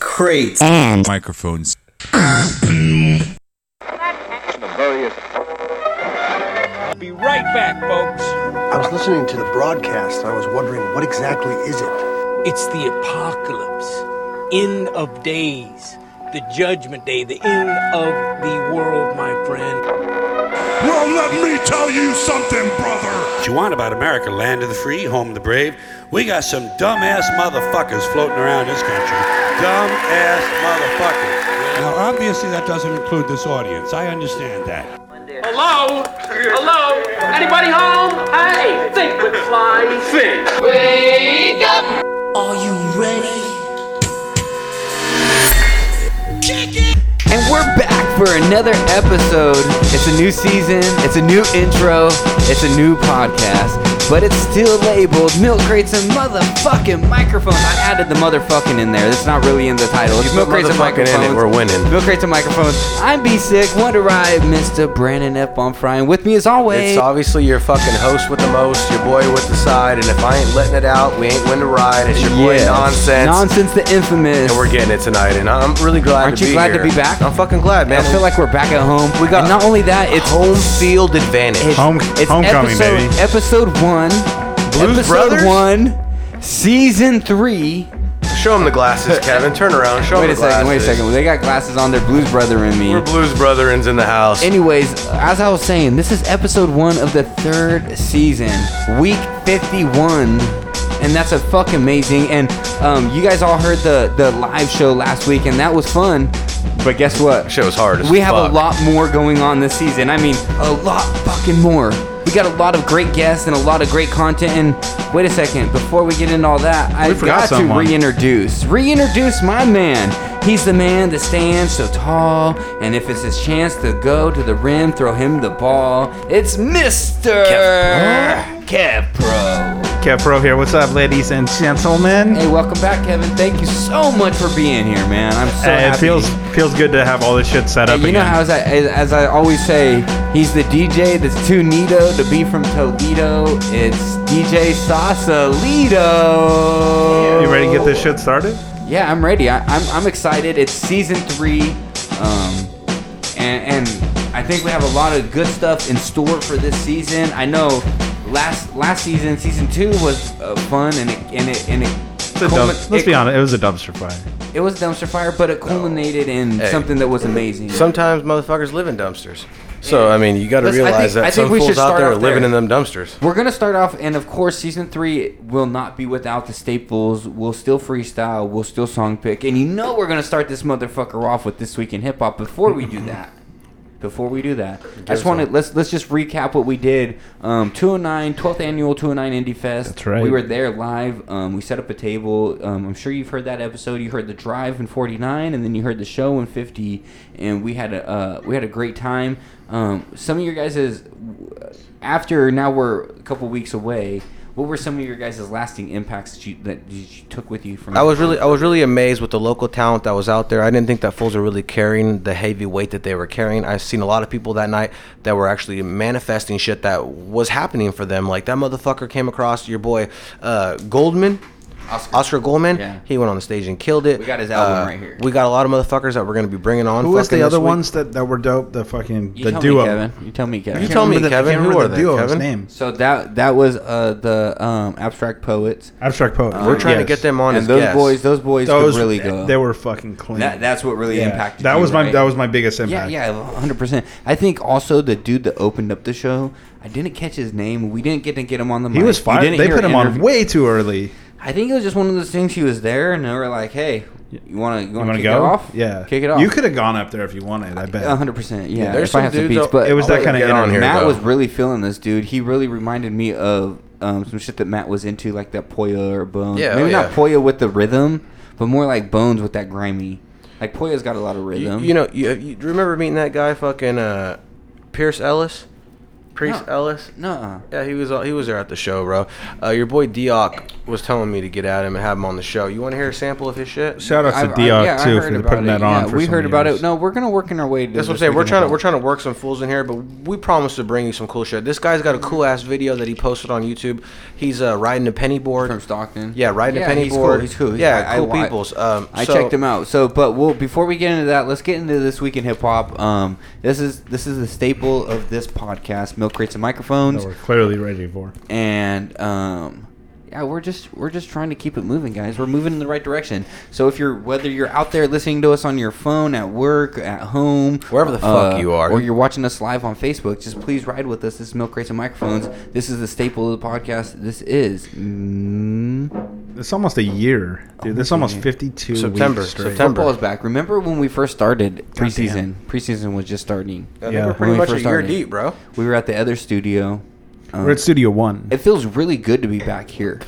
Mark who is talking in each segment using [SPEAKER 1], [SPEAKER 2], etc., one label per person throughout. [SPEAKER 1] crates
[SPEAKER 2] and
[SPEAKER 3] microphones.
[SPEAKER 4] Be right back, folks.
[SPEAKER 5] I was listening to the broadcast and I was wondering what exactly is it?
[SPEAKER 4] It's the apocalypse, end of days, the judgment day, the end of the world, my friend.
[SPEAKER 6] Well, let me tell you something, brother.
[SPEAKER 7] What you want about America? Land of the free, home of the brave. We got some dumbass motherfuckers floating around this country. Dumbass motherfuckers. Now, obviously, that doesn't include this audience. I understand that.
[SPEAKER 8] Hello? Hello? Anybody home? Hey, think with flying fish. Wake up!
[SPEAKER 4] Are you ready?
[SPEAKER 2] And we're back for another episode. It's a new season, it's a new intro, it's a new podcast, but it's still labeled Milk Crates and Motherfucking Microphones. I added the motherfucking in there. That's not really in the title. It's Milk Crates and
[SPEAKER 9] motherfucking in it,
[SPEAKER 2] Microphones.
[SPEAKER 9] we're winning.
[SPEAKER 2] Milk Crates and Microphones. I'm B6, Wonder Ride, Mr. Brandon F. on Fry, and with me as always.
[SPEAKER 9] It's obviously your fucking host with the most, your boy with the side, and if I ain't letting it out, we ain't winning the ride. It's your boy
[SPEAKER 2] Yes.
[SPEAKER 9] nonsense.
[SPEAKER 2] Nonsense the infamous.
[SPEAKER 9] and we're getting it tonight, and I'm really glad.
[SPEAKER 2] Aren't
[SPEAKER 9] to
[SPEAKER 2] you
[SPEAKER 9] be
[SPEAKER 2] glad to
[SPEAKER 9] here.
[SPEAKER 2] be back?
[SPEAKER 9] I'm fucking glad,
[SPEAKER 2] I
[SPEAKER 9] man.
[SPEAKER 2] feel like we're back at home.
[SPEAKER 9] We got-
[SPEAKER 2] and not only that, it's
[SPEAKER 9] home field advantage.
[SPEAKER 2] It's,
[SPEAKER 3] Home-
[SPEAKER 2] it's
[SPEAKER 3] homecoming,
[SPEAKER 2] episode,
[SPEAKER 3] baby.
[SPEAKER 2] Episode one.
[SPEAKER 9] Blues
[SPEAKER 2] episode
[SPEAKER 9] Brothers?
[SPEAKER 2] one. Season three.
[SPEAKER 9] Show him the glasses, Kevin. Turn around. Show
[SPEAKER 2] Wait
[SPEAKER 9] him
[SPEAKER 2] a
[SPEAKER 9] the
[SPEAKER 2] second.
[SPEAKER 9] glasses.
[SPEAKER 2] Wait a second. They got glasses on their blues brother and me.
[SPEAKER 9] We're blues brethrens in the house.
[SPEAKER 2] Anyways, as I was saying, this is episode one of the third season, week 51. And that's a fucking amazing. And um, you guys all heard the, the live show last week, and that was fun. But guess what?
[SPEAKER 9] Show's hard as
[SPEAKER 2] We have a
[SPEAKER 9] fuck.
[SPEAKER 2] lot more going on this season. I mean, a lot fucking more. We got a lot of great guests and a lot of great content. And wait a second, before we get into all that, I
[SPEAKER 3] forgot
[SPEAKER 2] got to
[SPEAKER 3] someone.
[SPEAKER 2] reintroduce, reintroduce my man. He's the man that stands so tall, and if it's his chance to go to the rim, throw him the ball. It's Mister Kepro.
[SPEAKER 10] Kev Pro here. What's up, ladies and gentlemen?
[SPEAKER 2] Hey, welcome back, Kevin. Thank you so much for being here, man. I'm so
[SPEAKER 10] Hey,
[SPEAKER 2] happy.
[SPEAKER 10] Uh, it feels feels good to have all this shit set up.
[SPEAKER 2] And you know
[SPEAKER 10] again.
[SPEAKER 2] how, as I, as, as I always say, he's the DJ that's too neato to be from Toledo. It's DJ Sausalito.
[SPEAKER 10] you ready to get this shit started?
[SPEAKER 2] Yeah, I'm ready. I, I'm, I'm excited. It's season three, um, and, and I think we have a lot of good stuff in store for this season. I know last last season, season two was uh, fun, and it and it and it.
[SPEAKER 10] It's a dump- let's be honest, it was a dumpster fire.
[SPEAKER 2] It was a dumpster fire, but it culminated in
[SPEAKER 9] Hey.
[SPEAKER 2] something that was amazing.
[SPEAKER 9] Sometimes motherfuckers live in dumpsters. So I mean, you got to
[SPEAKER 2] Let's- I think-
[SPEAKER 9] realize
[SPEAKER 2] I
[SPEAKER 9] that some
[SPEAKER 2] think we should
[SPEAKER 9] fools out
[SPEAKER 2] start
[SPEAKER 9] there are
[SPEAKER 2] off there.
[SPEAKER 9] living in them dumpsters.
[SPEAKER 2] We're gonna start off, and of course, season three will not be without the staples. We'll still freestyle, we'll still song pick, and you know we're gonna start this motherfucker off with this week in hip hop. Before we do that, before we do that, I just want to let's let's just recap what we did. Um, 209, 12th annual 209 Indie Fest.
[SPEAKER 10] That's right.
[SPEAKER 2] We were there live. Um, we set up a table. Um, I'm sure you've heard that episode. You heard the drive in 49, and then you heard the show in 50, and we had a uh, we had a great time. Um, some of your guys' after now we're a couple weeks away. What were some of your guys' lasting impacts that you that you took with you from?
[SPEAKER 9] I was really I was really amazed with the local talent that was out there. I didn't think that fools were really carrying the heavy weight that they were carrying. I've seen a lot of people that night that were actually manifesting shit that was happening for them. Like that motherfucker came across your boy uh, Goldman.
[SPEAKER 2] Oscar.
[SPEAKER 9] Oscar. Goldman,
[SPEAKER 2] Yeah.
[SPEAKER 9] he went on the stage and killed it. Uh,
[SPEAKER 2] We got his album right here.
[SPEAKER 9] We got a lot of motherfuckers that we're gonna be bringing on.
[SPEAKER 10] Who was
[SPEAKER 9] fucking
[SPEAKER 10] the
[SPEAKER 9] this
[SPEAKER 10] other
[SPEAKER 9] week.
[SPEAKER 10] ones that, that were dope? The fucking
[SPEAKER 2] you
[SPEAKER 10] the
[SPEAKER 2] tell
[SPEAKER 10] duo.
[SPEAKER 2] me, Kevin. You tell me, Kevin.
[SPEAKER 9] You
[SPEAKER 10] Can't
[SPEAKER 9] tell me,
[SPEAKER 10] remember the- I
[SPEAKER 9] Kevin,
[SPEAKER 10] can't
[SPEAKER 9] who
[SPEAKER 10] remember
[SPEAKER 9] are
[SPEAKER 10] the
[SPEAKER 9] they,
[SPEAKER 10] duo's
[SPEAKER 9] Kevin?
[SPEAKER 10] names.
[SPEAKER 2] So that that was uh, the um, abstract poets.
[SPEAKER 10] Abstract poet.
[SPEAKER 9] We're trying to get them on.
[SPEAKER 2] and
[SPEAKER 9] as
[SPEAKER 2] those
[SPEAKER 9] guests.
[SPEAKER 2] boys, those boys
[SPEAKER 10] Those
[SPEAKER 2] could really go.
[SPEAKER 10] They were fucking clean.
[SPEAKER 2] that, that's what really
[SPEAKER 10] Yeah.
[SPEAKER 2] impacted.
[SPEAKER 10] That
[SPEAKER 2] you,
[SPEAKER 10] was my
[SPEAKER 2] right?
[SPEAKER 10] that was my biggest
[SPEAKER 2] Yeah,
[SPEAKER 10] impact.
[SPEAKER 2] yeah, hundred percent. I think also the dude that opened up the show, I didn't catch his name. We didn't get to get him on the.
[SPEAKER 10] He
[SPEAKER 2] mic.
[SPEAKER 10] was
[SPEAKER 2] We
[SPEAKER 10] fire.
[SPEAKER 2] didn't
[SPEAKER 10] They
[SPEAKER 2] hear
[SPEAKER 10] put
[SPEAKER 2] an
[SPEAKER 10] him on
[SPEAKER 2] interview.
[SPEAKER 10] way too early.
[SPEAKER 2] I think it was just one of those things. He was there, and they were like, "Hey, you want to you
[SPEAKER 10] You
[SPEAKER 2] want
[SPEAKER 10] want
[SPEAKER 2] to
[SPEAKER 10] to
[SPEAKER 2] kick
[SPEAKER 10] go?
[SPEAKER 2] it off?
[SPEAKER 10] Yeah,
[SPEAKER 2] kick it off." Uh-huh.
[SPEAKER 10] You could have gone up there if you wanted. I bet.
[SPEAKER 2] hundred percent. Yeah,
[SPEAKER 9] there's
[SPEAKER 2] if I
[SPEAKER 9] some
[SPEAKER 2] have some
[SPEAKER 9] dudes
[SPEAKER 2] beats,
[SPEAKER 9] that-
[SPEAKER 2] but
[SPEAKER 10] It was
[SPEAKER 9] I'll
[SPEAKER 10] that
[SPEAKER 9] let
[SPEAKER 10] kind
[SPEAKER 9] you
[SPEAKER 10] of
[SPEAKER 9] get on
[SPEAKER 10] interview.
[SPEAKER 9] here,
[SPEAKER 2] Matt
[SPEAKER 9] though.
[SPEAKER 2] was really feeling this dude. He really reminded me of um, some shit that Matt was into, like that Poya or Bones.
[SPEAKER 9] Yeah,
[SPEAKER 2] maybe
[SPEAKER 9] oh,
[SPEAKER 2] not
[SPEAKER 9] yeah.
[SPEAKER 2] Poya with the rhythm, but more like Bones with that grimy. Like Poya's got a lot of
[SPEAKER 9] You,
[SPEAKER 2] rhythm.
[SPEAKER 9] you know, you, you remember meeting that guy, fucking uh, Pierce Ellis. Priest
[SPEAKER 2] No.
[SPEAKER 9] Ellis.
[SPEAKER 2] No.
[SPEAKER 9] Yeah, he was uh, he was there at the show, bro. Uh, your boy Dioc was telling me to get at him and have him on the show. You want to hear a sample of his shit?
[SPEAKER 10] Shout out to Diog too for putting that on. for
[SPEAKER 2] we
[SPEAKER 10] so
[SPEAKER 2] heard
[SPEAKER 10] many
[SPEAKER 2] about
[SPEAKER 10] years.
[SPEAKER 2] it. No, we're gonna work on our way. To
[SPEAKER 9] That's what I'm
[SPEAKER 2] this
[SPEAKER 9] saying. We're
[SPEAKER 2] weekend
[SPEAKER 9] trying to
[SPEAKER 2] about-
[SPEAKER 9] we're trying to work some fools in here, but we promise to bring you some cool shit. This guy's got a cool ass video that he posted on YouTube. He's uh, riding a penny board
[SPEAKER 2] from Stockton.
[SPEAKER 9] Yeah, riding a penny
[SPEAKER 2] he's
[SPEAKER 9] board.
[SPEAKER 2] Cool, he's cool.
[SPEAKER 9] Yeah,
[SPEAKER 2] I- I
[SPEAKER 9] cool
[SPEAKER 2] wa-
[SPEAKER 9] peoples. Um,
[SPEAKER 2] I
[SPEAKER 9] so-
[SPEAKER 2] checked him out. So, but we'll, before we get into that, let's get into this week in hip hop. Um, this is this is the staple of this podcast: milk crates and microphones.
[SPEAKER 10] That we're clearly ready for.
[SPEAKER 2] and um, yeah, we're just we're just trying to keep it moving, guys. We're moving in the right direction. So if you're whether you're out there listening to us on your phone, at work, at home, uh,
[SPEAKER 9] Wherever the fuck you are.
[SPEAKER 2] or you're watching us live on Facebook, just please ride with us. This is Milk Crates and Microphones. This is the staple of the podcast. This is mm,
[SPEAKER 10] It's almost a year, dude. That's almost
[SPEAKER 2] yeah.
[SPEAKER 10] 52
[SPEAKER 9] September,
[SPEAKER 10] Weeks straight.
[SPEAKER 9] September.
[SPEAKER 2] football's back. Remember when we first started
[SPEAKER 10] Goddamn.
[SPEAKER 2] preseason? Preseason was just starting.
[SPEAKER 9] I think
[SPEAKER 10] Yeah.
[SPEAKER 9] we're
[SPEAKER 10] When
[SPEAKER 9] pretty
[SPEAKER 2] we
[SPEAKER 9] much a
[SPEAKER 2] first
[SPEAKER 9] year
[SPEAKER 2] started.
[SPEAKER 9] deep, bro.
[SPEAKER 2] We were at the other studio. Um,
[SPEAKER 10] We're at Studio One.
[SPEAKER 2] it feels really good to be back here.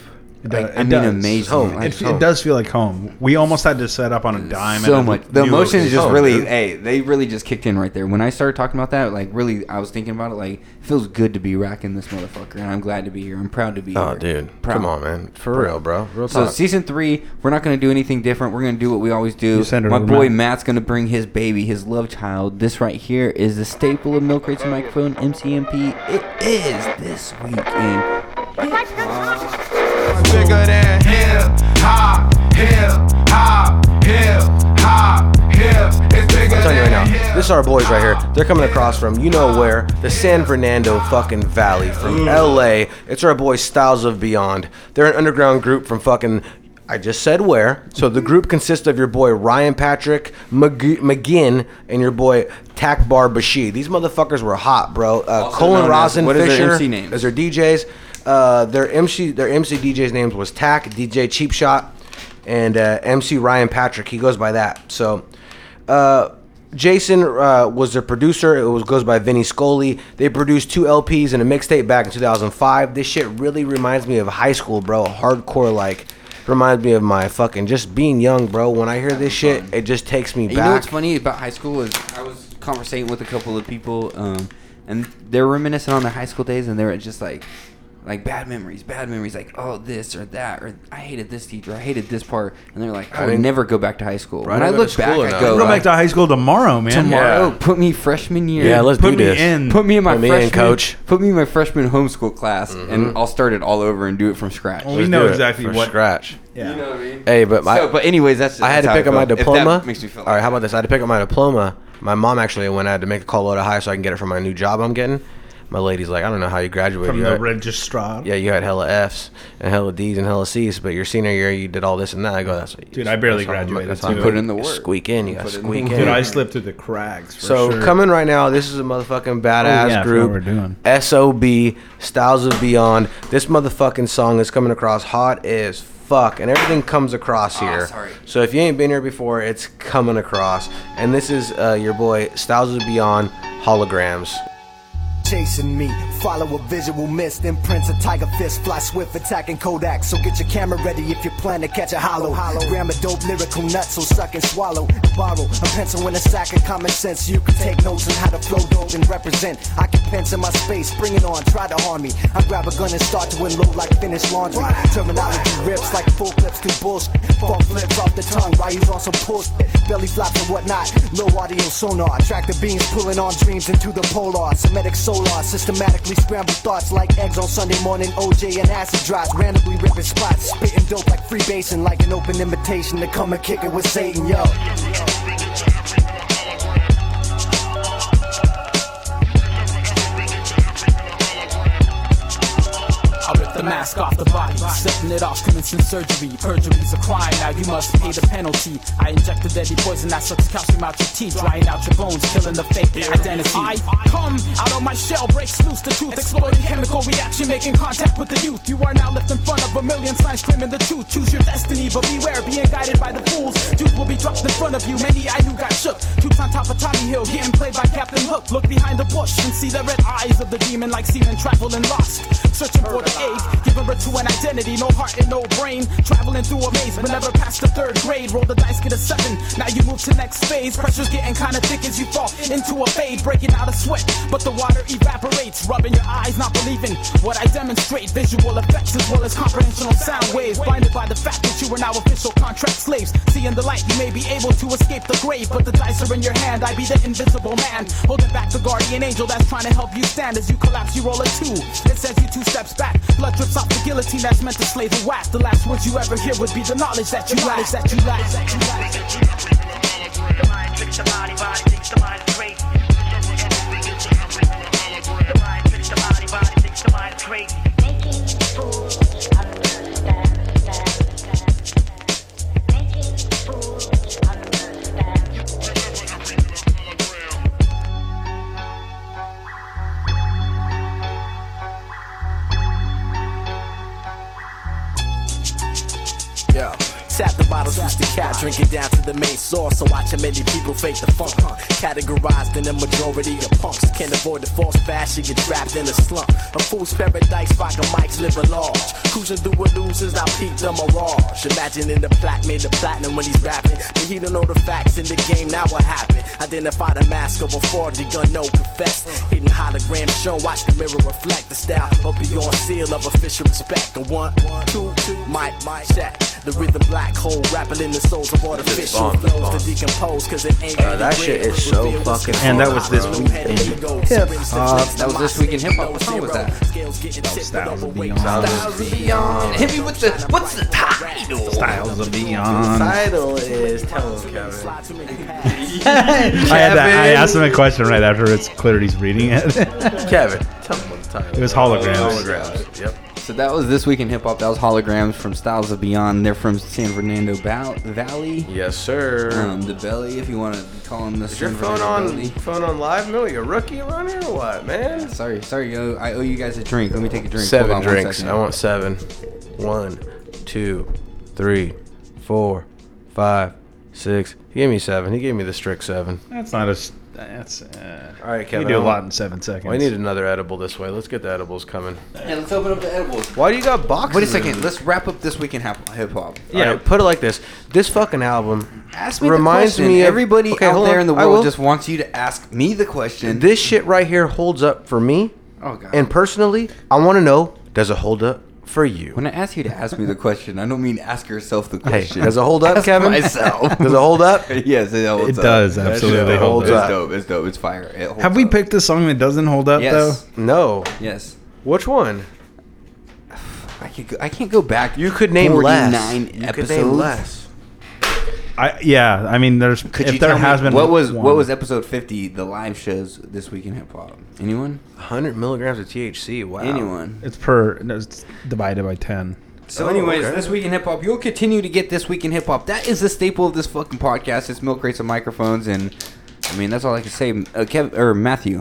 [SPEAKER 10] It
[SPEAKER 2] Like,
[SPEAKER 10] does-
[SPEAKER 2] I
[SPEAKER 10] it
[SPEAKER 2] mean,
[SPEAKER 10] does.
[SPEAKER 2] amazing.
[SPEAKER 9] Oh,
[SPEAKER 2] Like,
[SPEAKER 10] It, it does feel like home. We almost had to set up on a dime. at
[SPEAKER 2] so
[SPEAKER 10] a
[SPEAKER 2] much. The
[SPEAKER 10] new
[SPEAKER 2] emotions just
[SPEAKER 10] location.
[SPEAKER 2] really,
[SPEAKER 10] Oh, Dude.
[SPEAKER 2] hey, they really just kicked in right there. When I started talking about that, like really, I was thinking about it. Like, it feels good to be racking this motherfucker, and I'm glad to be here. I'm proud to be
[SPEAKER 9] Oh,
[SPEAKER 2] here.
[SPEAKER 9] dude,
[SPEAKER 2] Proud.
[SPEAKER 9] come on, man, for real, bro. Real
[SPEAKER 2] So
[SPEAKER 9] talk.
[SPEAKER 2] season three, we're not going to do anything different. We're going to do what we always do.
[SPEAKER 10] You send her
[SPEAKER 2] My
[SPEAKER 10] to
[SPEAKER 2] boy
[SPEAKER 10] Matt.
[SPEAKER 2] Matt's going to bring his baby, his love child. This right here is the staple of Milk Crates and Microphone MCMP. It is this weekend.
[SPEAKER 1] bigger than hip hop, hip hop, hip hop, hip. It's bigger
[SPEAKER 9] I'm telling you right
[SPEAKER 1] than
[SPEAKER 9] now,
[SPEAKER 1] hip
[SPEAKER 9] this is our boys right here. They're coming across from you know where, the San Fernando fucking Valley
[SPEAKER 1] Mm.
[SPEAKER 9] from L.A. It's our boys Styles of Beyond. They're an underground group from fucking. I just said where. So the group consists of your boy Ryan Patrick McG- McGinn and your boy Takbar Bashir. These motherfuckers were hot, bro. Uh,
[SPEAKER 2] Also
[SPEAKER 9] Colin
[SPEAKER 2] known as-
[SPEAKER 9] Rosin
[SPEAKER 2] what is
[SPEAKER 9] Fisher
[SPEAKER 2] their MC names?
[SPEAKER 9] is their DJs. Uh, their MC their MC DJs names was Tack DJ Cheap Shot and uh, MC Ryan Patrick. He goes by that. So uh, Jason uh, was their producer. It was goes by Vinny Scully. They produced two LPs and a mixtape back in 2005. This shit really reminds me of high school, bro. Hardcore like. Reminds me of my fucking just being young, bro. When I hear this shit, it just takes me
[SPEAKER 2] You know what's
[SPEAKER 9] back.
[SPEAKER 2] funny about high school is I was conversating with a couple of people, um, and they're reminiscing on their high school days, and they're just like, like bad memories, bad memories, like oh this or that, or I hated this teacher, I hated this part, and they're like, I, would
[SPEAKER 9] didn't-
[SPEAKER 2] never go back to high school.
[SPEAKER 9] Bro, I
[SPEAKER 2] when I
[SPEAKER 9] didn't go
[SPEAKER 2] look
[SPEAKER 9] to
[SPEAKER 2] back,
[SPEAKER 9] school
[SPEAKER 2] I
[SPEAKER 9] enough.
[SPEAKER 2] go
[SPEAKER 9] We're
[SPEAKER 10] Go back
[SPEAKER 2] like,
[SPEAKER 10] to high school tomorrow, man.
[SPEAKER 2] tomorrow. Put me freshman year.
[SPEAKER 9] Yeah, let's
[SPEAKER 10] Put
[SPEAKER 9] do
[SPEAKER 10] me
[SPEAKER 9] this.
[SPEAKER 10] in.
[SPEAKER 2] Put me in my
[SPEAKER 9] Put me in,
[SPEAKER 2] freshman,
[SPEAKER 9] coach. Mm-hmm.
[SPEAKER 2] Put me in my freshman homeschool class, and I'll start it all over and do it from scratch.
[SPEAKER 10] We
[SPEAKER 9] Let's
[SPEAKER 10] know
[SPEAKER 9] do it
[SPEAKER 10] exactly
[SPEAKER 9] from
[SPEAKER 10] what.
[SPEAKER 9] scratch.
[SPEAKER 10] Yeah.
[SPEAKER 2] You know what I mean?
[SPEAKER 9] Hey, but my,
[SPEAKER 2] so, but anyways, that's
[SPEAKER 9] I had
[SPEAKER 2] that's
[SPEAKER 9] to
[SPEAKER 2] how
[SPEAKER 9] pick up
[SPEAKER 2] feel.
[SPEAKER 9] my
[SPEAKER 2] If that
[SPEAKER 9] diploma.
[SPEAKER 2] makes me feel.
[SPEAKER 9] All right,
[SPEAKER 2] like
[SPEAKER 9] how about this? I had to pick up my diploma. My mom actually went. I had to make a call out of high so I can get it for my new job I'm getting. My lady's like, I don't know how you graduated.
[SPEAKER 10] From
[SPEAKER 9] You
[SPEAKER 10] the
[SPEAKER 9] had-
[SPEAKER 10] registrar.
[SPEAKER 9] yeah, you had hella F's and hella D's and hella C's, but your senior year you did all this and that. I go, that's
[SPEAKER 10] Dude, I barely
[SPEAKER 9] that's how-
[SPEAKER 10] graduated,
[SPEAKER 9] that's how
[SPEAKER 10] too.
[SPEAKER 9] you
[SPEAKER 2] Put in the work.
[SPEAKER 9] Squeak in, you got
[SPEAKER 2] Put in the
[SPEAKER 9] squeak in.
[SPEAKER 2] work.
[SPEAKER 10] Dude, I slipped through the cracks. For
[SPEAKER 9] So
[SPEAKER 10] sure.
[SPEAKER 9] coming right now, this is a motherfucking badass
[SPEAKER 10] Oh, yeah, I forgot
[SPEAKER 9] group.
[SPEAKER 10] what we're doing.
[SPEAKER 9] Sob Styles of Beyond. This motherfucking song is coming across hot as fuck, and everything comes across here.
[SPEAKER 2] sorry.
[SPEAKER 9] So if you ain't been here before, it's coming across. And this is uh, your boy Styles of Beyond holograms.
[SPEAKER 3] chasing me. Follow a visual mist, imprints a tiger fist, fly swift, attacking Kodak. So get your camera ready if you plan to catch a hollow. Grab a dope lyrical nut, so suck and swallow. Borrow a pencil and a sack of common sense. You can take notes on how to flow dope and represent. I can pencil my space, bring it on, try to harm me. I grab a gun and start to unload like finished laundry. Terminology rips like full clips through bullshit. Fall flips off the tongue while he's on some bullshit. Belly flops and whatnot, low audio sonar. Track the beams, pulling on dreams into the polar. Semitic solar, systematically scrambled thoughts like eggs on Sunday morning. OJ and acid drops, randomly ripping spots. Spitting dope like free basin, like an open invitation to come and kick it with Satan, yo.
[SPEAKER 11] I rip the mask off the body, slipping it off, commencing surgery. Perjury's a crime, now you must pay the penalty. I inject the deadly poison that sucks calcium out your teeth, drying out your bones, killing the fake identity. I come out of my shell, breaks loose the truth, exploiting chemical reaction, making contact with the youth. You are now left in front of a million signs screaming the truth. Choose your destiny, but beware, being guided by the fools. Youth will be dropped in front of you, many I knew got shook. Troops on top of Tommy Hill, getting played by Captain Hook. Look behind the bush and see the red eyes of the demon like semen traveling lost. Searching for the egg, giving separate to an identity, no heart and no brain. Traveling through a maze, but never past the third grade. Roll the dice, get a seven. Now you move to next phase. Pressure's getting kinda thick as you fall into a fade, breaking out of sweat. But the water evaporates, rubbing your eyes, not believing what I demonstrate. Visual effects as well as comprehension on sound waves. Blinded by the fact that you are now official contract slaves. Seeing the light, you may be able to escape the grave, but the dice are in your hand. I be the invisible man, holding back the guardian angel that's trying to help you stand. As you collapse, you roll a two. It sends you two steps back. Blood drips off the guillotine that's meant to slay the whack. The last words you ever hear would be the knowledge that you lack. That you lack.
[SPEAKER 3] Yeah. Tap the bottles, who's the cat? Drink it down to the main source. So watch how many people fake the funk. Huh? Categorized in the majority of punks. Can't avoid the false fashion, get trapped in a slump. A fool's paradise, rockin' mics, living large. Cruising through a losers, I peep the mirage. Imagining the plaque made the platinum when he's rapping. But he don't know the facts in the game, now what happened? Identify the mask of a fraud, the gun, no confess. Hidden hologram show, watch the mirror reflect the style. But beyond seal of official respect. A one, two, two, mic, mic, check. The rhythm black hole rapping in the souls of artificial
[SPEAKER 9] bomb, this
[SPEAKER 3] flows to decompose, cause it ain't.
[SPEAKER 9] Uh, that shit is so fucking.
[SPEAKER 10] And that was this week in hip hop.
[SPEAKER 2] That was this week in hip hop. What song was that?
[SPEAKER 10] Styles of
[SPEAKER 9] Styles
[SPEAKER 10] Beyond.
[SPEAKER 9] of Beyond.
[SPEAKER 2] Hit me with the. What's the title?
[SPEAKER 10] Styles of
[SPEAKER 9] The
[SPEAKER 10] Beyond.
[SPEAKER 9] title is Tell him, Kevin.
[SPEAKER 10] I had that. I asked him a question right after it's clear he's reading it.
[SPEAKER 9] Kevin, tell him what the title.
[SPEAKER 10] It was
[SPEAKER 9] is.
[SPEAKER 10] holograms.
[SPEAKER 9] Holograms. Yep.
[SPEAKER 2] So that was this week in hip hop. That was holograms from Styles of Beyond. They're from San Fernando Val- Valley.
[SPEAKER 9] Yes, sir.
[SPEAKER 2] Um, the belly, if you want to call them the.
[SPEAKER 9] is your
[SPEAKER 2] San
[SPEAKER 9] phone
[SPEAKER 2] Fernando
[SPEAKER 9] on
[SPEAKER 2] Valley.
[SPEAKER 9] phone on live, Mill? You a rookie around here or what, man?
[SPEAKER 2] Sorry, sorry, yo. I owe you guys a drink. Let me take a drink.
[SPEAKER 9] Seven
[SPEAKER 2] Hold on one
[SPEAKER 9] drinks.
[SPEAKER 2] second.
[SPEAKER 9] I want seven. One, two, three, four, five, six. He gave me seven. He gave me the strict seven.
[SPEAKER 10] That's not a. That's. Uh,
[SPEAKER 9] All right, Kevin.
[SPEAKER 10] You do a
[SPEAKER 9] I
[SPEAKER 10] lot
[SPEAKER 9] want-
[SPEAKER 10] in seven seconds.
[SPEAKER 9] I need another edible this way. Let's get the edibles coming.
[SPEAKER 2] Hey, let's open up the edibles.
[SPEAKER 9] Why do you got boxes?
[SPEAKER 2] Wait a
[SPEAKER 9] of
[SPEAKER 2] second.
[SPEAKER 9] them?
[SPEAKER 2] Let's wrap up this week in hip hop.
[SPEAKER 9] Yeah, put it like this. This fucking album
[SPEAKER 2] Ask me
[SPEAKER 9] reminds
[SPEAKER 2] the question.
[SPEAKER 9] me of,
[SPEAKER 2] Everybody
[SPEAKER 9] Okay,
[SPEAKER 2] out
[SPEAKER 9] hold
[SPEAKER 2] there
[SPEAKER 9] on.
[SPEAKER 2] in the
[SPEAKER 9] I
[SPEAKER 2] world
[SPEAKER 9] will.
[SPEAKER 2] just wants you to ask me the question.
[SPEAKER 9] this shit right here holds up for me.
[SPEAKER 2] Oh, God.
[SPEAKER 9] And personally, I want to know does it hold up for you?
[SPEAKER 2] when I ask you to ask me the question, I don't mean ask yourself the
[SPEAKER 9] Hey,
[SPEAKER 2] question.
[SPEAKER 9] does it hold up,
[SPEAKER 2] Ask
[SPEAKER 9] Kevin?
[SPEAKER 2] myself.
[SPEAKER 9] Does it hold up?
[SPEAKER 2] yes, it holds
[SPEAKER 10] It
[SPEAKER 2] up.
[SPEAKER 10] does,
[SPEAKER 2] That shit
[SPEAKER 10] absolutely
[SPEAKER 9] holds
[SPEAKER 2] It's
[SPEAKER 9] up.
[SPEAKER 2] dope. It's dope. It's fire. It holds
[SPEAKER 10] Have we
[SPEAKER 2] up.
[SPEAKER 10] picked a song that doesn't hold up
[SPEAKER 2] Yes.
[SPEAKER 9] No.
[SPEAKER 2] Yes.
[SPEAKER 9] Which one?
[SPEAKER 2] I could. Go, I can't go back.
[SPEAKER 9] You could name less.
[SPEAKER 2] 49
[SPEAKER 9] You could
[SPEAKER 2] episodes.
[SPEAKER 9] name less.
[SPEAKER 10] though? I, yeah, I mean, there's.
[SPEAKER 2] Could
[SPEAKER 10] if
[SPEAKER 2] you
[SPEAKER 10] there
[SPEAKER 2] tell me
[SPEAKER 10] has been
[SPEAKER 2] what was
[SPEAKER 10] one.
[SPEAKER 2] what was episode fifty? The live shows this week in hip hop. Anyone?
[SPEAKER 9] 100 milligrams of THC. Wow.
[SPEAKER 2] Anyone?
[SPEAKER 10] It's per. no, It's divided by ten.
[SPEAKER 2] So,
[SPEAKER 9] Oh,
[SPEAKER 2] anyways,
[SPEAKER 9] okay.
[SPEAKER 2] this week in hip hop, you'll continue to get this week in hip hop. That is the staple of this fucking podcast. It's milk crates and microphones, and I mean that's all I can say. Uh, Kev or Matthew,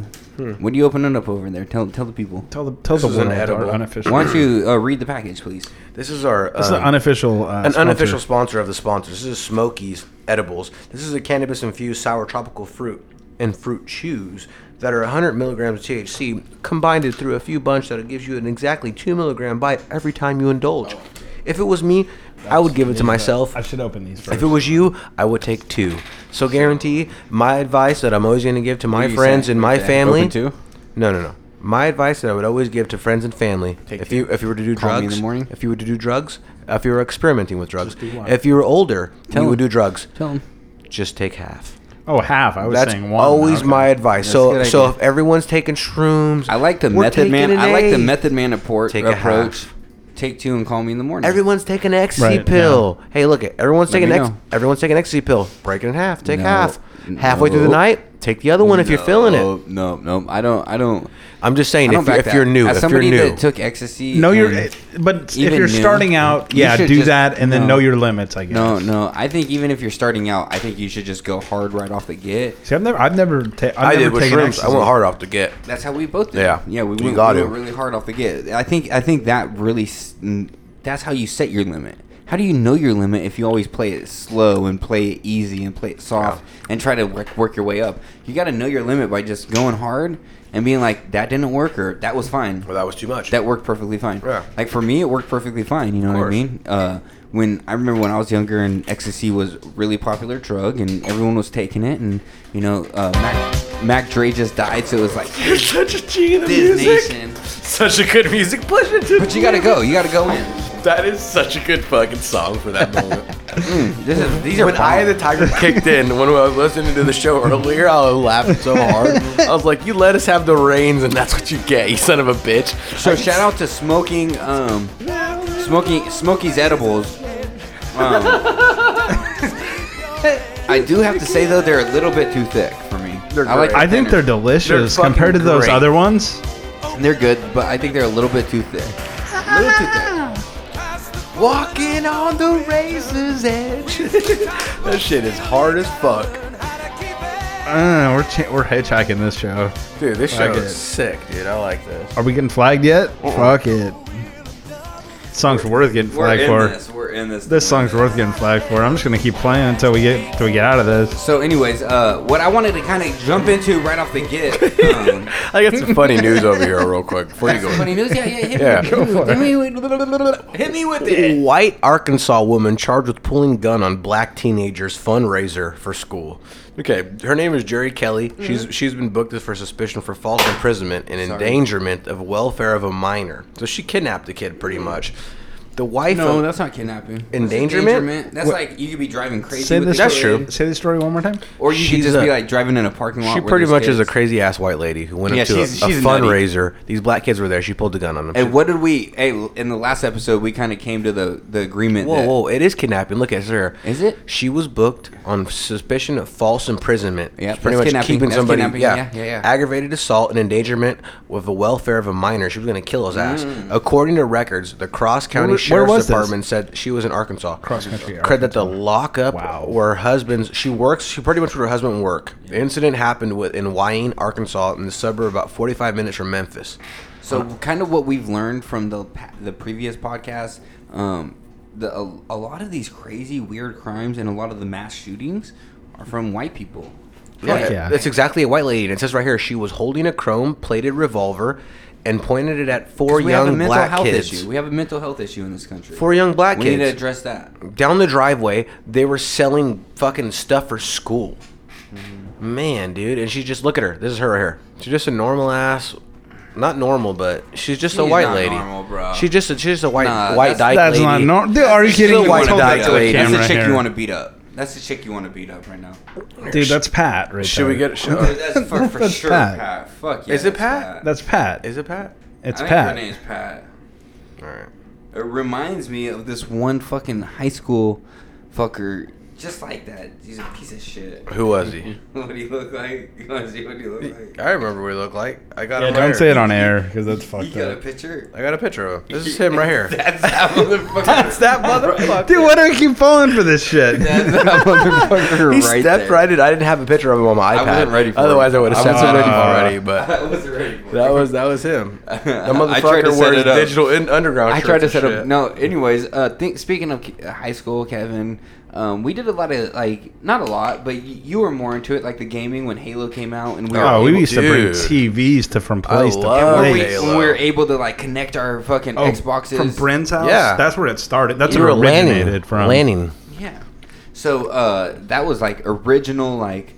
[SPEAKER 2] what are you opening up over there? Tell tell the people.
[SPEAKER 10] Tell the tell
[SPEAKER 9] This
[SPEAKER 10] the
[SPEAKER 9] is an
[SPEAKER 10] world our
[SPEAKER 9] edible.
[SPEAKER 10] unofficial.
[SPEAKER 2] Why don't you uh, read the package, please?
[SPEAKER 9] This is our.
[SPEAKER 10] This is an
[SPEAKER 9] um,
[SPEAKER 10] unofficial. Uh,
[SPEAKER 9] an unofficial
[SPEAKER 10] sponsor.
[SPEAKER 9] sponsor of the sponsor. This is Smokies Edibles. This is a cannabis infused sour tropical fruit and fruit chews that are 100 milligrams of THC combined it through a few bunch that gives you an exactly 2 milligram bite every time you
[SPEAKER 2] Oh.
[SPEAKER 9] indulge. If it was me, I would give it to myself.
[SPEAKER 10] I should open these first.
[SPEAKER 9] If it was you, I would take two. So guarantee my advice that I'm always going to give to
[SPEAKER 2] What
[SPEAKER 9] my
[SPEAKER 2] are you
[SPEAKER 9] friends
[SPEAKER 2] saying?
[SPEAKER 9] and my
[SPEAKER 2] Okay.
[SPEAKER 9] family.
[SPEAKER 2] Open two?
[SPEAKER 9] No, no, no. My advice that I would always give to friends and family.
[SPEAKER 2] Take
[SPEAKER 9] if
[SPEAKER 2] two.
[SPEAKER 9] you if you were to do
[SPEAKER 2] Call me in
[SPEAKER 9] drugs
[SPEAKER 2] the morning?
[SPEAKER 9] If you were to do drugs, if you were experimenting with drugs,
[SPEAKER 10] do one.
[SPEAKER 9] if you were older, and
[SPEAKER 2] Tell
[SPEAKER 9] you would
[SPEAKER 2] him.
[SPEAKER 9] do drugs.
[SPEAKER 2] Tell them.
[SPEAKER 9] Just take half.
[SPEAKER 10] oh, half. I was
[SPEAKER 9] That's
[SPEAKER 10] saying one.
[SPEAKER 9] always
[SPEAKER 10] Okay.
[SPEAKER 9] my advice.
[SPEAKER 2] That's a
[SPEAKER 9] so
[SPEAKER 2] good
[SPEAKER 9] so
[SPEAKER 2] idea.
[SPEAKER 9] if everyone's taking shrooms,
[SPEAKER 2] I like the
[SPEAKER 9] we're
[SPEAKER 2] method man.
[SPEAKER 9] taking an
[SPEAKER 2] I like the
[SPEAKER 9] A.
[SPEAKER 2] method man apport,
[SPEAKER 9] Take a
[SPEAKER 2] approach.
[SPEAKER 9] half.
[SPEAKER 2] Take two and call me in the morning.
[SPEAKER 9] Everyone's taking an ecstasy
[SPEAKER 10] Right, yeah.
[SPEAKER 9] pill. Hey, look it. Everyone's
[SPEAKER 2] Let
[SPEAKER 9] taking
[SPEAKER 2] me
[SPEAKER 9] an ex-
[SPEAKER 2] know.
[SPEAKER 9] everyone's taking an ecstasy pill. Break it in half. Take
[SPEAKER 2] No.
[SPEAKER 9] half.
[SPEAKER 2] No.
[SPEAKER 9] Halfway through the night, take the other one if you're feeling it.
[SPEAKER 2] No, no, no, I don't. I don't.
[SPEAKER 9] I'm just saying
[SPEAKER 2] I don't
[SPEAKER 9] if, you-
[SPEAKER 2] back
[SPEAKER 9] if
[SPEAKER 2] that.
[SPEAKER 9] you're new,
[SPEAKER 2] As
[SPEAKER 9] if you're
[SPEAKER 2] somebody
[SPEAKER 9] new,
[SPEAKER 2] that took ecstasy,
[SPEAKER 10] No, you're.
[SPEAKER 2] and-
[SPEAKER 10] eh, But if
[SPEAKER 2] even
[SPEAKER 10] you're
[SPEAKER 2] new,
[SPEAKER 10] starting out,
[SPEAKER 2] you
[SPEAKER 10] yeah,
[SPEAKER 2] should
[SPEAKER 10] do
[SPEAKER 2] just-
[SPEAKER 10] that and then
[SPEAKER 2] no.
[SPEAKER 10] know your limits. I guess.
[SPEAKER 2] No, no. I think even if you're starting out, I think you should just go hard right off the get.
[SPEAKER 10] See, I've never, I've never, ta- I've
[SPEAKER 9] I
[SPEAKER 10] never
[SPEAKER 9] did with
[SPEAKER 10] taken
[SPEAKER 9] shrooms. I
[SPEAKER 10] ecstasy.
[SPEAKER 9] went hard off the get.
[SPEAKER 2] That's how we both did.
[SPEAKER 9] Yeah.
[SPEAKER 2] yeah. We
[SPEAKER 9] You
[SPEAKER 2] went,
[SPEAKER 9] got
[SPEAKER 2] we
[SPEAKER 9] to.
[SPEAKER 2] went really hard off the get. I think I think that really s- n- that's how you set your limit. How do you know your limit if you always play it slow and play it easy and play it soft and try to work, work your way up? You got to know your limit by just going hard and being like, that didn't work or that was fine. Or
[SPEAKER 9] that was too much.
[SPEAKER 2] That worked perfectly fine.
[SPEAKER 9] Yeah.
[SPEAKER 2] Like for me, it worked perfectly fine. You know what I
[SPEAKER 9] course.
[SPEAKER 2] mean? Uh, when I remember when I was younger and ecstasy was really popular drug and everyone was taking it and you know uh, Mac, Mac Dre just died so it was like
[SPEAKER 12] You're such a G in the
[SPEAKER 2] This
[SPEAKER 12] music.
[SPEAKER 2] nation.
[SPEAKER 12] Such a good music pleasure to
[SPEAKER 2] But you gotta go. You gotta go in.
[SPEAKER 12] That is such a good fucking song for that moment.
[SPEAKER 2] Mm, this is, these are
[SPEAKER 12] when Eye of the Tiger kicked in, when I was listening to the show earlier, I laughed so hard. I was like, "You let us have the reins, and that's what you get, you son of a bitch."
[SPEAKER 2] So shout out to smoking, um, smoking Smokey's edibles. Um, I do have to say though they're a little bit too thick for me. I like.
[SPEAKER 10] I think they're delicious compared to those other ones.
[SPEAKER 2] They're good, but I think they're a little bit too thick.
[SPEAKER 12] Walking on the razor's edge. that shit is hard as fuck.
[SPEAKER 10] Uh, we're ch- we're hitchhiking this show.
[SPEAKER 12] Dude, this show
[SPEAKER 10] Fuck
[SPEAKER 12] is sick, dude. I like this.
[SPEAKER 10] it. Are we getting flagged yet? Uh-uh. Fuck it. This song's worth getting
[SPEAKER 2] we're
[SPEAKER 10] flagged
[SPEAKER 2] in
[SPEAKER 10] for.
[SPEAKER 2] this, we're in this
[SPEAKER 10] song's worth getting flagged for. I'm just gonna keep playing until we get until we get out of this.
[SPEAKER 2] So, anyways, uh, what I wanted to kind of jump into right off the get. Um,
[SPEAKER 12] I got some funny news over here, real quick, before you go.
[SPEAKER 2] funny news, yeah, yeah, hit
[SPEAKER 12] Yeah.
[SPEAKER 2] me,
[SPEAKER 12] Go
[SPEAKER 2] with- hit me with, hit me with it.
[SPEAKER 9] White Arkansas woman charged with pulling gun on black teenager's fundraiser for school. Okay, her name is Jerry Kelly.
[SPEAKER 2] Mm-hmm.
[SPEAKER 9] She's she's been booked for suspicion for false imprisonment and
[SPEAKER 12] Sorry.
[SPEAKER 9] endangerment of welfare of a minor. So she kidnapped the kid pretty much. The wife
[SPEAKER 2] No,
[SPEAKER 9] of
[SPEAKER 2] that's not kidnapping. That's
[SPEAKER 9] Endangerment?
[SPEAKER 2] That's
[SPEAKER 9] What-
[SPEAKER 2] like you could be driving crazy.
[SPEAKER 10] Say
[SPEAKER 2] with
[SPEAKER 10] this.
[SPEAKER 2] the
[SPEAKER 10] That's
[SPEAKER 2] kid.
[SPEAKER 10] true. Say the story one more time.
[SPEAKER 2] Or you could
[SPEAKER 9] She's
[SPEAKER 2] just be
[SPEAKER 9] a-
[SPEAKER 2] like driving in a parking lot.
[SPEAKER 9] She
[SPEAKER 2] where
[SPEAKER 9] pretty
[SPEAKER 2] there's
[SPEAKER 9] much is
[SPEAKER 2] kids.
[SPEAKER 9] a crazy ass white lady who went
[SPEAKER 2] Yeah,
[SPEAKER 9] into
[SPEAKER 2] she's-
[SPEAKER 9] a, a
[SPEAKER 2] she's nutty.
[SPEAKER 9] fundraiser. These black kids were there. She pulled the gun on them.
[SPEAKER 2] Hey, what did we? Hey, in the last episode, we kind of came to the the agreement.
[SPEAKER 9] Whoa,
[SPEAKER 2] that,
[SPEAKER 9] whoa! It is kidnapping. Look at her.
[SPEAKER 2] Is it?
[SPEAKER 9] She was booked on suspicion of false imprisonment. Yeah,
[SPEAKER 2] that's
[SPEAKER 9] pretty much
[SPEAKER 2] kidnapping.
[SPEAKER 9] keeping
[SPEAKER 2] That's
[SPEAKER 9] somebody.
[SPEAKER 2] kidnapping.
[SPEAKER 9] Yeah.
[SPEAKER 2] Yeah, yeah, yeah.
[SPEAKER 9] aggravated assault and endangerment with the welfare of a minor. She was going to kill his ass.
[SPEAKER 2] Mm.
[SPEAKER 9] According to records, the Cross County
[SPEAKER 10] Where- where
[SPEAKER 9] Sheriff's
[SPEAKER 10] was this?
[SPEAKER 9] Department said she was in Arkansas. Cross
[SPEAKER 10] Country,
[SPEAKER 9] Credit that the lockup where her husband's she works. She pretty much where her husband work. The incident happened with in Wyoming, Arkansas, in the suburb about 45 minutes from Memphis.
[SPEAKER 2] So kind of what we've learned from the pa- the previous podcast, um, the a, a lot of these crazy weird crimes and a lot of the mass shootings are from white people.
[SPEAKER 9] Yeah, that's exactly a white lady. And it says right here she was holding a chrome plated revolver and pointed it at four
[SPEAKER 2] we have a
[SPEAKER 9] young
[SPEAKER 2] mental
[SPEAKER 9] black
[SPEAKER 2] health
[SPEAKER 9] kids.
[SPEAKER 2] issue. We have a mental health issue in this country.
[SPEAKER 9] Four young black
[SPEAKER 2] we
[SPEAKER 9] kids.
[SPEAKER 2] need to address that.
[SPEAKER 9] Down the driveway, they were selling fucking stuff for school. Man, dude. And she just, look at her. This is her right here. She's just a normal ass. Not normal, but she's just a
[SPEAKER 2] She's
[SPEAKER 9] white
[SPEAKER 2] not
[SPEAKER 9] lady.
[SPEAKER 2] normal, bro.
[SPEAKER 9] She's just a, she's just a white
[SPEAKER 2] Nah,
[SPEAKER 9] white
[SPEAKER 2] that's-
[SPEAKER 9] dyke
[SPEAKER 10] that's
[SPEAKER 9] lady.
[SPEAKER 10] not nor- dude, are you
[SPEAKER 9] She's
[SPEAKER 10] kidding
[SPEAKER 9] a
[SPEAKER 10] me?
[SPEAKER 9] white
[SPEAKER 10] Don't
[SPEAKER 9] dyke
[SPEAKER 10] do that.
[SPEAKER 9] lady.
[SPEAKER 2] That's the
[SPEAKER 10] Camera
[SPEAKER 2] chick you
[SPEAKER 10] here.
[SPEAKER 2] want to beat up. That's the chick you want to beat up right now.
[SPEAKER 10] Dude, that's Pat right
[SPEAKER 12] Should
[SPEAKER 10] there.
[SPEAKER 12] we get? Should,
[SPEAKER 2] Dude, that's for, for
[SPEAKER 10] That's
[SPEAKER 2] sure,
[SPEAKER 10] Pat.
[SPEAKER 2] Pat. Fuck yeah.
[SPEAKER 12] Is it
[SPEAKER 2] that's
[SPEAKER 12] Pat?
[SPEAKER 10] That's Pat.
[SPEAKER 9] Is it Pat?
[SPEAKER 10] It's
[SPEAKER 2] I
[SPEAKER 10] Pat.
[SPEAKER 2] Think her name's Pat.
[SPEAKER 9] All right.
[SPEAKER 2] It reminds me of this one fucking high school fucker, just like that. He's a piece of shit.
[SPEAKER 9] Who was he?
[SPEAKER 2] what do you look like? You want to see what he look like?
[SPEAKER 9] I remember what he looked like. I got
[SPEAKER 10] Yeah,
[SPEAKER 9] him.
[SPEAKER 10] don't
[SPEAKER 9] right
[SPEAKER 10] say
[SPEAKER 9] here.
[SPEAKER 10] it on air because that's fucked
[SPEAKER 2] You got a
[SPEAKER 10] up.
[SPEAKER 2] picture?
[SPEAKER 9] I got a picture of him. This is him right here.
[SPEAKER 2] That's that motherfucker.
[SPEAKER 9] That's that motherfucker.
[SPEAKER 10] Dude, why do we keep falling for this shit?
[SPEAKER 2] that motherfucker
[SPEAKER 9] he
[SPEAKER 2] right
[SPEAKER 9] stepped
[SPEAKER 2] there.
[SPEAKER 9] right in. I didn't have a picture of him on my iPad.
[SPEAKER 2] I wasn't ready for
[SPEAKER 9] Otherwise,
[SPEAKER 2] it.
[SPEAKER 9] I would have
[SPEAKER 2] I
[SPEAKER 9] sent it
[SPEAKER 2] wasn't ready
[SPEAKER 9] ready
[SPEAKER 2] for
[SPEAKER 9] already. But
[SPEAKER 2] I was ready. for it.
[SPEAKER 9] that was that was him. The
[SPEAKER 2] I tried to
[SPEAKER 9] motherfucker
[SPEAKER 2] set
[SPEAKER 9] wears
[SPEAKER 2] it up.
[SPEAKER 9] digital in- underground.
[SPEAKER 2] I tried to
[SPEAKER 9] shirts
[SPEAKER 2] set
[SPEAKER 9] and
[SPEAKER 2] up.
[SPEAKER 9] shit.
[SPEAKER 2] No, anyways, uh, think, speaking of Ke- high school, Kevin, um, we did a lot of like not a lot, but y- you were more into it, like the gaming when Halo came out, and we were
[SPEAKER 10] oh, we
[SPEAKER 2] able-
[SPEAKER 10] used to bring
[SPEAKER 9] Dude.
[SPEAKER 10] TVs to from
[SPEAKER 9] I
[SPEAKER 10] place to
[SPEAKER 9] love
[SPEAKER 2] when we,
[SPEAKER 10] place.
[SPEAKER 9] Halo.
[SPEAKER 2] when we were able to like connect our fucking
[SPEAKER 10] Oh,
[SPEAKER 2] Xboxes
[SPEAKER 10] from Brent's house.
[SPEAKER 9] Yeah.
[SPEAKER 10] that's where it started. That's
[SPEAKER 9] You
[SPEAKER 10] where it
[SPEAKER 9] were landing-
[SPEAKER 10] originated from.
[SPEAKER 9] Landing.
[SPEAKER 2] Yeah. So uh, that was like original like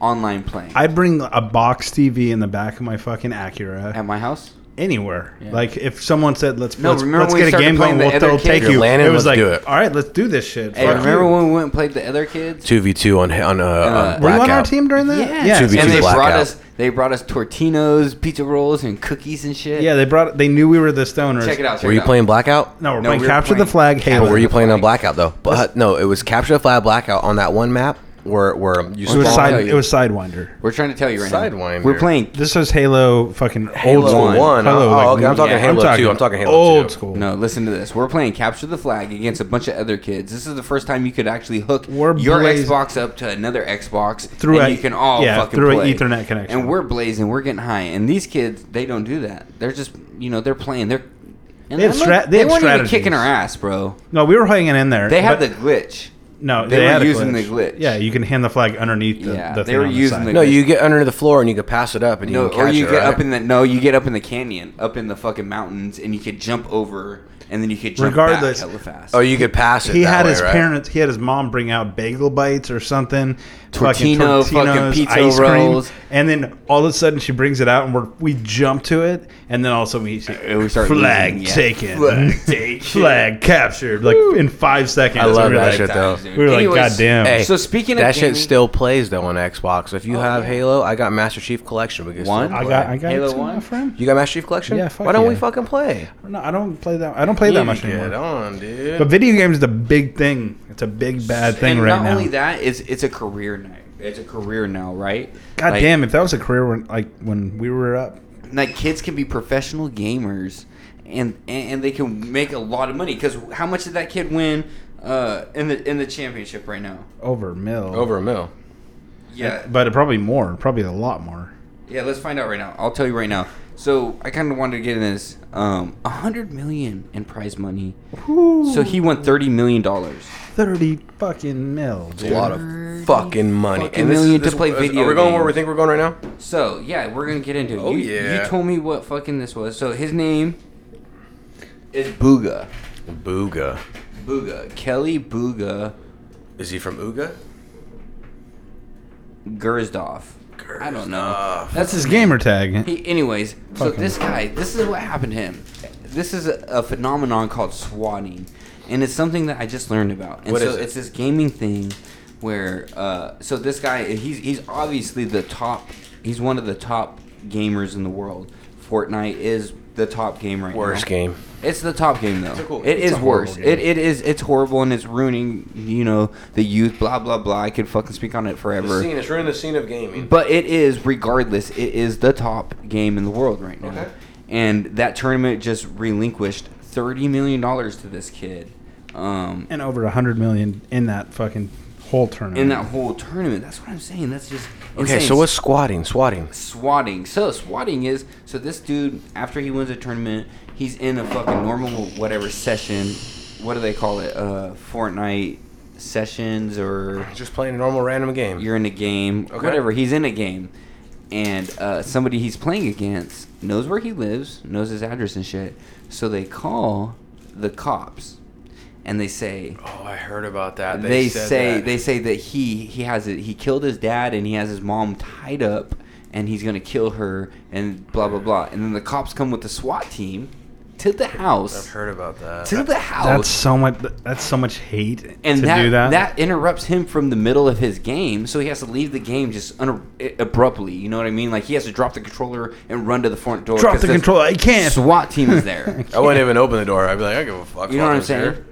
[SPEAKER 2] online playing
[SPEAKER 10] I bring a box TV in the back of my fucking Acura.
[SPEAKER 2] at my house.
[SPEAKER 10] anywhere. Like if someone said, "Let's
[SPEAKER 2] No,
[SPEAKER 10] let's,
[SPEAKER 2] remember
[SPEAKER 10] let's
[SPEAKER 2] when we
[SPEAKER 10] get a
[SPEAKER 2] started
[SPEAKER 10] game
[SPEAKER 2] playing
[SPEAKER 10] going,
[SPEAKER 2] the
[SPEAKER 10] we'll
[SPEAKER 2] other
[SPEAKER 10] they'll
[SPEAKER 2] kids?
[SPEAKER 10] take
[SPEAKER 2] You're
[SPEAKER 10] you."
[SPEAKER 9] landing,
[SPEAKER 10] it was
[SPEAKER 9] let's
[SPEAKER 10] like,
[SPEAKER 9] do it.
[SPEAKER 10] "All right, let's do this shit."
[SPEAKER 2] Hey,
[SPEAKER 10] Fuck
[SPEAKER 2] remember
[SPEAKER 10] you.
[SPEAKER 2] when we went and played the other kids?
[SPEAKER 9] Two v two on on uh, uh,
[SPEAKER 10] were you on our
[SPEAKER 9] blackout.
[SPEAKER 10] team during that?
[SPEAKER 2] and
[SPEAKER 9] Two v two
[SPEAKER 2] they brought
[SPEAKER 9] blackout.
[SPEAKER 2] us they brought us tortinos, pizza rolls, and cookies and shit.
[SPEAKER 10] Yeah, they brought. They knew we were the stoners.
[SPEAKER 2] Check it out. Check
[SPEAKER 9] Were
[SPEAKER 2] it
[SPEAKER 9] you
[SPEAKER 2] out.
[SPEAKER 9] playing blackout?
[SPEAKER 10] No, we're
[SPEAKER 2] No,
[SPEAKER 10] playing
[SPEAKER 2] we were
[SPEAKER 10] capture the
[SPEAKER 2] playing
[SPEAKER 10] flag. Halo.
[SPEAKER 9] But were you playing on blackout though? But uh, no, it was capture the flag blackout on that one map where where you
[SPEAKER 10] it was
[SPEAKER 9] spawn-
[SPEAKER 10] side. It was Sidewinder.
[SPEAKER 2] We're trying to tell you right
[SPEAKER 9] Sidewinder.
[SPEAKER 2] now. We're playing.
[SPEAKER 10] This was Halo fucking old
[SPEAKER 9] Halo
[SPEAKER 10] school.
[SPEAKER 9] one.
[SPEAKER 10] Halo,
[SPEAKER 9] Oh,
[SPEAKER 10] like,
[SPEAKER 9] okay. I'm talking
[SPEAKER 10] yeah,
[SPEAKER 9] Halo two. I'm talking Halo
[SPEAKER 10] old
[SPEAKER 9] two.
[SPEAKER 10] school.
[SPEAKER 2] No, listen to this. We're playing capture the flag against a bunch of other kids. This is the first time you could actually hook
[SPEAKER 10] We're
[SPEAKER 2] your
[SPEAKER 10] blazing-
[SPEAKER 2] Xbox up to another Xbox,
[SPEAKER 10] Through
[SPEAKER 2] and
[SPEAKER 10] a-
[SPEAKER 2] you can all
[SPEAKER 10] yeah,
[SPEAKER 2] fucking
[SPEAKER 10] through a
[SPEAKER 2] play.
[SPEAKER 10] Ethernet connection.
[SPEAKER 2] And we're blazing. We're getting high. And these kids, they don't do that. They're just, you know, they're playing. They're
[SPEAKER 10] They had
[SPEAKER 2] I'm like-
[SPEAKER 10] stra- they
[SPEAKER 2] they
[SPEAKER 10] had
[SPEAKER 2] weren't even
[SPEAKER 10] strategies.
[SPEAKER 2] kicking our ass, bro.
[SPEAKER 10] No, we were hanging in there.
[SPEAKER 2] They had
[SPEAKER 10] but-
[SPEAKER 2] the glitch.
[SPEAKER 10] No,
[SPEAKER 2] they,
[SPEAKER 10] they,
[SPEAKER 2] were
[SPEAKER 10] had a
[SPEAKER 2] using the glitch.
[SPEAKER 10] Yeah, you can hand the flag underneath the.
[SPEAKER 2] Yeah,
[SPEAKER 10] the
[SPEAKER 2] they
[SPEAKER 10] thing
[SPEAKER 2] were
[SPEAKER 10] on
[SPEAKER 2] using
[SPEAKER 10] side.
[SPEAKER 2] the
[SPEAKER 9] No, you get under the floor and you can pass it up and
[SPEAKER 2] No,
[SPEAKER 9] you can
[SPEAKER 2] or
[SPEAKER 9] catch
[SPEAKER 2] you
[SPEAKER 9] it,
[SPEAKER 2] get
[SPEAKER 9] right?
[SPEAKER 2] up in the no, you get up in the canyon, up in the fucking mountains, and you could jump over, and then you could jump
[SPEAKER 10] Regardless,
[SPEAKER 2] back hella fast.
[SPEAKER 9] Oh,
[SPEAKER 10] He had his parents. He had his mom bring out bagel bites or something, fucking
[SPEAKER 2] Tortino, fucking
[SPEAKER 10] tortinos,
[SPEAKER 2] pizza
[SPEAKER 10] ice cream,
[SPEAKER 2] rolls.
[SPEAKER 10] and then all of a sudden she brings it out and we're, we jump to it, and then all of a sudden we, see
[SPEAKER 2] Uh, start
[SPEAKER 10] flag
[SPEAKER 2] losing, yeah.
[SPEAKER 10] taken,
[SPEAKER 2] Flag
[SPEAKER 10] taken, flag captured, like in five seconds.
[SPEAKER 9] I love
[SPEAKER 10] we were
[SPEAKER 9] that
[SPEAKER 10] like,
[SPEAKER 9] shit though.
[SPEAKER 10] We were like, God damn.
[SPEAKER 9] Hey,
[SPEAKER 2] So speaking of
[SPEAKER 9] that shit,
[SPEAKER 2] gaming- Oh,
[SPEAKER 9] still plays though on Xbox. If you have Halo, I got Master Chief Collection. We can still
[SPEAKER 10] One? I
[SPEAKER 9] play.
[SPEAKER 10] got- I got it
[SPEAKER 9] Halo
[SPEAKER 10] too, my friend.
[SPEAKER 9] You got Master Chief Collection?
[SPEAKER 10] Yeah, fuck
[SPEAKER 9] Why don't
[SPEAKER 10] yeah.
[SPEAKER 9] we fucking play?
[SPEAKER 10] No, I don't play that. I don't play
[SPEAKER 9] Yeah,
[SPEAKER 10] that much
[SPEAKER 9] get
[SPEAKER 10] anymore.
[SPEAKER 9] on, dude.
[SPEAKER 10] But video games is the big thing. It's a big bad thing
[SPEAKER 2] and
[SPEAKER 10] right
[SPEAKER 2] not
[SPEAKER 10] now.
[SPEAKER 2] only that, it's it's a career night. It's a career now, right?
[SPEAKER 10] God
[SPEAKER 2] Like-
[SPEAKER 10] damn! If that was a career when like when we were up,
[SPEAKER 2] like kids can be professional gamers and and, and they can make a lot of money because how much did that kid win uh, in the in the championship right now
[SPEAKER 10] over a mill,
[SPEAKER 9] over a mill.
[SPEAKER 2] yeah
[SPEAKER 10] but probably more, probably a lot more.
[SPEAKER 2] yeah let's find out right now i'll tell you right now so i kind of wanted to get in this um 100 million in prize money so he won 30 million dollars
[SPEAKER 10] thirty fucking mil.
[SPEAKER 9] It's a lot of fucking money.
[SPEAKER 2] Fucking million to play
[SPEAKER 9] is-
[SPEAKER 2] video
[SPEAKER 9] Are we going where we
[SPEAKER 2] games.
[SPEAKER 9] think we're going right now?
[SPEAKER 2] so yeah we're gonna get into it
[SPEAKER 9] Oh,
[SPEAKER 2] you,
[SPEAKER 9] yeah.
[SPEAKER 2] you told me what fucking this was so his name is booga
[SPEAKER 9] Booga.
[SPEAKER 2] booga kelly booga
[SPEAKER 9] Is he from Uga?
[SPEAKER 2] Gersdorf. I don't know.
[SPEAKER 10] That's his gamer tag.
[SPEAKER 2] He, anyways, so
[SPEAKER 10] Fucking-
[SPEAKER 2] this guy, this is what happened to him. This is a, a phenomenon called swatting, and it's something that I just learned about. And
[SPEAKER 9] What
[SPEAKER 2] so
[SPEAKER 9] is it?
[SPEAKER 2] it's this gaming thing where, uh, so this guy, he's he's obviously the top. He's one of the top gamers in the world. Fortnite is the top game right now.
[SPEAKER 9] Worst game.
[SPEAKER 2] It's the top game though.
[SPEAKER 9] It's a cool-
[SPEAKER 2] It
[SPEAKER 9] it's
[SPEAKER 2] is
[SPEAKER 9] a horrible
[SPEAKER 2] worse.
[SPEAKER 9] game.
[SPEAKER 2] It, it is it's horrible and it's ruining you know the youth. Blah blah blah. I could fucking speak on it forever.
[SPEAKER 9] The scene. It's ruined the scene of gaming.
[SPEAKER 2] But it is, regardless, it is the top game in the world right now.
[SPEAKER 9] Okay.
[SPEAKER 2] And that tournament just relinquished thirty million dollars to this kid. Um,
[SPEAKER 10] and over a hundred million in that fucking whole tournament.
[SPEAKER 2] in that whole tournament, that's what I'm saying. That's just
[SPEAKER 9] Mm. Okay,
[SPEAKER 2] insane.
[SPEAKER 9] so what's squatting? Swatting.
[SPEAKER 2] swatting? So swatting is so this dude after he wins a tournament, he's in a fucking normal whatever session. What do they call it? Uh, Fortnite sessions or
[SPEAKER 9] Just playing a normal random game.
[SPEAKER 2] you're in a game,
[SPEAKER 9] Okay.
[SPEAKER 2] whatever. He's in a game, and uh, somebody he's playing against knows where he lives, knows his address and shit. So they call the cops, and they say
[SPEAKER 9] Oh, I heard about that.
[SPEAKER 2] they, say they say that he he has it. He killed his dad, and he has his mom tied up, and he's gonna kill her, and blah blah blah. And then the cops come with the SWAT team to the
[SPEAKER 9] I've
[SPEAKER 2] house.
[SPEAKER 9] heard about that.
[SPEAKER 2] To the house
[SPEAKER 10] that's so much. That's so much hate
[SPEAKER 2] and
[SPEAKER 10] to
[SPEAKER 2] that,
[SPEAKER 10] do that.
[SPEAKER 2] that interrupts him from the middle of his game, so he has to leave the game just un- abruptly. You know what I mean? Like he has to drop the controller and run to the front door.
[SPEAKER 10] Drop
[SPEAKER 2] 'cause
[SPEAKER 10] the controller, I can't.
[SPEAKER 2] SWAT team is there.
[SPEAKER 9] I wouldn't even open the door. I'd be like, I give a fuck.
[SPEAKER 2] you know what I'm
[SPEAKER 9] Swatting's here.
[SPEAKER 2] saying?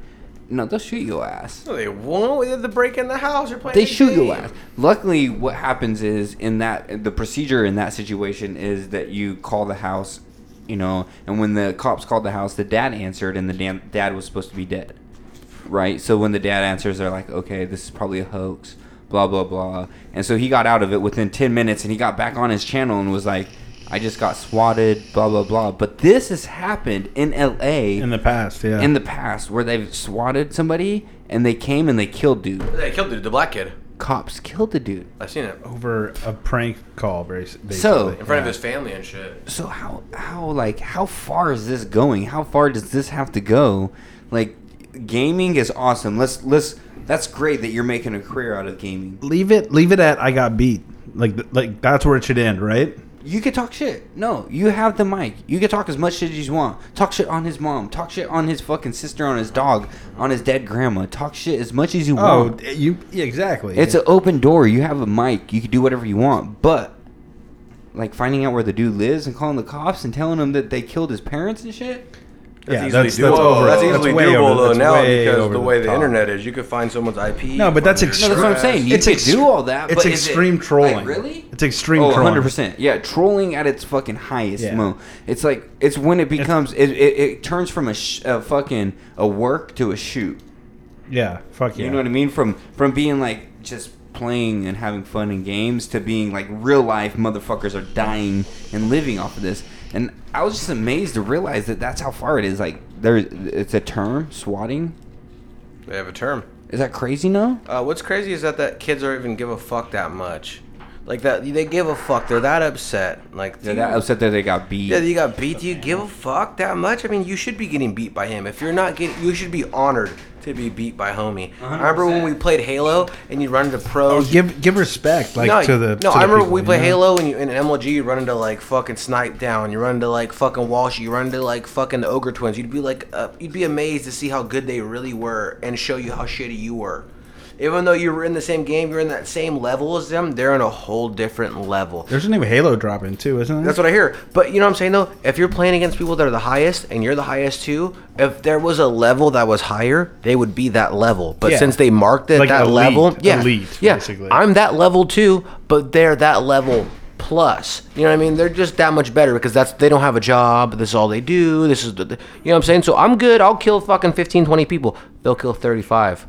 [SPEAKER 2] No, they'll shoot your ass.
[SPEAKER 9] No, they won't. They had to break in the house. You're playing.
[SPEAKER 2] They
[SPEAKER 9] a
[SPEAKER 2] shoot
[SPEAKER 9] game.
[SPEAKER 2] your ass. Luckily, what happens is in that the procedure in that situation is that you call the house, you know, and when the cops called the house, the dad answered, and the dam- dad was supposed to be dead, right? So when the dad answers, they're like, okay, this is probably a hoax, blah blah blah, and so he got out of it within ten minutes, and he got back on his channel and was like. I just got swatted, blah blah blah. But this has happened in L.A.
[SPEAKER 10] in the past, yeah.
[SPEAKER 2] in the past, where they've swatted somebody and they came and they killed dude.
[SPEAKER 9] They killed the, the black kid.
[SPEAKER 2] Cops killed the dude.
[SPEAKER 9] I've seen it
[SPEAKER 10] over a prank call, bas- basically.
[SPEAKER 2] So-
[SPEAKER 9] in front of his family and shit.
[SPEAKER 2] so how how like how far is this going? How far does this have to go? Like gaming is awesome. Let's let's that's great that you're making a career out of gaming.
[SPEAKER 10] leave it. Leave it at I got beat. Like th- like that's where it should end, right?
[SPEAKER 2] You can talk shit. No, you have the mic. You can talk as much shit as you want. Talk shit on his mom. Talk shit on his fucking sister, on his dog, on his dead grandma. Talk shit as much as you
[SPEAKER 10] Oh,
[SPEAKER 2] want.
[SPEAKER 10] d- you yeah, exactly.
[SPEAKER 2] It's an open door. You have a mic. You can do whatever you want. But like finding out where the dude lives and calling the cops and telling them that they killed his parents and shit.
[SPEAKER 10] yeah,
[SPEAKER 9] easily
[SPEAKER 10] that's, that's
[SPEAKER 9] doable.
[SPEAKER 10] over.
[SPEAKER 9] That's easily
[SPEAKER 10] way
[SPEAKER 9] doable
[SPEAKER 10] over-
[SPEAKER 9] though
[SPEAKER 10] that's
[SPEAKER 9] now
[SPEAKER 10] way
[SPEAKER 9] because
[SPEAKER 10] over
[SPEAKER 9] the way the,
[SPEAKER 10] top.
[SPEAKER 9] internet is, you could find someone's IP.
[SPEAKER 10] No, but that's
[SPEAKER 9] find
[SPEAKER 10] extreme.
[SPEAKER 9] their
[SPEAKER 2] No, that's what I'm saying. You
[SPEAKER 10] it's
[SPEAKER 2] could
[SPEAKER 10] ex-
[SPEAKER 2] do all that,
[SPEAKER 10] It's
[SPEAKER 2] but is it-
[SPEAKER 10] extreme
[SPEAKER 2] like,
[SPEAKER 10] trolling.
[SPEAKER 2] really?
[SPEAKER 10] It's extreme
[SPEAKER 2] Oh,
[SPEAKER 10] trolling.
[SPEAKER 2] 100%. Yeah, trolling at its fucking highest
[SPEAKER 10] Yeah.
[SPEAKER 2] mo. It's like it's when it becomes it, it, it turns from a, sh- a fucking a work to a shoot.
[SPEAKER 10] Yeah, fuck yeah.
[SPEAKER 2] You know what I mean? From from being like just playing and having fun in games to being like real life motherfuckers are dying and living off of this. and I was just amazed to realize that that's how far it is. Like there, it's a term, swatting.
[SPEAKER 9] They have a term.
[SPEAKER 2] Is that crazy now?
[SPEAKER 9] Uh, what's crazy is that that kids don't even give a fuck that much. Like that, they give a fuck. They're that upset. Like
[SPEAKER 2] They're
[SPEAKER 9] do
[SPEAKER 2] that
[SPEAKER 9] you-
[SPEAKER 2] upset that they got beat.
[SPEAKER 9] Yeah, you got beat. Do you give a fuck that much? I mean, you should be getting beat by him. If you're not getting, you should be honored to be beat by homie. I remember when we played Halo and you run into
[SPEAKER 10] Oh,
[SPEAKER 9] pros.
[SPEAKER 10] give give respect, like
[SPEAKER 9] no,
[SPEAKER 10] to the. to
[SPEAKER 9] no. I
[SPEAKER 10] the
[SPEAKER 9] remember
[SPEAKER 10] people,
[SPEAKER 9] we
[SPEAKER 10] you
[SPEAKER 9] play
[SPEAKER 10] know?
[SPEAKER 9] Halo and you in MLG, you run into like fucking Snipe Down, you run into like fucking Walsh, you run into like fucking the Ogre Twins. You'd be like, uh, you'd be amazed to see how good they really were and show you how shitty you were. Even though you were in the same game, you're in that same level as them. They're in a whole different level.
[SPEAKER 10] There's a new Halo dropping too, isn't there?
[SPEAKER 9] That's what I hear. But you know what I'm saying though? If you're playing against people that are the highest and you're the highest too, if there was a level that was higher, they would be that level. But
[SPEAKER 10] Yeah.
[SPEAKER 9] since they marked it
[SPEAKER 10] Like
[SPEAKER 9] that
[SPEAKER 10] elite-
[SPEAKER 9] level, yeah,
[SPEAKER 10] elite,
[SPEAKER 9] yeah,
[SPEAKER 10] basically.
[SPEAKER 9] I'm that level too, but they're that level plus. You know what I mean? They're just that much better because that's they don't have a job. This is all they do. This is the, the- you know what I'm saying? So I'm good. I'll kill fucking 15, 20 people. They'll kill 35,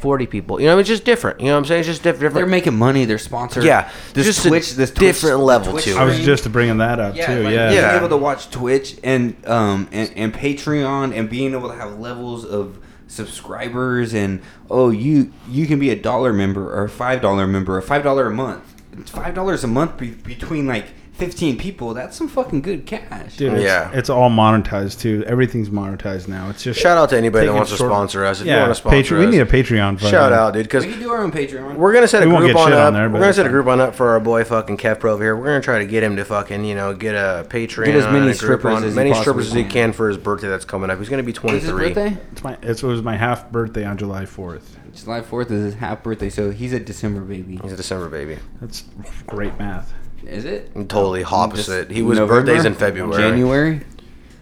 [SPEAKER 9] 40 people. You know, it's just different. You know what I'm saying? It's just diff- different.
[SPEAKER 2] They're making money. They're sponsored.
[SPEAKER 9] Yeah,
[SPEAKER 2] This
[SPEAKER 9] just a
[SPEAKER 2] Twitch, this Twitch-
[SPEAKER 9] different level
[SPEAKER 2] Twitch
[SPEAKER 9] to it.
[SPEAKER 10] I was
[SPEAKER 2] stream.
[SPEAKER 10] just bringing that up too.
[SPEAKER 2] like,
[SPEAKER 10] yeah.
[SPEAKER 2] Being able to watch Twitch and um and, and Patreon and being able to have levels of subscribers and oh you you can be a dollar member or a five dollar member or five dollar a month. It's five dollars a month be- between like fifteen people. That's some fucking good cash.
[SPEAKER 10] Dude, it's,
[SPEAKER 9] Yeah.
[SPEAKER 10] it's all monetized too. Everything's monetized now. It's just
[SPEAKER 9] Shout out to anybody that
[SPEAKER 10] taking
[SPEAKER 9] wants to
[SPEAKER 10] short-
[SPEAKER 9] sponsor us. If
[SPEAKER 10] yeah,
[SPEAKER 9] you want to sponsor
[SPEAKER 10] Patre- we
[SPEAKER 9] us,
[SPEAKER 10] need a Patreon for
[SPEAKER 9] Shout
[SPEAKER 10] that.
[SPEAKER 9] out, dude, because
[SPEAKER 2] we can do our own Patreon.
[SPEAKER 9] We're gonna set a
[SPEAKER 10] We won't
[SPEAKER 9] group
[SPEAKER 10] get
[SPEAKER 9] on
[SPEAKER 10] shit on
[SPEAKER 9] up.
[SPEAKER 10] there, but
[SPEAKER 9] We're gonna
[SPEAKER 10] it's
[SPEAKER 9] set a
[SPEAKER 10] fine.
[SPEAKER 9] group on up for our boy fucking Kev Pro over here. We're gonna try to get him to fucking you know get a Patreon,
[SPEAKER 2] Get as many
[SPEAKER 9] and a group
[SPEAKER 2] strippers
[SPEAKER 9] on,
[SPEAKER 2] as he
[SPEAKER 9] many
[SPEAKER 2] possibly
[SPEAKER 9] strippers as he
[SPEAKER 2] can.
[SPEAKER 9] can for his birthday that's coming up. He's gonna be twenty
[SPEAKER 2] Is his
[SPEAKER 9] three.
[SPEAKER 2] birthday?
[SPEAKER 10] It's my it's, it was my half birthday on July fourth.
[SPEAKER 2] July fourth is his half birthday, so he's a December baby.
[SPEAKER 9] He's a December baby.
[SPEAKER 10] That's great math.
[SPEAKER 2] Is it?
[SPEAKER 9] Totally opposite. He was
[SPEAKER 2] Oh, November?
[SPEAKER 9] birthdays in February.
[SPEAKER 2] January.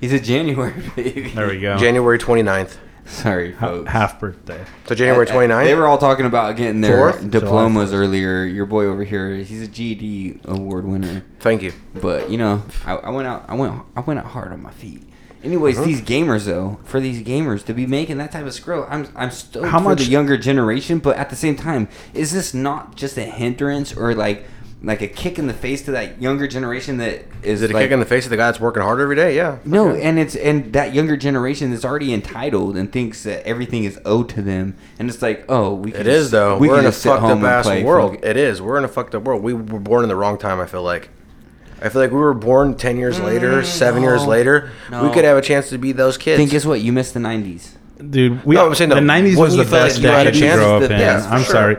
[SPEAKER 2] He's a January baby.
[SPEAKER 10] There we go.
[SPEAKER 9] January 29th.
[SPEAKER 2] Sorry,
[SPEAKER 10] Ha-
[SPEAKER 2] folks.
[SPEAKER 10] half birthday.
[SPEAKER 9] So January
[SPEAKER 2] Uh, uh,
[SPEAKER 9] 29th.
[SPEAKER 2] They were all talking about getting their
[SPEAKER 9] Fourth?
[SPEAKER 2] diplomas earlier. Your boy over here, he's a GED award winner.
[SPEAKER 9] Thank you.
[SPEAKER 2] But you know, I, I went out. I went. I went out hard on my feet. Anyways,
[SPEAKER 9] Mhm.
[SPEAKER 2] these gamers though, for these gamers to be making that type of scroll, I'm I'm stoked
[SPEAKER 10] How
[SPEAKER 2] for
[SPEAKER 10] much-
[SPEAKER 2] the younger generation. But at the same time, is this not just a hindrance or like like a kick in the face to that younger generation that is
[SPEAKER 9] Is it a
[SPEAKER 2] like,
[SPEAKER 9] kick in the face of the guy that's working hard every day? Yeah.
[SPEAKER 2] no, and it's and that younger generation is already entitled and thinks that everything is owed to them, and it's like, oh, we can
[SPEAKER 9] It is
[SPEAKER 2] just-
[SPEAKER 9] though.
[SPEAKER 2] We
[SPEAKER 9] We are
[SPEAKER 2] can
[SPEAKER 9] in a
[SPEAKER 2] just sit
[SPEAKER 9] fucked
[SPEAKER 2] home
[SPEAKER 9] up
[SPEAKER 2] and
[SPEAKER 9] ass
[SPEAKER 2] play
[SPEAKER 9] world.
[SPEAKER 2] fucking-
[SPEAKER 9] It is. We're in a fucked up world. We were born in the wrong time. I feel like. I feel like we were born ten years later, seven years
[SPEAKER 2] Mm, no.
[SPEAKER 9] later.
[SPEAKER 2] No.
[SPEAKER 9] We could have a chance to be those kids.
[SPEAKER 2] Then guess what? You missed the '90s.
[SPEAKER 10] Dude, we
[SPEAKER 9] No, I'm saying
[SPEAKER 10] the
[SPEAKER 9] the-
[SPEAKER 10] nineties
[SPEAKER 9] when
[SPEAKER 10] was
[SPEAKER 9] you
[SPEAKER 10] the
[SPEAKER 9] felt
[SPEAKER 10] best
[SPEAKER 9] like you had a
[SPEAKER 10] decade to
[SPEAKER 9] chance
[SPEAKER 10] grow
[SPEAKER 9] is
[SPEAKER 10] up
[SPEAKER 9] the
[SPEAKER 10] in.
[SPEAKER 9] best, for
[SPEAKER 10] I'm
[SPEAKER 9] sure.
[SPEAKER 10] sorry.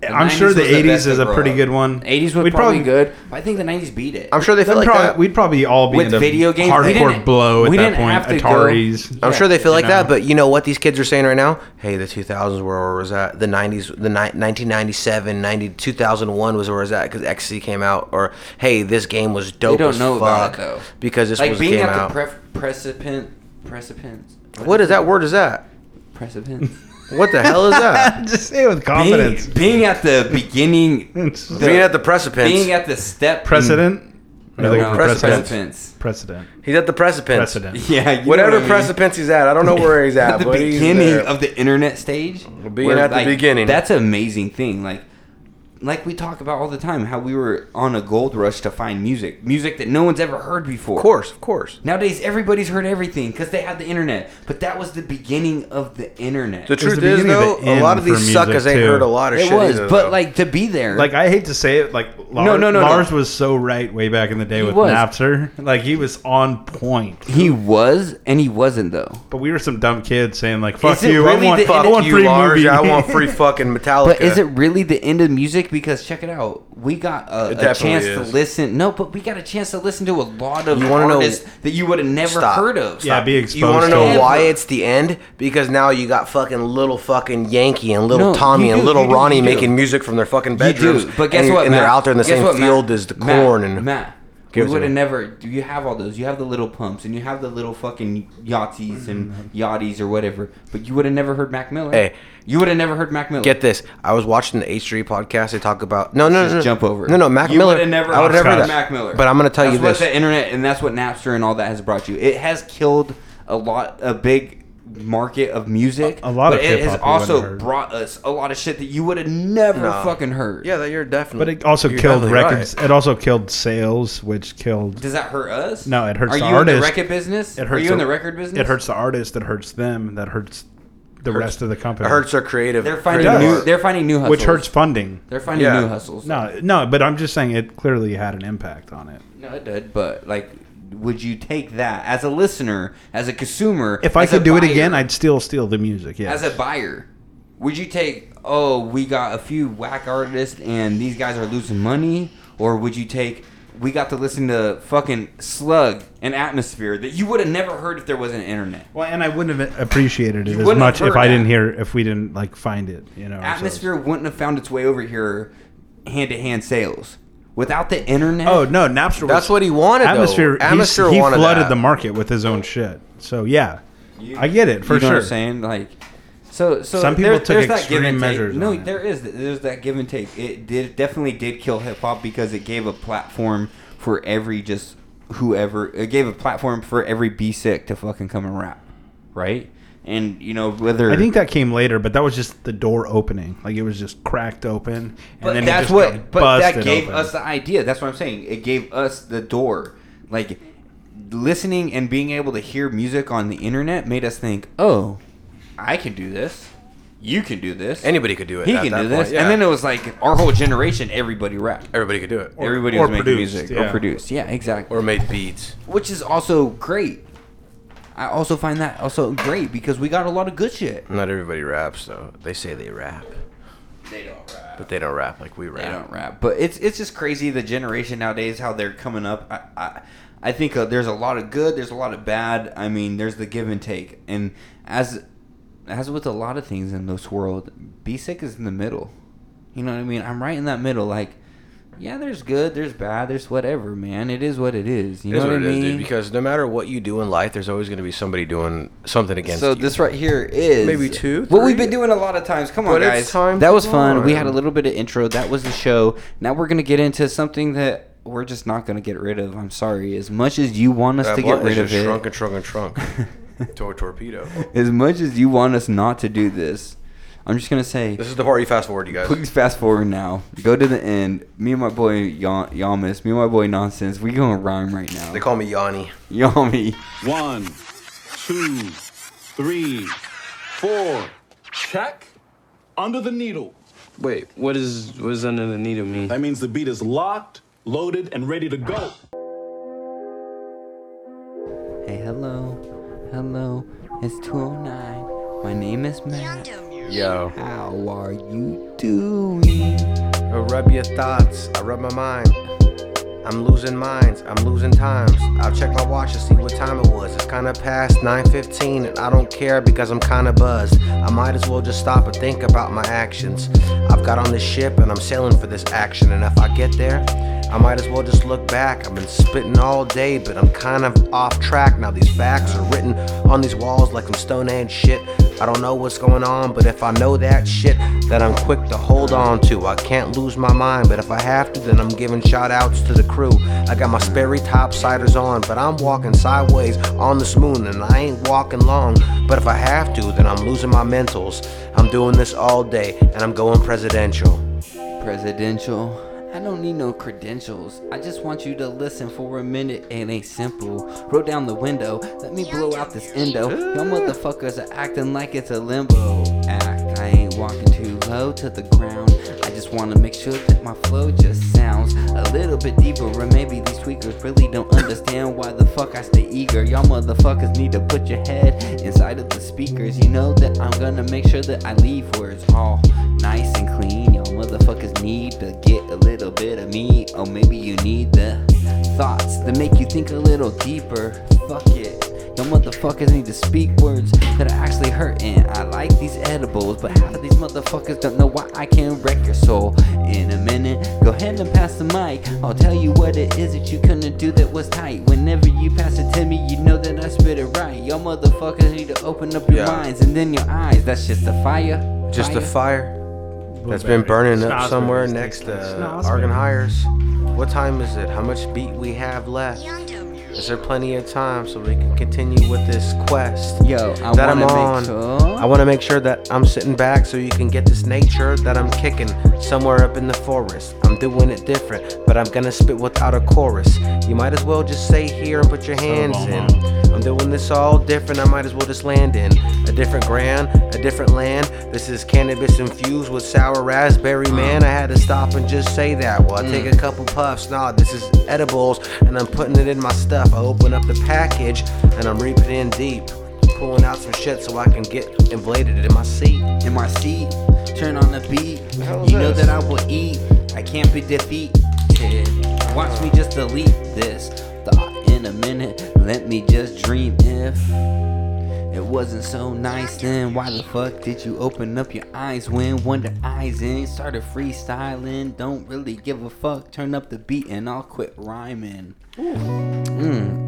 [SPEAKER 2] The
[SPEAKER 10] I'm
[SPEAKER 2] 90s
[SPEAKER 10] sure the
[SPEAKER 2] was the
[SPEAKER 10] eighties
[SPEAKER 2] best
[SPEAKER 10] is a
[SPEAKER 2] to grow
[SPEAKER 10] pretty
[SPEAKER 2] up.
[SPEAKER 10] good one.
[SPEAKER 2] '80s was
[SPEAKER 10] We'd
[SPEAKER 2] probably good. But I think the '90s beat it.
[SPEAKER 9] I'm sure they
[SPEAKER 10] They'd
[SPEAKER 9] feel like
[SPEAKER 10] probably-
[SPEAKER 9] that.
[SPEAKER 10] We'd probably all be
[SPEAKER 2] With
[SPEAKER 10] into
[SPEAKER 2] video games, we didn't-
[SPEAKER 10] hardcore blow at
[SPEAKER 2] we
[SPEAKER 10] that
[SPEAKER 2] didn't
[SPEAKER 10] point.
[SPEAKER 2] have to go-
[SPEAKER 10] Ataris.
[SPEAKER 9] I'm sure they feel
[SPEAKER 10] You
[SPEAKER 9] like that,
[SPEAKER 10] know.
[SPEAKER 9] but you know what these kids are saying right now? Hey, the 2000s were where it was at. The 90s, the ni- 1997, 90, 2001 was where it was at because XC came out. Or hey, this game was dope.
[SPEAKER 2] they don't
[SPEAKER 9] as
[SPEAKER 2] know about
[SPEAKER 9] fuck
[SPEAKER 2] it though.
[SPEAKER 9] because this
[SPEAKER 2] like
[SPEAKER 9] was
[SPEAKER 2] being
[SPEAKER 9] came
[SPEAKER 2] at
[SPEAKER 9] out.
[SPEAKER 2] the pref- precipice, precipice.
[SPEAKER 9] what is that word? Is that
[SPEAKER 2] Precipice.
[SPEAKER 9] what the hell is that?
[SPEAKER 10] Just say it
[SPEAKER 2] being,
[SPEAKER 10] with confidence.
[SPEAKER 2] being at the beginning.
[SPEAKER 10] It's-
[SPEAKER 9] being at the precipice.
[SPEAKER 2] Being at the step.
[SPEAKER 10] Precedent. Or
[SPEAKER 2] No,
[SPEAKER 10] they-
[SPEAKER 2] no,
[SPEAKER 10] precedent.
[SPEAKER 2] precipence.
[SPEAKER 10] Precedent.
[SPEAKER 9] he's at the precipice.
[SPEAKER 10] Precedent.
[SPEAKER 2] Yeah. you know
[SPEAKER 9] Whatever
[SPEAKER 2] what I mean?
[SPEAKER 9] precipice he's at, I don't know where he's at.
[SPEAKER 2] at the
[SPEAKER 9] but he's
[SPEAKER 2] beginning
[SPEAKER 9] there.
[SPEAKER 2] of the internet stage.
[SPEAKER 9] Being at the beginning.
[SPEAKER 2] That's an amazing thing. Like like we talk about all the time, how we were on a gold rush to find music. Music that no one's ever heard before.
[SPEAKER 9] of course, of course.
[SPEAKER 2] Nowadays everybody's heard everything because they have the internet. But that was the beginning of the internet.
[SPEAKER 9] The
[SPEAKER 10] was
[SPEAKER 9] truth
[SPEAKER 10] the
[SPEAKER 9] is,
[SPEAKER 10] beginning of
[SPEAKER 9] though,
[SPEAKER 10] the
[SPEAKER 9] a lot
[SPEAKER 10] end
[SPEAKER 9] of
[SPEAKER 10] for
[SPEAKER 9] these
[SPEAKER 10] music,
[SPEAKER 9] suckers ain't
[SPEAKER 10] too.
[SPEAKER 9] heard a lot of
[SPEAKER 2] it
[SPEAKER 9] shit.
[SPEAKER 2] was,
[SPEAKER 9] either,
[SPEAKER 2] but
[SPEAKER 9] though.
[SPEAKER 2] like to be there.
[SPEAKER 10] Like I hate to say it, like Lars,
[SPEAKER 2] no, no,
[SPEAKER 10] Lars
[SPEAKER 2] no.
[SPEAKER 10] was so right way back in the day with
[SPEAKER 2] was.
[SPEAKER 10] Napster. Like he was on point.
[SPEAKER 2] he was and he wasn't though.
[SPEAKER 10] But we were some dumb kids saying like, "Fuck
[SPEAKER 2] it
[SPEAKER 10] you,
[SPEAKER 2] really
[SPEAKER 10] I want,
[SPEAKER 2] the
[SPEAKER 10] I
[SPEAKER 2] end-
[SPEAKER 10] want
[SPEAKER 9] you,
[SPEAKER 10] free
[SPEAKER 9] Lars,
[SPEAKER 10] movie.
[SPEAKER 9] I want free fucking Metallica.
[SPEAKER 2] But is it really the end of music? Because check it out, we got a,
[SPEAKER 9] It
[SPEAKER 2] a
[SPEAKER 9] definitely
[SPEAKER 2] chance to
[SPEAKER 9] is.
[SPEAKER 2] listen. No, but we got a chance to listen to a lot of
[SPEAKER 9] You wanna know-
[SPEAKER 2] artists that you would have never
[SPEAKER 9] Stop.
[SPEAKER 2] heard of.
[SPEAKER 10] yeah, be exposed.
[SPEAKER 9] You want to
[SPEAKER 10] to
[SPEAKER 9] know
[SPEAKER 10] it.
[SPEAKER 9] why it's the end? Because now you got fucking little fucking Yankee and little
[SPEAKER 2] No,
[SPEAKER 9] Tommy
[SPEAKER 2] you
[SPEAKER 9] and
[SPEAKER 2] do,
[SPEAKER 9] little
[SPEAKER 2] you do, you
[SPEAKER 9] Ronnie
[SPEAKER 2] do.
[SPEAKER 9] making music from their fucking
[SPEAKER 2] You
[SPEAKER 9] bedrooms.
[SPEAKER 2] do, but guess
[SPEAKER 9] and,
[SPEAKER 2] what?
[SPEAKER 9] And they're
[SPEAKER 2] Matt?
[SPEAKER 9] out there in the
[SPEAKER 2] Guess
[SPEAKER 9] same
[SPEAKER 2] what, Matt?
[SPEAKER 9] field as the
[SPEAKER 2] Matt,
[SPEAKER 9] corn and
[SPEAKER 2] Matt. we
[SPEAKER 9] Give it to
[SPEAKER 2] would have
[SPEAKER 9] me.
[SPEAKER 2] never. You have all those. You have the little pumps, and you have the little fucking yachties and yachties or whatever. But you would have never heard Mac Miller.
[SPEAKER 9] Hey.
[SPEAKER 2] you would have never heard Mac Miller.
[SPEAKER 9] Get this. I was watching the H3 podcast. They talk about no, no, no,
[SPEAKER 2] Just
[SPEAKER 9] no.
[SPEAKER 2] jump over.
[SPEAKER 9] No, no, Mac
[SPEAKER 2] you
[SPEAKER 9] Miller.
[SPEAKER 2] would have never.
[SPEAKER 9] I would
[SPEAKER 2] heard
[SPEAKER 9] never heard
[SPEAKER 10] Scott.
[SPEAKER 9] that.
[SPEAKER 2] Mac Miller.
[SPEAKER 9] But I'm gonna tell
[SPEAKER 2] that's
[SPEAKER 9] you this.
[SPEAKER 2] what the internet and that's what Napster and all that has brought you. It has killed a lot, a big market of music.
[SPEAKER 10] A- a lot
[SPEAKER 2] but
[SPEAKER 10] of
[SPEAKER 2] it
[SPEAKER 10] hip-hop
[SPEAKER 2] has
[SPEAKER 10] you wouldn't
[SPEAKER 2] also
[SPEAKER 10] heard.
[SPEAKER 2] brought us a lot of shit that you would have never
[SPEAKER 9] No.
[SPEAKER 2] fucking heard.
[SPEAKER 9] Yeah, that you're definitely.
[SPEAKER 10] But it also
[SPEAKER 9] you're
[SPEAKER 10] killed
[SPEAKER 9] definitely
[SPEAKER 10] records. It also killed sales, which killed.
[SPEAKER 2] Does that hurt us?
[SPEAKER 10] No, it hurts
[SPEAKER 2] Are
[SPEAKER 10] the
[SPEAKER 2] you in the
[SPEAKER 10] artist.
[SPEAKER 2] record business?
[SPEAKER 10] It
[SPEAKER 2] Are
[SPEAKER 10] hurts
[SPEAKER 2] you in the record business?
[SPEAKER 10] It hurts the artist. It hurts them. That hurts the
[SPEAKER 9] Hurts-
[SPEAKER 10] rest of the company.
[SPEAKER 9] It hurts our creative.
[SPEAKER 2] They're finding
[SPEAKER 10] It does.
[SPEAKER 2] new. They're finding new hustles,
[SPEAKER 10] which hurts funding.
[SPEAKER 2] They're finding
[SPEAKER 10] Yeah.
[SPEAKER 2] new hustles.
[SPEAKER 10] No, no, but I'm just saying it clearly had an impact on it.
[SPEAKER 2] No, it did, but like, would you take that as a listener, as a consumer?
[SPEAKER 10] If I
[SPEAKER 2] as a
[SPEAKER 10] could do it
[SPEAKER 2] buyer,
[SPEAKER 10] again, I'd still steal the music. Yeah.
[SPEAKER 2] as a buyer, would you take? Oh, we got a few whack artists, and these guys are losing money, or would you take? We got to listen to fucking Slug and Atmosphere that you would have never heard if there wasn't an internet.
[SPEAKER 10] Well, and I wouldn't have appreciated it
[SPEAKER 2] You
[SPEAKER 10] as
[SPEAKER 2] wouldn't
[SPEAKER 10] much
[SPEAKER 2] have
[SPEAKER 10] if
[SPEAKER 2] heard
[SPEAKER 10] I
[SPEAKER 2] that.
[SPEAKER 10] didn't hear if we didn't like find it. You know, ourselves.
[SPEAKER 2] Atmosphere wouldn't have found its way over here, hand to hand sales. Without the internet,
[SPEAKER 10] Oh no, Napster. Was,
[SPEAKER 9] That's what he wanted, though.
[SPEAKER 10] Atmosphere. he-
[SPEAKER 9] Atmosphere
[SPEAKER 10] he
[SPEAKER 9] wanted
[SPEAKER 10] flooded
[SPEAKER 9] that.
[SPEAKER 10] the market with his own shit. So yeah, I get it for
[SPEAKER 2] you know
[SPEAKER 10] sure.
[SPEAKER 2] What I'm saying like, so so
[SPEAKER 10] Some people
[SPEAKER 2] there-
[SPEAKER 10] took
[SPEAKER 2] there's that
[SPEAKER 10] extreme
[SPEAKER 2] give and take.
[SPEAKER 10] measures
[SPEAKER 2] No,
[SPEAKER 10] on it.
[SPEAKER 2] there is there's that give and take. It did definitely did kill hip hop because it gave a platform for every just whoever. It gave a platform for every B sick to fucking come and rap, right? And you know whether
[SPEAKER 10] I think that came later, but that was just the door opening. Like it was just cracked open, and
[SPEAKER 2] But
[SPEAKER 10] then it
[SPEAKER 2] that's
[SPEAKER 10] just
[SPEAKER 2] what.
[SPEAKER 10] got
[SPEAKER 2] But that
[SPEAKER 10] busted
[SPEAKER 2] gave
[SPEAKER 10] open.
[SPEAKER 2] us the idea. That's what I'm saying. It gave us the door. Like listening and being able to hear music on the internet made us think, oh, I can do this. You can do this.
[SPEAKER 9] Anybody could do it
[SPEAKER 2] He
[SPEAKER 9] at
[SPEAKER 2] can
[SPEAKER 9] that
[SPEAKER 2] do
[SPEAKER 9] point,
[SPEAKER 2] this.
[SPEAKER 9] yeah.
[SPEAKER 2] And then it was like our whole generation, everybody rapped.
[SPEAKER 9] Everybody could do it.
[SPEAKER 2] everybody
[SPEAKER 9] or
[SPEAKER 2] was making
[SPEAKER 9] produced,
[SPEAKER 2] music
[SPEAKER 9] yeah.
[SPEAKER 2] or produced. Yeah, exactly.
[SPEAKER 9] Or made beats.
[SPEAKER 2] Which is also great. I also find that also great because we got a lot of good shit.
[SPEAKER 9] Not everybody raps though. They say they rap.
[SPEAKER 2] They don't rap.
[SPEAKER 9] But they don't rap like we rap.
[SPEAKER 2] They don't rap, but it's it's just crazy the generation nowadays how they're coming up. I I, I think uh, there's a lot of good, there's a lot of bad. I mean, there's the give and take, and as as with a lot of things in this world, B sick is in the middle. You know what I mean? I'm right in that middle. Like, yeah, there's good, there's bad, there's whatever, man. It is what it is. You
[SPEAKER 9] It is
[SPEAKER 2] know
[SPEAKER 9] what
[SPEAKER 2] what,
[SPEAKER 9] it
[SPEAKER 2] I
[SPEAKER 9] is,
[SPEAKER 2] mean?
[SPEAKER 9] dude. Because no matter what you do in life, there's always going to be somebody doing something against
[SPEAKER 2] so
[SPEAKER 9] you.
[SPEAKER 2] this right here is
[SPEAKER 9] Maybe two,
[SPEAKER 2] What we've
[SPEAKER 9] three.
[SPEAKER 2] been doing a lot of times. Come on,
[SPEAKER 9] But it's
[SPEAKER 2] guys.
[SPEAKER 9] time
[SPEAKER 2] that
[SPEAKER 9] to
[SPEAKER 2] was
[SPEAKER 9] go
[SPEAKER 2] fun. We
[SPEAKER 9] on.
[SPEAKER 2] had a little bit of intro. That was the show. Now we're gonna get into something that we're just not gonna get rid of. I'm sorry. As much as you want us
[SPEAKER 9] That
[SPEAKER 2] to
[SPEAKER 9] blunt
[SPEAKER 2] get
[SPEAKER 9] is
[SPEAKER 2] rid of
[SPEAKER 9] just
[SPEAKER 2] it,
[SPEAKER 9] Shrunk and shrunk and shrunk. to a torpedo.
[SPEAKER 2] as much as you want us not to do this, I'm just gonna say.
[SPEAKER 9] This is the part you fast forward, you guys.
[SPEAKER 2] Please fast forward now. Go to the end. Me and my boy Yon- Yamas, me and my boy Nonsense, we gonna rhyme right now.
[SPEAKER 9] They call me Yanni.
[SPEAKER 2] Yami.
[SPEAKER 13] One, two, three, four. Check. Under the needle. Wait, what is what does under the needle mean? That means the beat is locked, loaded, and ready to go.
[SPEAKER 2] Hey, hello. Hello. It's 209. My name is Matt.
[SPEAKER 9] Yo.
[SPEAKER 2] How are you doing?
[SPEAKER 9] I rub your thoughts. I rub my mind. I'm losing minds. I'm losing times. I'll check my watch to see what time it was. It's kinda past 9:15, and I don't care because I'm kinda buzzed. I might as well just stop and think about my actions. I've got on this ship and I'm sailing for this action. And if I get there, I might as well just look back. I've been spitting all day, but I'm kind of off track. Now these facts are written on these walls like some Stone Age shit. I don't know what's going on, but if I know that shit, then I'm quick to hold on to. I can't lose my mind, but if I have to, then I'm giving shout outs to the crew. I got my Sperry topsiders on, but I'm walking sideways on this moon and I ain't walking long. But if I have to, then I'm losing my mentals. I'm doing this all day and I'm going presidential.
[SPEAKER 2] Presidential. I don't need no credentials. I just want you to listen for a minute. It ain't simple. Roll down the window. Let me blow out this endo. Y'all motherfuckers are acting like it's a limbo. Act. I ain't walking too low to the ground. I just wanna make sure that my flow just sounds a little bit deeper. Or maybe these tweakers really don't understand why the fuck I stay eager. Y'all motherfuckers need to put your head inside of the speakers. You know that I'm gonna make sure that I leave where it's all nice and clean. Y'all motherfuckers need to get a little bit of me. Or maybe you need the thoughts that make you think a little deeper. Fuck it. Y'all motherfuckers need to speak words that are actually hurting. I like these edibles, but half of these motherfuckers don't know why I can wreck your soul. In a minute, go ahead and pass the mic. I'll tell you what it is that you couldn't do that was tight. Whenever you pass it to me, you know that I spit it right. Y'all motherfuckers need to open up your
[SPEAKER 9] Yeah.
[SPEAKER 2] minds and then your eyes. That's just a fire.
[SPEAKER 9] Just a fire that's been
[SPEAKER 2] Blueberry.
[SPEAKER 9] burning up
[SPEAKER 2] Snozzberries,
[SPEAKER 9] somewhere
[SPEAKER 2] they
[SPEAKER 9] next
[SPEAKER 2] call it.
[SPEAKER 9] to
[SPEAKER 2] Snozzberries.
[SPEAKER 9] Argan Hires. What time is it? How much beat we have left? Is there plenty of time so we can continue with this quest
[SPEAKER 2] Yo, I
[SPEAKER 9] that
[SPEAKER 2] wanna
[SPEAKER 9] I'm
[SPEAKER 2] make
[SPEAKER 9] on?
[SPEAKER 2] sure-
[SPEAKER 9] I want to make sure that I'm sitting back so you can get this nature that I'm kicking somewhere up in the forest. I'm doing it different, but I'm gonna spit without a chorus. You might as well just stay here and put your hands in. I'm doing this all different. I might as well just land in a different ground, a different land. This is cannabis infused with sour raspberry, man. I had to stop and just say that. Well, I
[SPEAKER 12] Mm.
[SPEAKER 9] take a couple puffs. Nah, this is edibles, and I'm putting it in my stuff. I open up the package, and I'm reaping in deep, pulling out some shit so I can get embladed in my seat.
[SPEAKER 2] In my seat, turn on the beat. You know that I will eat. I can't be defeated. Watch me just delete this thought in a minute. Let me just dream if it wasn't so nice then. Why the fuck did you open up your eyes when wonder eyes in? Started freestyling. Don't really give a fuck. Turn up the beat and I'll quit rhyming. Mm.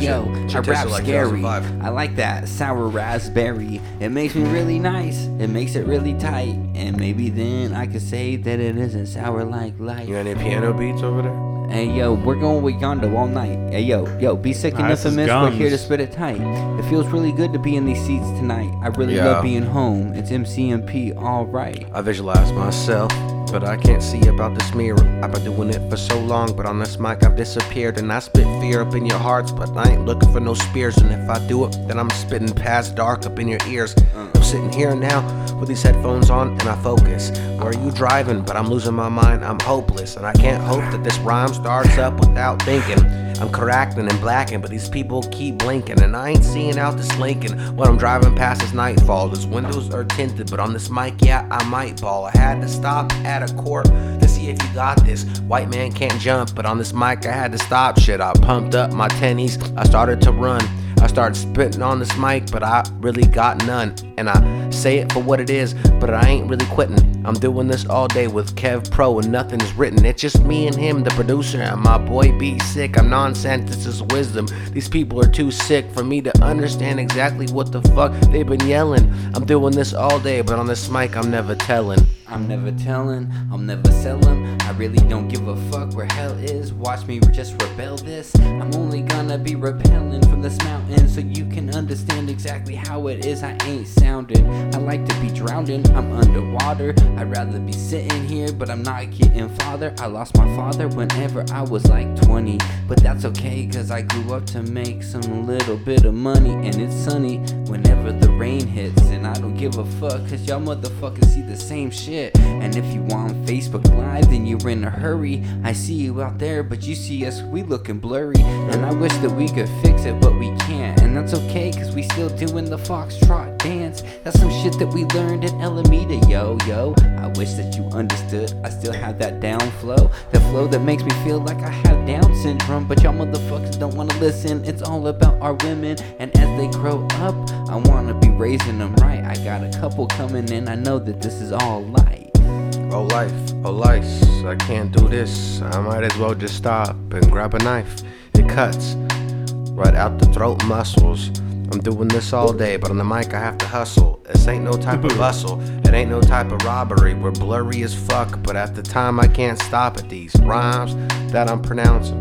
[SPEAKER 2] Yo,
[SPEAKER 9] Should- should
[SPEAKER 2] I
[SPEAKER 9] taste
[SPEAKER 2] rap
[SPEAKER 9] it like
[SPEAKER 2] scary.
[SPEAKER 9] 2005.
[SPEAKER 2] I like that sour raspberry. It makes me really nice. It makes it really tight. And maybe then I could say that it isn't sour like life. You
[SPEAKER 9] got any piano beats over there?
[SPEAKER 2] Hey yo, we're going with Yondo all night. Hey yo, yo, be sick and
[SPEAKER 9] Nah, Ah, this is
[SPEAKER 2] infamous. We're here to
[SPEAKER 9] gums.
[SPEAKER 2] spit it tight. It feels really good to be in these seats tonight. I really
[SPEAKER 9] Yeah.
[SPEAKER 2] love being home. It's MCMP, all right.
[SPEAKER 9] I visualize myself, but I can't see about this mirror. I've been doing it for so long, but on this mic I've disappeared. And I spit fear up in your hearts, but I ain't looking for no spears. And if I do it, then I'm spitting past dark up in your ears. I'm sitting here now with these headphones on, and I focus. Where are you driving? But I'm losing my mind, I'm hopeless. And I can't hope that this rhyme starts up without thinking. I'm correcting and blacking, but these people keep blinking, and I ain't seeing out this Lincoln. When I'm driving past this nightfall, those windows are tinted, but on this mic, yeah, I might ball. I had to stop at a court to see if you got this. White man can't jump, but on this mic, I had to stop shit. I pumped up my tennies, I started to run. I started spitting on this mic, but I really got none. And I say it for what it is, but I ain't really quitting. I'm doing this all day with Kev Pro and nothing is written. It's just me and him, the producer, and my boy B Sick. I'm nonsense, this is wisdom. These people are too sick for me to understand exactly what the fuck they've been yelling. I'm doing this all day, but on this mic, I'm never telling.
[SPEAKER 2] I'm never telling, I'm never selling. I really don't give a fuck where hell is. Watch me just rebel this. I'm only gonna be repelling from this mountain so you can understand exactly how it is. I ain't sounding. I like to be drowning, I'm underwater. I'd rather be sitting here, but I'm not getting farther. I lost my father whenever I was like 20, but that's okay cause I grew up to make some little bit of money and it's sunny whenever the rain hits. And I don't give a fuck cause y'all motherfuckers see the same shit. And if you on Facebook Live, then you're in a hurry. I see you out there, but you see us, we looking blurry. And I wish that we could fix it, but we can't. And that's okay, cause we still doing the foxtrot dance. That's some shit that we learned in Alameda, yo, yo. I wish that you understood, I still have that down flow. The flow that makes me feel like I have Down syndrome, but y'all motherfuckers don't wanna listen. It's all about our women, and as they grow up, I wanna be raising them right. I got a couple coming in, I know that this is all light.
[SPEAKER 9] Oh life, oh life, I can't do this. I might as well just stop and grab a knife. It cuts right out the throat muscles. I'm doing this all day, but on the mic I have to hustle. This ain't no type of bustle, it ain't no type of robbery. We're blurry as fuck, but at the time I can't stop at these rhymes that I'm pronouncing.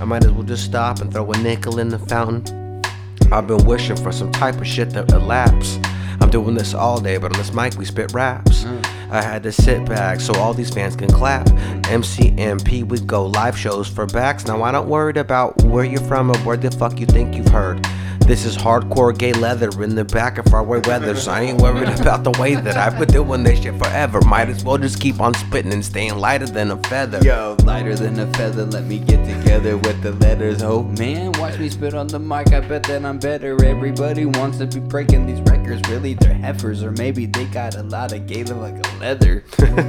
[SPEAKER 9] I might as well just stop and throw a nickel in the fountain. I've been wishing for some type of shit that would lapse. I'm doing this all day, but on this mic we spit raps.
[SPEAKER 2] Mm.
[SPEAKER 9] I had to sit back so all these fans can clap. MCMP, we go live shows for backs. Now I don't worry about where you're from or where the fuck you think you've heard. This is hardcore gay leather in the back of faraway weather, so I ain't worried about the way that I've been doing this shit forever. Might as well just keep on spitting and staying lighter than a feather.
[SPEAKER 2] Yo, lighter than a feather, let me get together with the letters. Oh man, watch me spit on the mic, I bet that I'm better. Everybody wants to be breaking these records, really, they're heifers, or maybe they got a lot of gator like a leather.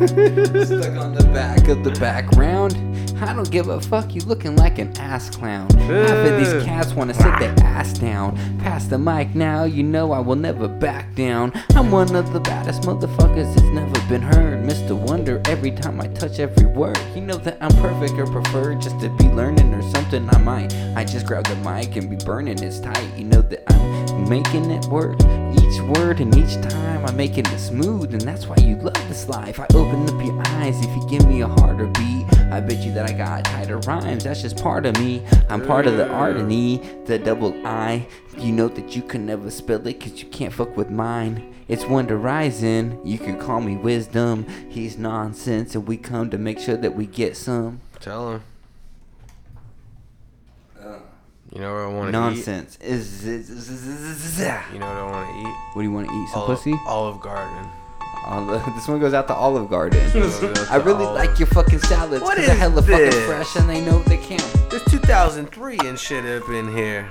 [SPEAKER 2] Stuck on the back of the background. I don't give a fuck, you looking like an ass clown. Half of these cats wanna sit their ass down. Pass the mic now, you know I will never back down. I'm one of the baddest motherfuckers that's never been heard. Mr. Wonder, every time I touch every word, you know that I'm perfect or preferred just to be learning or something. I might, I just grab the mic and be burning, it's tight. You know that I'm making it work. Each word and each time I'm making it smooth, and that's why you love this life. I open up your eyes if you give me a harder beat. I bet you that I got tighter rhymes. That's just part of me. I'm part of the art and E, the double I. You know that you can never spell it because you can't fuck with mine. It's Wonder Rising. You can call me Wisdom. He's nonsense, and we come to make sure that we get some.
[SPEAKER 9] Tell him. You know what I want to
[SPEAKER 2] Uh. Nonsense.
[SPEAKER 9] eat?
[SPEAKER 2] Is,
[SPEAKER 9] You know what I want to eat?
[SPEAKER 2] What do you want to eat? Some
[SPEAKER 9] Olive-
[SPEAKER 2] pussy?
[SPEAKER 9] Olive Garden.
[SPEAKER 2] Olive, this one goes out to Olive Garden.
[SPEAKER 9] This one goes
[SPEAKER 2] I
[SPEAKER 9] to
[SPEAKER 2] really
[SPEAKER 9] Olive.
[SPEAKER 2] like your fucking salads.
[SPEAKER 9] Oh. What
[SPEAKER 2] 'cause
[SPEAKER 9] is
[SPEAKER 2] they're hella
[SPEAKER 9] this?
[SPEAKER 2] fucking fresh and they know they can't.
[SPEAKER 9] There's 2003 and shit up in here.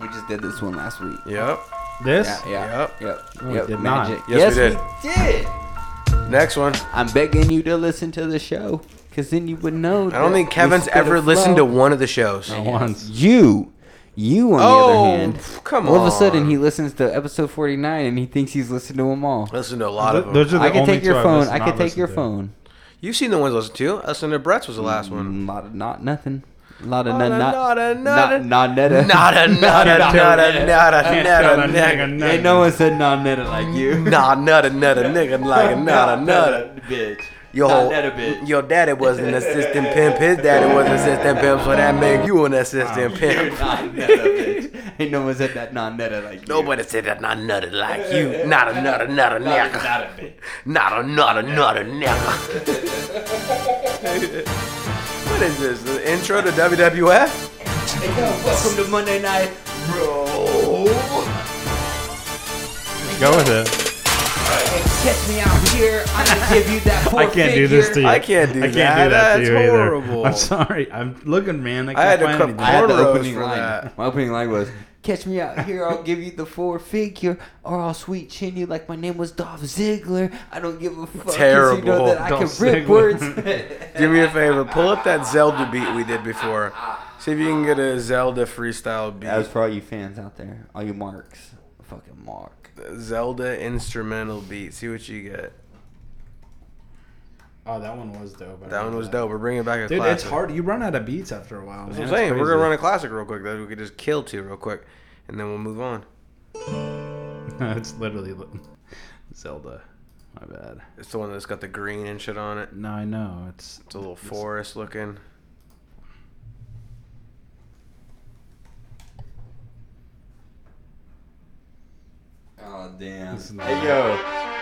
[SPEAKER 2] We just did this one last week.
[SPEAKER 9] Yep.
[SPEAKER 10] This?
[SPEAKER 2] Yeah. Yep. Yep.
[SPEAKER 10] No, we
[SPEAKER 2] yep.
[SPEAKER 10] did not.
[SPEAKER 2] Magic.
[SPEAKER 9] Yes, we
[SPEAKER 2] we did.
[SPEAKER 9] Next one.
[SPEAKER 2] I'm begging you to listen to the show, cause then you would know.
[SPEAKER 9] I don't think Kevin's ever listened to one of the shows. Not
[SPEAKER 10] once.
[SPEAKER 2] You, you on the
[SPEAKER 9] Oh,
[SPEAKER 2] other hand,
[SPEAKER 9] pff, come
[SPEAKER 2] all of a
[SPEAKER 9] on.
[SPEAKER 2] sudden he listens to episode 49 and he thinks he's listened to them all.
[SPEAKER 9] Listen to a lot of them.
[SPEAKER 10] Those are the
[SPEAKER 2] I can
[SPEAKER 10] only
[SPEAKER 2] take your
[SPEAKER 10] two I've
[SPEAKER 2] phone.
[SPEAKER 10] listened-
[SPEAKER 2] I can
[SPEAKER 10] not
[SPEAKER 2] take your
[SPEAKER 10] listened
[SPEAKER 2] phone.
[SPEAKER 10] to.
[SPEAKER 9] You've seen the ones I listened to. Us and the Bretts was the last one.
[SPEAKER 2] Not, not nothing. A lot of
[SPEAKER 9] Not
[SPEAKER 2] not
[SPEAKER 9] a-
[SPEAKER 2] not not
[SPEAKER 9] not a- not a-
[SPEAKER 2] not netta.
[SPEAKER 9] Not a- Mm. not a- not a- not a-
[SPEAKER 2] Ain't
[SPEAKER 9] not a-
[SPEAKER 2] nigga. Ain't no one said not netta like you.
[SPEAKER 9] Nah, nut a nut a nigga like a nut a nut.
[SPEAKER 2] bitch.
[SPEAKER 9] Your
[SPEAKER 2] Not
[SPEAKER 9] whole,
[SPEAKER 2] netta bitch.
[SPEAKER 9] your daddy was an assistant pimp. His daddy was an assistant pimp, so that make you an assistant pimp.
[SPEAKER 2] Not netta bitch. Ain't no one said that not netta like you.
[SPEAKER 9] Nobody said that not nutted like you. Not a nut a nut a nigga. Not a nut a nut a nigga. What is this? The intro to WWF?
[SPEAKER 2] Welcome to Monday Night Bro.
[SPEAKER 10] Go with it.
[SPEAKER 2] Catch me out here. I'm gonna give you that.
[SPEAKER 10] I can't do this to you.
[SPEAKER 9] I can't do
[SPEAKER 10] I can't
[SPEAKER 9] that.
[SPEAKER 10] do that
[SPEAKER 9] That's
[SPEAKER 10] to you either.
[SPEAKER 9] horrible.
[SPEAKER 10] I'm sorry. I'm looking, man. I,
[SPEAKER 9] I
[SPEAKER 10] can't
[SPEAKER 9] had to
[SPEAKER 10] find
[SPEAKER 9] cut
[SPEAKER 10] anything.
[SPEAKER 2] I had the
[SPEAKER 9] Cornrows
[SPEAKER 2] opening
[SPEAKER 9] for
[SPEAKER 2] line.
[SPEAKER 9] that.
[SPEAKER 2] My opening line was, "Catch me out here, I'll give you the four figure, or I'll sweet chin you like my name was Dolph Ziggler. I don't give a fuck. 'cause You know
[SPEAKER 9] Terrible.
[SPEAKER 2] that I
[SPEAKER 10] Dolph
[SPEAKER 2] can rip
[SPEAKER 10] Ziggler.
[SPEAKER 2] words.
[SPEAKER 9] Do me a favor, pull up that Zelda beat we did before. See if you can get a Zelda freestyle beat.
[SPEAKER 2] that was for all you fans out there, all you marks, fucking mark.
[SPEAKER 9] Zelda instrumental beat. See what you get.
[SPEAKER 10] Oh, that one was dope. I
[SPEAKER 9] That one
[SPEAKER 10] remember
[SPEAKER 9] was dope. We're bringing back a
[SPEAKER 10] Dude,
[SPEAKER 9] classic.
[SPEAKER 10] it's hard. You run out of beats after a while.
[SPEAKER 9] That's what
[SPEAKER 10] man.
[SPEAKER 9] I'm
[SPEAKER 10] It's
[SPEAKER 9] saying. We're gonna
[SPEAKER 10] crazy.
[SPEAKER 9] run a classic real quick that we could just kill to real quick, and then we'll move on.
[SPEAKER 10] it's literally li- Zelda. My bad.
[SPEAKER 9] It's the one that's got the green and shit on it.
[SPEAKER 10] No, I know. It's
[SPEAKER 9] It's a little forest looking.
[SPEAKER 2] Oh damn.
[SPEAKER 10] This is not
[SPEAKER 2] Hey yo,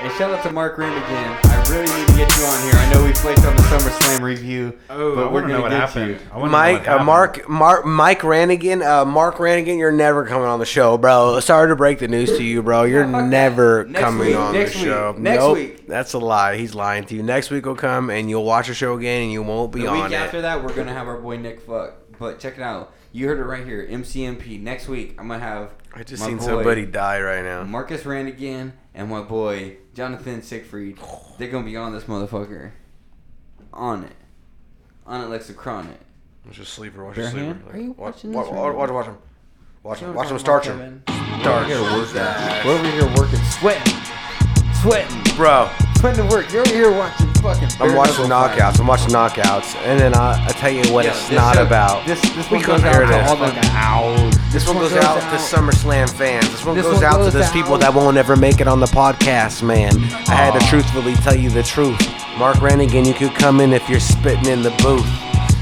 [SPEAKER 2] and shout out to Mark Rim again. I really need to get you on here. I know we flaked on the SummerSlam review,
[SPEAKER 10] Oh, I
[SPEAKER 2] but we're
[SPEAKER 10] wanna
[SPEAKER 2] gonna
[SPEAKER 10] know what
[SPEAKER 2] get
[SPEAKER 10] happened.
[SPEAKER 2] you.
[SPEAKER 10] I wanna know what
[SPEAKER 9] Mike, uh,
[SPEAKER 10] happened.
[SPEAKER 9] Mark, Mark, Mike Rannigan, uh, Mark Rannigan, you're never coming on the show, bro. Sorry to break the news to you, bro. You're
[SPEAKER 2] Nah, fuck that.
[SPEAKER 9] never
[SPEAKER 2] Next
[SPEAKER 9] coming
[SPEAKER 2] week,
[SPEAKER 9] on
[SPEAKER 2] next
[SPEAKER 9] the
[SPEAKER 2] week,
[SPEAKER 9] show.
[SPEAKER 2] next
[SPEAKER 9] nope,
[SPEAKER 2] week.
[SPEAKER 9] that's a lie. He's lying to you. Next week will come, and you'll watch the show again, and you won't be
[SPEAKER 2] The
[SPEAKER 9] on
[SPEAKER 2] week
[SPEAKER 9] it.
[SPEAKER 2] after that, we're gonna have our boy Nick Fuck. But check it out. You heard it right here. MCMP. Next week, I'm gonna have.
[SPEAKER 9] I just
[SPEAKER 2] my
[SPEAKER 9] seen
[SPEAKER 2] boy
[SPEAKER 9] somebody die right now.
[SPEAKER 2] Marcus Randigan and my boy Jonathan Siegfried. They're gonna be on this motherfucker. On it. On it, Lexicron it.
[SPEAKER 9] Watch a sleeper. Watch
[SPEAKER 2] Bare
[SPEAKER 9] a sleeper.
[SPEAKER 2] hand? Are you
[SPEAKER 9] watch,
[SPEAKER 2] watching
[SPEAKER 9] watch,
[SPEAKER 2] this right
[SPEAKER 9] watch,
[SPEAKER 2] now?
[SPEAKER 9] watch, watch him. Watch him. Watch
[SPEAKER 2] Jonathan
[SPEAKER 9] him starch him.
[SPEAKER 2] Markevin.
[SPEAKER 9] Starch.
[SPEAKER 2] We're over here working.
[SPEAKER 9] Yes.
[SPEAKER 2] We're over here working, sweating, sweating,
[SPEAKER 9] Bro,
[SPEAKER 2] putting to work. You're over here watching fucking.
[SPEAKER 9] I'm
[SPEAKER 2] bare
[SPEAKER 9] watching
[SPEAKER 2] knuckle fight.
[SPEAKER 9] knockouts. I'm watching knockouts, and then I, I tell you what
[SPEAKER 2] Yeah,
[SPEAKER 9] it's
[SPEAKER 2] this
[SPEAKER 9] not
[SPEAKER 2] show-
[SPEAKER 9] about.
[SPEAKER 2] This this
[SPEAKER 9] We
[SPEAKER 2] one goes
[SPEAKER 9] can
[SPEAKER 2] out
[SPEAKER 9] hear
[SPEAKER 2] to
[SPEAKER 9] this.
[SPEAKER 2] all the
[SPEAKER 9] This one goes out to SummerSlam fans. This one
[SPEAKER 2] This
[SPEAKER 9] goes
[SPEAKER 2] one
[SPEAKER 9] out to
[SPEAKER 2] goes
[SPEAKER 9] those
[SPEAKER 2] out.
[SPEAKER 9] people that won't ever make it on the podcast, man. I had to truthfully tell you the truth. Mark Rannigan, you could come in if you're spitting in the booth.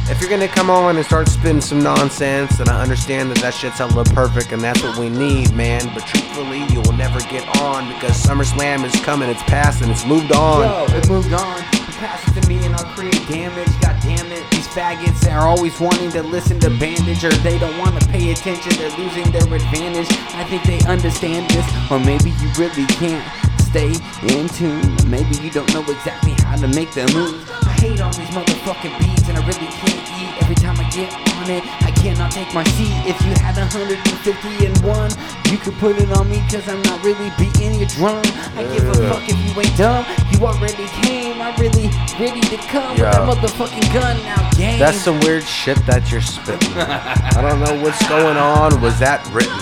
[SPEAKER 9] If you're gonna come on and start spitting some nonsense, then I understand that that shit's hella perfect and that's what we need, man. But truthfully, you will never get on because SummerSlam is coming, it's past and it's moved on.
[SPEAKER 2] Yo, it moved on. Pass it to me and I'll create damage. God damn it. These faggots are always wanting to listen to bandage or they don't want to pay attention. They're losing their advantage. I think they understand this, or maybe you really can't stay in tune. Maybe you don't know exactly how to make the move. I hate all these motherfucking beats and I really can't eat every time I get on it. I cannot take my seat. If you had 150 and one, you could put it on me because I'm not really beating your drum. I give a
[SPEAKER 9] Yeah.
[SPEAKER 2] fuck if you ain't dumb. You already came. I really ready to come
[SPEAKER 9] Yeah.
[SPEAKER 2] with that motherfucking gun now, gang.
[SPEAKER 9] That's some weird shit that you're spitting. I don't know what's going on. Was that written?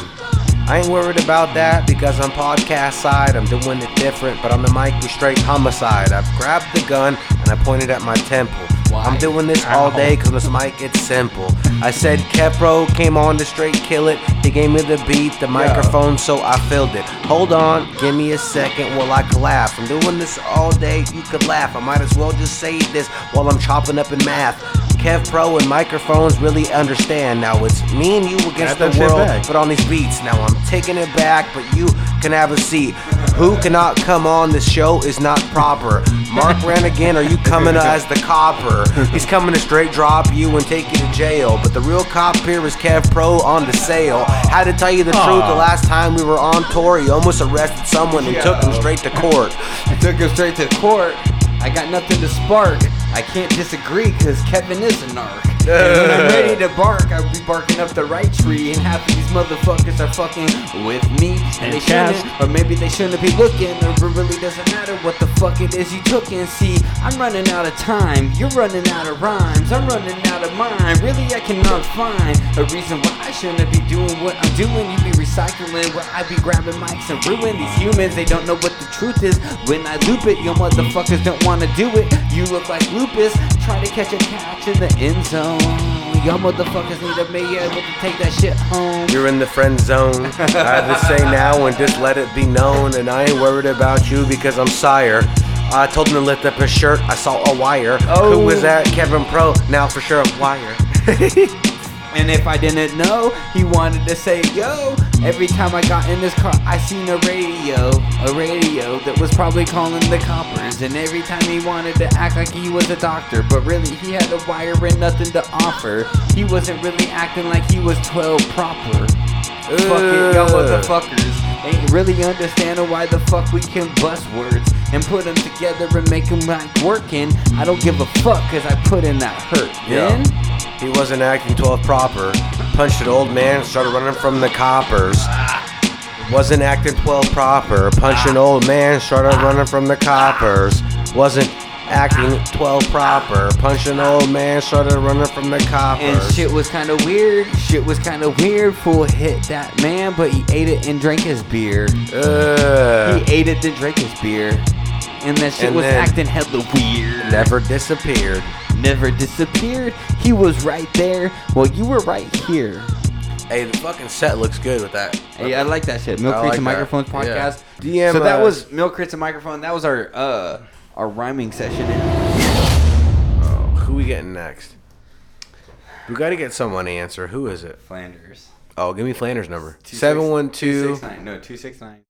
[SPEAKER 9] I ain't worried about that because I'm podcast side. I'm doing it different, but on the mic with straight homicide. I've grabbed the gun and I pointed at my temple. I'm doing this all day because this mic it's simple. I said Kepro came on to straight kill it. He gave me the beat, the microphone, so I filled it. Hold on, give me a second while I collapse. I'm doing this all day, you could laugh. I might as well just say this while I'm chopping up in math. Kev Pro and microphones really understand. Now it's me and you against
[SPEAKER 10] Grab that
[SPEAKER 9] the
[SPEAKER 10] shit
[SPEAKER 9] world,
[SPEAKER 10] back.
[SPEAKER 9] but on these beats. Now I'm taking it back, but you can have a seat. Who cannot come on the show is not proper. Mark Rannigan, are you coming as the copper? He's coming to straight drop you and take you to jail. But the real cop here is Kev Pro on the sale. Had to tell you the truth the
[SPEAKER 2] Aw.
[SPEAKER 9] last time we were on tour, he almost arrested someone and took him straight to court.
[SPEAKER 2] I took him straight to court. I got nothing to spark. I can't disagree because Kevin is a narc. And when I'm ready to bark, I'll be barking up the right tree. And half of these motherfuckers are fucking with me. And,
[SPEAKER 14] And
[SPEAKER 2] they
[SPEAKER 14] Cass.
[SPEAKER 2] shouldn't, or maybe they shouldn't be looking. Or it really doesn't matter what the fuck it is you took and see. I'm running out of time. You're running out of rhymes. I'm running out of mine. Really, I cannot find a reason why I shouldn't be doing what I'm doing. You be recycling where I be grabbing mics and ruin these humans. They don't know what the truth is. When I loop it, your motherfuckers don't wanna do it. You look like lupus. Try to catch a catch in the end zone. Y'all motherfuckers need to be able to take that shit home.
[SPEAKER 9] You're in the friend zone. I have to say now and just let it be known. And I ain't worried about you because I'm sire. I told him to lift up his shirt. I saw a wire.
[SPEAKER 2] Oh.
[SPEAKER 9] Who was that? Kevin Pro. Now for sure, a wire.
[SPEAKER 2] And if I didn't know, he wanted to say, yo. Every time I got in this car, I seen a radio, a radio that was probably calling the coppers. And every time he wanted to act like he was a doctor, but really he had a wire and nothing to offer. He wasn't really acting like he was 12 proper. Fuck it, y'all
[SPEAKER 9] Ugh.
[SPEAKER 2] motherfuckers. Ain't really understanding why the fuck we can bust words and put them together and make them like working. I don't give a fuck cause I put in that hurt. Then?
[SPEAKER 9] He wasn't acting 12 proper. Punched an old man, started running from the coppers. Wasn't acting 12 proper. Punched an old man, started running from the coppers. Wasn't acting 12 proper. Punched an old man, started running from the coppers.
[SPEAKER 2] And shit was kind of weird. Shit was kind of weird. Fool hit that man, but he ate it and drank his beer. He ate it and drank his beer. And that shit
[SPEAKER 9] And
[SPEAKER 2] was
[SPEAKER 9] then-
[SPEAKER 2] acting hella weird.
[SPEAKER 9] Never disappeared.
[SPEAKER 2] Never disappeared. He was right there. Well, you were right here.
[SPEAKER 9] Hey, the fucking set looks good with that.
[SPEAKER 15] Hey, I like that shit. Milk
[SPEAKER 9] I
[SPEAKER 15] Crates
[SPEAKER 9] like
[SPEAKER 15] and
[SPEAKER 9] that.
[SPEAKER 15] Microphones
[SPEAKER 9] Yeah. uh,
[SPEAKER 15] podcast. so
[SPEAKER 9] us.
[SPEAKER 15] that was Milk Crates and Microphone. That was our uh our rhyming session.
[SPEAKER 9] Who we getting next? We got to get someone to answer. Who is it?
[SPEAKER 15] Flanders.
[SPEAKER 9] Oh, give me Flanders' number.
[SPEAKER 15] Two six-
[SPEAKER 9] 712
[SPEAKER 15] 269. No, 269.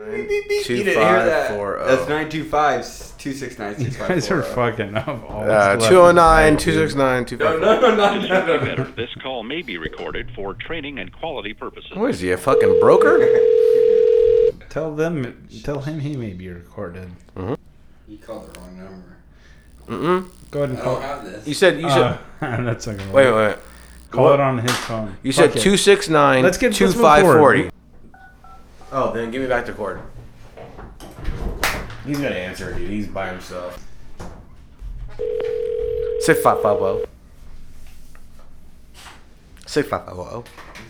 [SPEAKER 15] You didn't hear that.
[SPEAKER 9] 2540.
[SPEAKER 15] That's 925 269
[SPEAKER 2] oh.
[SPEAKER 10] You guys are fucking up. all
[SPEAKER 9] Uh,
[SPEAKER 10] this left
[SPEAKER 9] 209,
[SPEAKER 10] and right, dude.
[SPEAKER 9] 269, 255.
[SPEAKER 16] This call may be recorded for training and quality purposes.
[SPEAKER 9] What is he, a fucking broker?
[SPEAKER 10] Tell them, tell him he may be recorded.
[SPEAKER 15] You called the wrong number.
[SPEAKER 9] Mm-mm.
[SPEAKER 10] Go ahead and
[SPEAKER 15] I
[SPEAKER 10] call.
[SPEAKER 15] don't have this.
[SPEAKER 9] You said- you said-
[SPEAKER 10] Uh, that's not gonna
[SPEAKER 9] Wait, wait,
[SPEAKER 10] work.
[SPEAKER 9] wait.
[SPEAKER 10] Call
[SPEAKER 9] What?
[SPEAKER 10] it on his phone.
[SPEAKER 9] You said
[SPEAKER 10] Fuck it.
[SPEAKER 9] 269,
[SPEAKER 10] Let's get let's move forward.
[SPEAKER 9] 2540. Oh, then give me back the cord. He's gonna answer, dude. He's by himself. Six five oh. five zero. Six five five zero.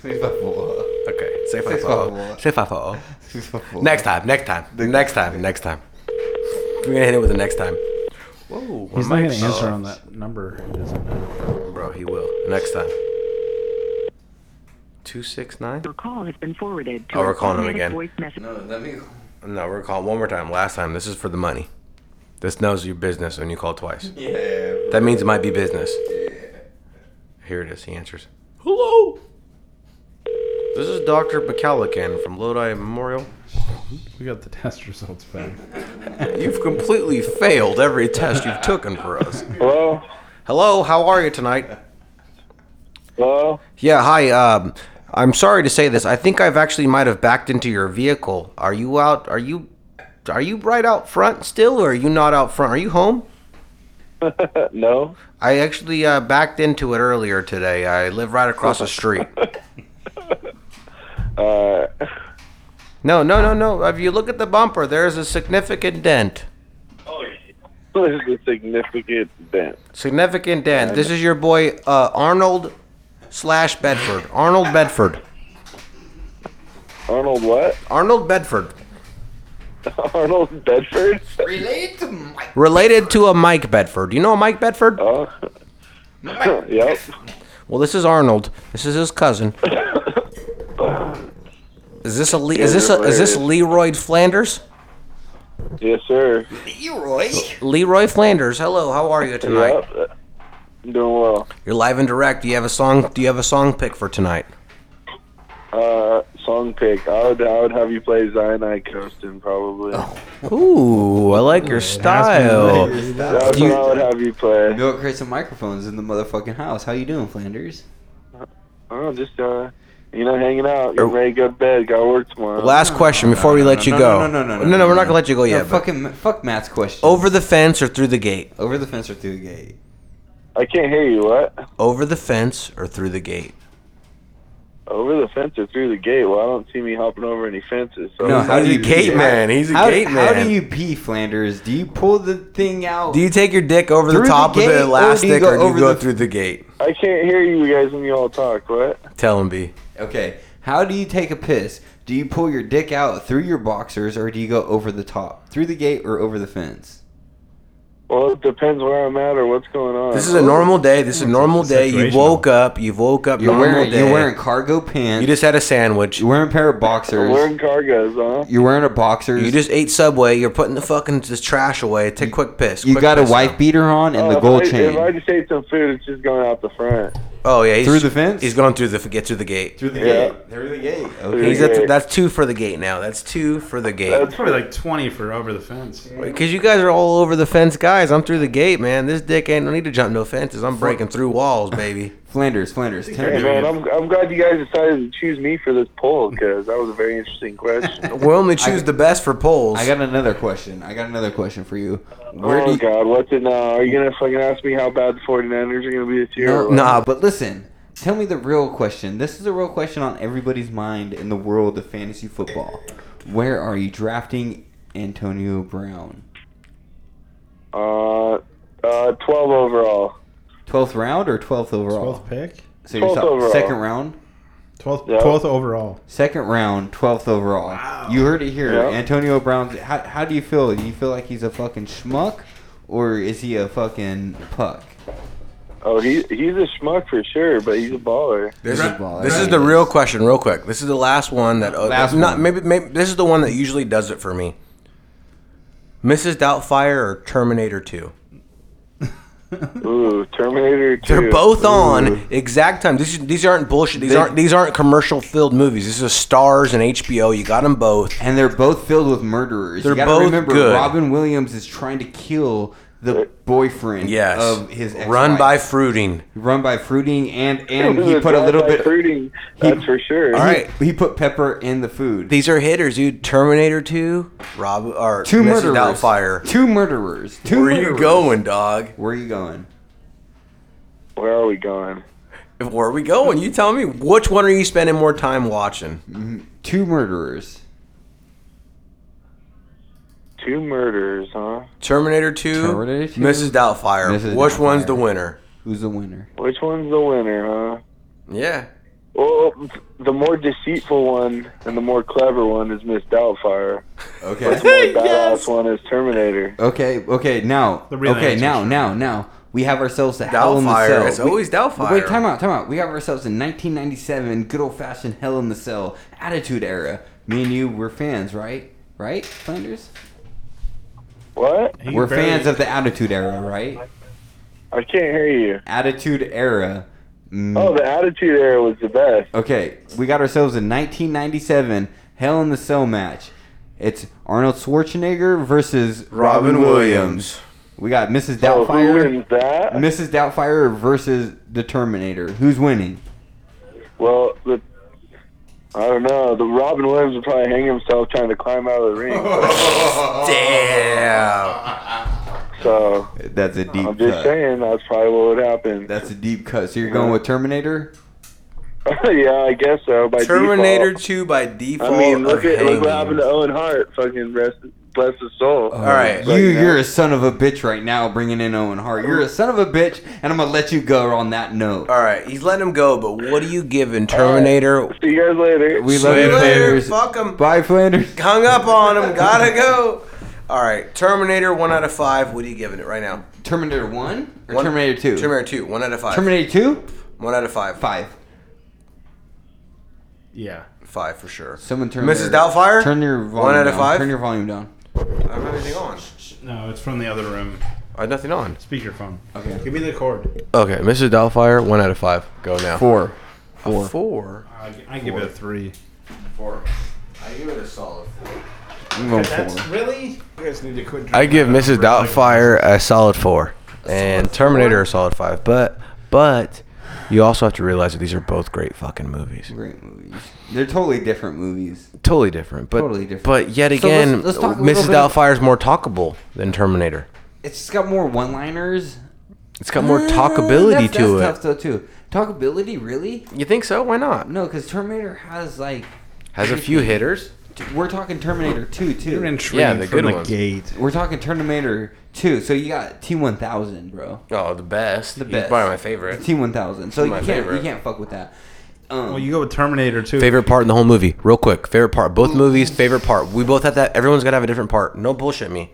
[SPEAKER 10] oh.
[SPEAKER 9] Okay. Six five five zero. Six five five zero. Next time. Next time. Next time. Next time. We're gonna hit it with the next time. Whoa.
[SPEAKER 10] He's
[SPEAKER 9] my
[SPEAKER 10] not gonna
[SPEAKER 9] mic's
[SPEAKER 10] answer
[SPEAKER 9] off.
[SPEAKER 10] on that number.
[SPEAKER 9] Bro, he will. Next time. Two six nine.
[SPEAKER 17] Your call has been forwarded
[SPEAKER 9] to Oh, we're calling him again.
[SPEAKER 17] Voice message.
[SPEAKER 15] No, let me.
[SPEAKER 9] No, we're calling one more time. Last time. This is for the money. This knows your business when you call twice.
[SPEAKER 15] Yeah.
[SPEAKER 9] That means it might be business. Here it is. He answers.
[SPEAKER 17] Hello.
[SPEAKER 9] This is Dr. McCallican from Lodi Memorial.
[SPEAKER 10] We got the test results back.
[SPEAKER 9] You've completely failed every test you've taken for us. Hello? Hello, how are you tonight? Hello? Yeah, hi. Um, I'm sorry to say this. I think I've actually might have backed into your vehicle. Are you out? Are you are you right out front still or are you not out front? Are you home? no. I actually uh, backed into it earlier today. I live right across the street. uh No, no, no, no. If you look at the bumper, there's a significant dent.
[SPEAKER 18] This is a significant dent.
[SPEAKER 9] Significant dent. This is your boy uh, Arnold slash Bedford. Arnold Bedford.
[SPEAKER 18] Arnold what?
[SPEAKER 9] Arnold Bedford.
[SPEAKER 18] Arnold Bedford?
[SPEAKER 15] Relate to Mike.
[SPEAKER 9] Related to a Mike Bedford. You know a Mike Bedford?
[SPEAKER 18] Oh, yep.
[SPEAKER 9] Well, this is Arnold. This is his cousin. Is this a Le- is this a, is this Leroy Flanders?
[SPEAKER 18] Yes, sir.
[SPEAKER 9] Leroy. Leroy Flanders. Hello. How are you tonight?
[SPEAKER 18] Yep. Doing well.
[SPEAKER 9] You're live and direct. Do you have a song? Do you have a song pick for tonight?
[SPEAKER 18] Uh, song pick. I would, I would have you play Zionite Coasting probably.
[SPEAKER 9] Oh. Ooh, I like your style.
[SPEAKER 18] That's what I would have you play.
[SPEAKER 2] Bill create some microphones in the motherfucking house. How you doing, Flanders?
[SPEAKER 18] Oh, just uh, you know, hanging out, getting ready to go to bed. Got work tomorrow.
[SPEAKER 9] Er Last question before we let you go.
[SPEAKER 2] No, no, no, no,
[SPEAKER 9] no, We're not gonna let you go
[SPEAKER 2] No,
[SPEAKER 9] yet. but-
[SPEAKER 2] fucking fuck Matt's question.
[SPEAKER 9] Over the fence or through the gate?
[SPEAKER 2] Over the fence or through the gate.
[SPEAKER 18] I can't hear you. What?
[SPEAKER 9] Over the fence or through the gate?
[SPEAKER 18] Over the fence or through the gate? Well, I don't see me hopping over any fences. So
[SPEAKER 2] No, how do you
[SPEAKER 9] gate man. He's a
[SPEAKER 2] how,
[SPEAKER 9] gate
[SPEAKER 2] How
[SPEAKER 9] man.
[SPEAKER 2] do you pee, Flanders? Do you pull the thing out?
[SPEAKER 9] Do you take your dick over
[SPEAKER 2] Through the
[SPEAKER 9] the top of
[SPEAKER 2] gate, or
[SPEAKER 9] the
[SPEAKER 2] do you
[SPEAKER 9] elastic
[SPEAKER 2] go
[SPEAKER 9] or do you
[SPEAKER 2] over
[SPEAKER 9] go
[SPEAKER 2] the-
[SPEAKER 9] through the gate?
[SPEAKER 18] I can't hear you guys when you all talk. What?
[SPEAKER 9] Tell him, B.
[SPEAKER 2] Okay. How do you take a piss? Do you pull your dick out through your boxers, or do you go over the top, through the gate, or over the fence?
[SPEAKER 18] Well, it depends where I'm at or what's going on.
[SPEAKER 9] This is a normal day. This is a normal day. You woke up. You woke up.
[SPEAKER 2] You're
[SPEAKER 9] normal
[SPEAKER 2] wearing
[SPEAKER 9] day.
[SPEAKER 2] you're wearing cargo pants.
[SPEAKER 9] You just had a sandwich.
[SPEAKER 2] You're wearing a pair of
[SPEAKER 18] I'm
[SPEAKER 2] boxers.
[SPEAKER 18] wearing cargos, huh?
[SPEAKER 2] You're wearing a boxer.
[SPEAKER 9] You just ate Subway. You're putting the fucking this trash away. Take a quick piss.
[SPEAKER 2] You
[SPEAKER 9] quick
[SPEAKER 2] got a
[SPEAKER 9] piss
[SPEAKER 2] wife
[SPEAKER 9] now.
[SPEAKER 2] beater on and the
[SPEAKER 18] if
[SPEAKER 2] gold
[SPEAKER 18] I,
[SPEAKER 2] chain.
[SPEAKER 18] If I just ate some food, it's just going out the front.
[SPEAKER 9] Oh yeah, he's,
[SPEAKER 2] Through the fence?
[SPEAKER 9] He's going through the get through the gate.
[SPEAKER 2] Through the
[SPEAKER 18] Yeah.
[SPEAKER 2] gate. Through the gate.
[SPEAKER 18] Through
[SPEAKER 2] Okay.
[SPEAKER 9] He's
[SPEAKER 18] the
[SPEAKER 9] at the-
[SPEAKER 18] gate.
[SPEAKER 9] that's two for the gate now. That's two for the gate.
[SPEAKER 10] That's probably like twenty for over the fence.
[SPEAKER 9] Because you guys are all over the fence, guys. I'm through the gate, man. This dick ain't no need to jump no fences. I'm breaking through walls, baby.
[SPEAKER 2] Flanders, Flanders.
[SPEAKER 18] Hey,
[SPEAKER 2] Tell me.
[SPEAKER 18] man, I'm, I'm glad you guys decided to choose me for this poll because that was a very interesting question.
[SPEAKER 9] We only choose the best for polls.
[SPEAKER 2] I got another question. I got another question for you. Where do
[SPEAKER 18] oh,
[SPEAKER 2] you,
[SPEAKER 18] God, what's it now? Are you going to fucking ask me how bad the 49ers are going to be this year? or what?
[SPEAKER 2] nah, but listen. Tell me the real question. This is a real question on everybody's mind in the world of fantasy football. Where are you drafting Antonio Brown?
[SPEAKER 18] Uh, uh, 12 overall.
[SPEAKER 2] Twelfth round or twelfth overall?
[SPEAKER 10] Twelfth pick.
[SPEAKER 2] So you're
[SPEAKER 18] 12th
[SPEAKER 2] talking
[SPEAKER 18] overall.
[SPEAKER 2] second round.
[SPEAKER 10] Twelfth.
[SPEAKER 18] Yeah.
[SPEAKER 10] Twelfth overall.
[SPEAKER 2] Second round, twelfth overall. You heard it here.
[SPEAKER 18] Yeah.
[SPEAKER 2] Antonio Brown. How, how do you feel? Do you feel like he's a fucking schmuck, or is he a fucking puck?
[SPEAKER 18] Oh, he he's a schmuck for sure, but he's a baller.
[SPEAKER 9] This,
[SPEAKER 2] Right.
[SPEAKER 9] is,
[SPEAKER 2] Well,
[SPEAKER 9] this
[SPEAKER 2] right.
[SPEAKER 9] is the real question, real quick. This is the last one that uh,
[SPEAKER 2] Last
[SPEAKER 9] not
[SPEAKER 2] one.
[SPEAKER 9] maybe maybe this is the one that usually does it for me. Mrs. Doubtfire or Terminator Two?
[SPEAKER 18] Ooh, Terminator 2.
[SPEAKER 9] They're both on exact time. These these aren't bullshit. These
[SPEAKER 2] They-
[SPEAKER 9] aren't these aren't commercial filled movies. This is Stars and HBO. You got them both.
[SPEAKER 2] And they're both filled with murderers.
[SPEAKER 9] They're
[SPEAKER 2] you gotta
[SPEAKER 9] both
[SPEAKER 2] remember,
[SPEAKER 9] good.
[SPEAKER 2] Robin Williams is trying to kill the boyfriend
[SPEAKER 9] Yes.
[SPEAKER 2] of his ex-wife.
[SPEAKER 9] Run by fruiting.
[SPEAKER 2] run by fruiting and and he
[SPEAKER 18] Ooh,
[SPEAKER 2] put a
[SPEAKER 18] drive
[SPEAKER 2] little
[SPEAKER 18] by
[SPEAKER 2] bit
[SPEAKER 18] Fruiting, that's for sure.
[SPEAKER 9] All right.
[SPEAKER 2] he put pepper in the food.
[SPEAKER 9] These are hitters, dude. Terminator Two, Rob or
[SPEAKER 2] Two
[SPEAKER 9] Mrs.
[SPEAKER 2] murderers.
[SPEAKER 9] Doubtfire.
[SPEAKER 2] Two murderers. Two
[SPEAKER 9] Where you
[SPEAKER 2] murderers.
[SPEAKER 9] going, dog?
[SPEAKER 2] Where you going?
[SPEAKER 18] Where are we going?
[SPEAKER 9] Where are we going? You tell me. Which one are you spending more time watching?
[SPEAKER 2] Two murderers.
[SPEAKER 18] Two murders, huh?
[SPEAKER 9] Terminator 2,
[SPEAKER 2] Terminator 2,
[SPEAKER 9] Mrs. Doubtfire.
[SPEAKER 2] Mrs.
[SPEAKER 9] Which one's
[SPEAKER 2] Doubtfire.
[SPEAKER 9] the winner?
[SPEAKER 2] Who's the winner?
[SPEAKER 18] Which one's the winner, huh?
[SPEAKER 9] Yeah.
[SPEAKER 18] Well, the more deceitful one and the more clever one is Miss Doubtfire.
[SPEAKER 2] Okay.
[SPEAKER 18] The more badass one is Terminator.
[SPEAKER 2] Okay, okay, now.
[SPEAKER 10] The real
[SPEAKER 2] okay,
[SPEAKER 10] answer's
[SPEAKER 2] now,
[SPEAKER 10] true.
[SPEAKER 2] now, now. We have ourselves a Hell in the
[SPEAKER 9] Doubtfire.
[SPEAKER 2] Cell.
[SPEAKER 9] It's
[SPEAKER 2] We-
[SPEAKER 9] always Doubtfire.
[SPEAKER 2] Wait, time out, time out. We have ourselves a 1997 good old fashioned Hell in the Cell attitude era. Me and you, we're fans, right? Right, Flanders?
[SPEAKER 18] What?
[SPEAKER 10] He
[SPEAKER 2] we're
[SPEAKER 10] barely-
[SPEAKER 2] fans of the attitude era, right?
[SPEAKER 18] I can't hear you.
[SPEAKER 2] Attitude era. Mm,
[SPEAKER 18] Oh, the Attitude Era was the best.
[SPEAKER 2] Okay, we got ourselves a 1997 Hell in the Cell match. It's Arnold Schwarzenegger versus Robin, Williams. We got Mrs.
[SPEAKER 18] Oh, who
[SPEAKER 2] Doubtfire.
[SPEAKER 18] wins that?
[SPEAKER 2] Mrs. Doubtfire versus the Terminator. Who's winning?
[SPEAKER 18] Well, the I don't know. The Robin Williams would probably hang himself trying to climb out of the ring.
[SPEAKER 9] Damn.
[SPEAKER 18] so
[SPEAKER 2] That's a deep
[SPEAKER 18] I'm just
[SPEAKER 2] cut.
[SPEAKER 18] saying that's probably what would happen.
[SPEAKER 2] That's a deep cut. So you're going with Terminator?
[SPEAKER 18] yeah, I guess so. By
[SPEAKER 9] Terminator
[SPEAKER 18] Default.
[SPEAKER 9] 2 by default.
[SPEAKER 18] I mean,
[SPEAKER 9] of
[SPEAKER 18] look at look
[SPEAKER 9] hanging.
[SPEAKER 18] what happened to Owen Hart. Fucking rest, bless his soul.
[SPEAKER 2] Uh,
[SPEAKER 9] All right.
[SPEAKER 2] You,
[SPEAKER 18] But, yeah.
[SPEAKER 2] you're a son of a bitch right now, bringing in Owen Hart. You're a son of a bitch, and I'm gonna let you go on that note.
[SPEAKER 9] All right. He's letting him go, but what do you give in Terminator?
[SPEAKER 18] See you guys later.
[SPEAKER 2] We
[SPEAKER 9] See
[SPEAKER 2] love
[SPEAKER 9] you
[SPEAKER 2] you,
[SPEAKER 9] later.
[SPEAKER 2] Flanders.
[SPEAKER 9] Fuck 'em.
[SPEAKER 2] Bye, Flanders.
[SPEAKER 9] Hung up on him. Gotta go. All right. Terminator 1 out of 5. What are you giving it right now?
[SPEAKER 2] Terminator One or
[SPEAKER 9] One-
[SPEAKER 2] Terminator Two?
[SPEAKER 9] Terminator Two. One out of five.
[SPEAKER 2] Terminator Two.
[SPEAKER 9] One out of five.
[SPEAKER 2] Five.
[SPEAKER 10] Yeah.
[SPEAKER 9] Five for sure.
[SPEAKER 2] Someone turn
[SPEAKER 9] Mrs.
[SPEAKER 2] their-
[SPEAKER 9] Doubtfire.
[SPEAKER 2] Turn your volume
[SPEAKER 9] One out of
[SPEAKER 2] down.
[SPEAKER 9] five.
[SPEAKER 2] Turn your volume down.
[SPEAKER 9] I have everything on.
[SPEAKER 10] No, it's from the other room.
[SPEAKER 9] I had nothing on.
[SPEAKER 10] Speakerphone. Okay. Give me the cord.
[SPEAKER 9] Okay, Mrs. Doubtfire. One out of five. Go now.
[SPEAKER 2] Four.
[SPEAKER 9] Four.
[SPEAKER 2] Four.
[SPEAKER 9] four.
[SPEAKER 10] I, I give it a three.
[SPEAKER 9] Four. I give it a solid four.
[SPEAKER 2] I'm going
[SPEAKER 10] That's
[SPEAKER 2] four.
[SPEAKER 10] really. You guys need to quit.
[SPEAKER 9] I
[SPEAKER 10] drinking
[SPEAKER 9] give
[SPEAKER 10] that
[SPEAKER 9] Mrs.
[SPEAKER 10] for, like,
[SPEAKER 9] Doubtfire a solid four, and Terminator a solid five. But but you also have to realize that these are both great fucking movies.
[SPEAKER 2] Great movies. They're totally different movies.
[SPEAKER 9] Totally different, but
[SPEAKER 2] Totally different.
[SPEAKER 9] but yet
[SPEAKER 2] So let's-
[SPEAKER 9] again,
[SPEAKER 2] let's talk a little
[SPEAKER 9] Mrs.
[SPEAKER 2] bit of-
[SPEAKER 9] Doubtfire is more talkable than Terminator.
[SPEAKER 2] It's just got more one-liners.
[SPEAKER 9] It's got more
[SPEAKER 2] Uh,
[SPEAKER 9] talkability
[SPEAKER 2] that's,
[SPEAKER 9] to
[SPEAKER 2] that's
[SPEAKER 9] it.
[SPEAKER 2] Tough though too. Talkability, really?
[SPEAKER 9] You think so? Why not?
[SPEAKER 2] No, because Terminator has like
[SPEAKER 9] Has a few hitters.
[SPEAKER 2] We're talking Terminator Two too.
[SPEAKER 10] You're intrigued
[SPEAKER 9] Yeah, the
[SPEAKER 10] from
[SPEAKER 9] good
[SPEAKER 10] the
[SPEAKER 9] ones.
[SPEAKER 10] gate.
[SPEAKER 2] We're talking Terminator 2. So you got T1000, bro.
[SPEAKER 9] Oh, the best.
[SPEAKER 2] The
[SPEAKER 9] He's
[SPEAKER 2] best.
[SPEAKER 9] probably my favorite.
[SPEAKER 2] T1000. So
[SPEAKER 9] He's
[SPEAKER 2] you
[SPEAKER 9] my
[SPEAKER 2] can't you
[SPEAKER 9] favorite.
[SPEAKER 2] can't fuck with that. Um,
[SPEAKER 10] Well, you go with Terminator too.
[SPEAKER 9] Favorite part in the whole movie, real quick. Favorite part, both movies. Favorite part. We both have that. Everyone's gotta have a different part. No bullshit me.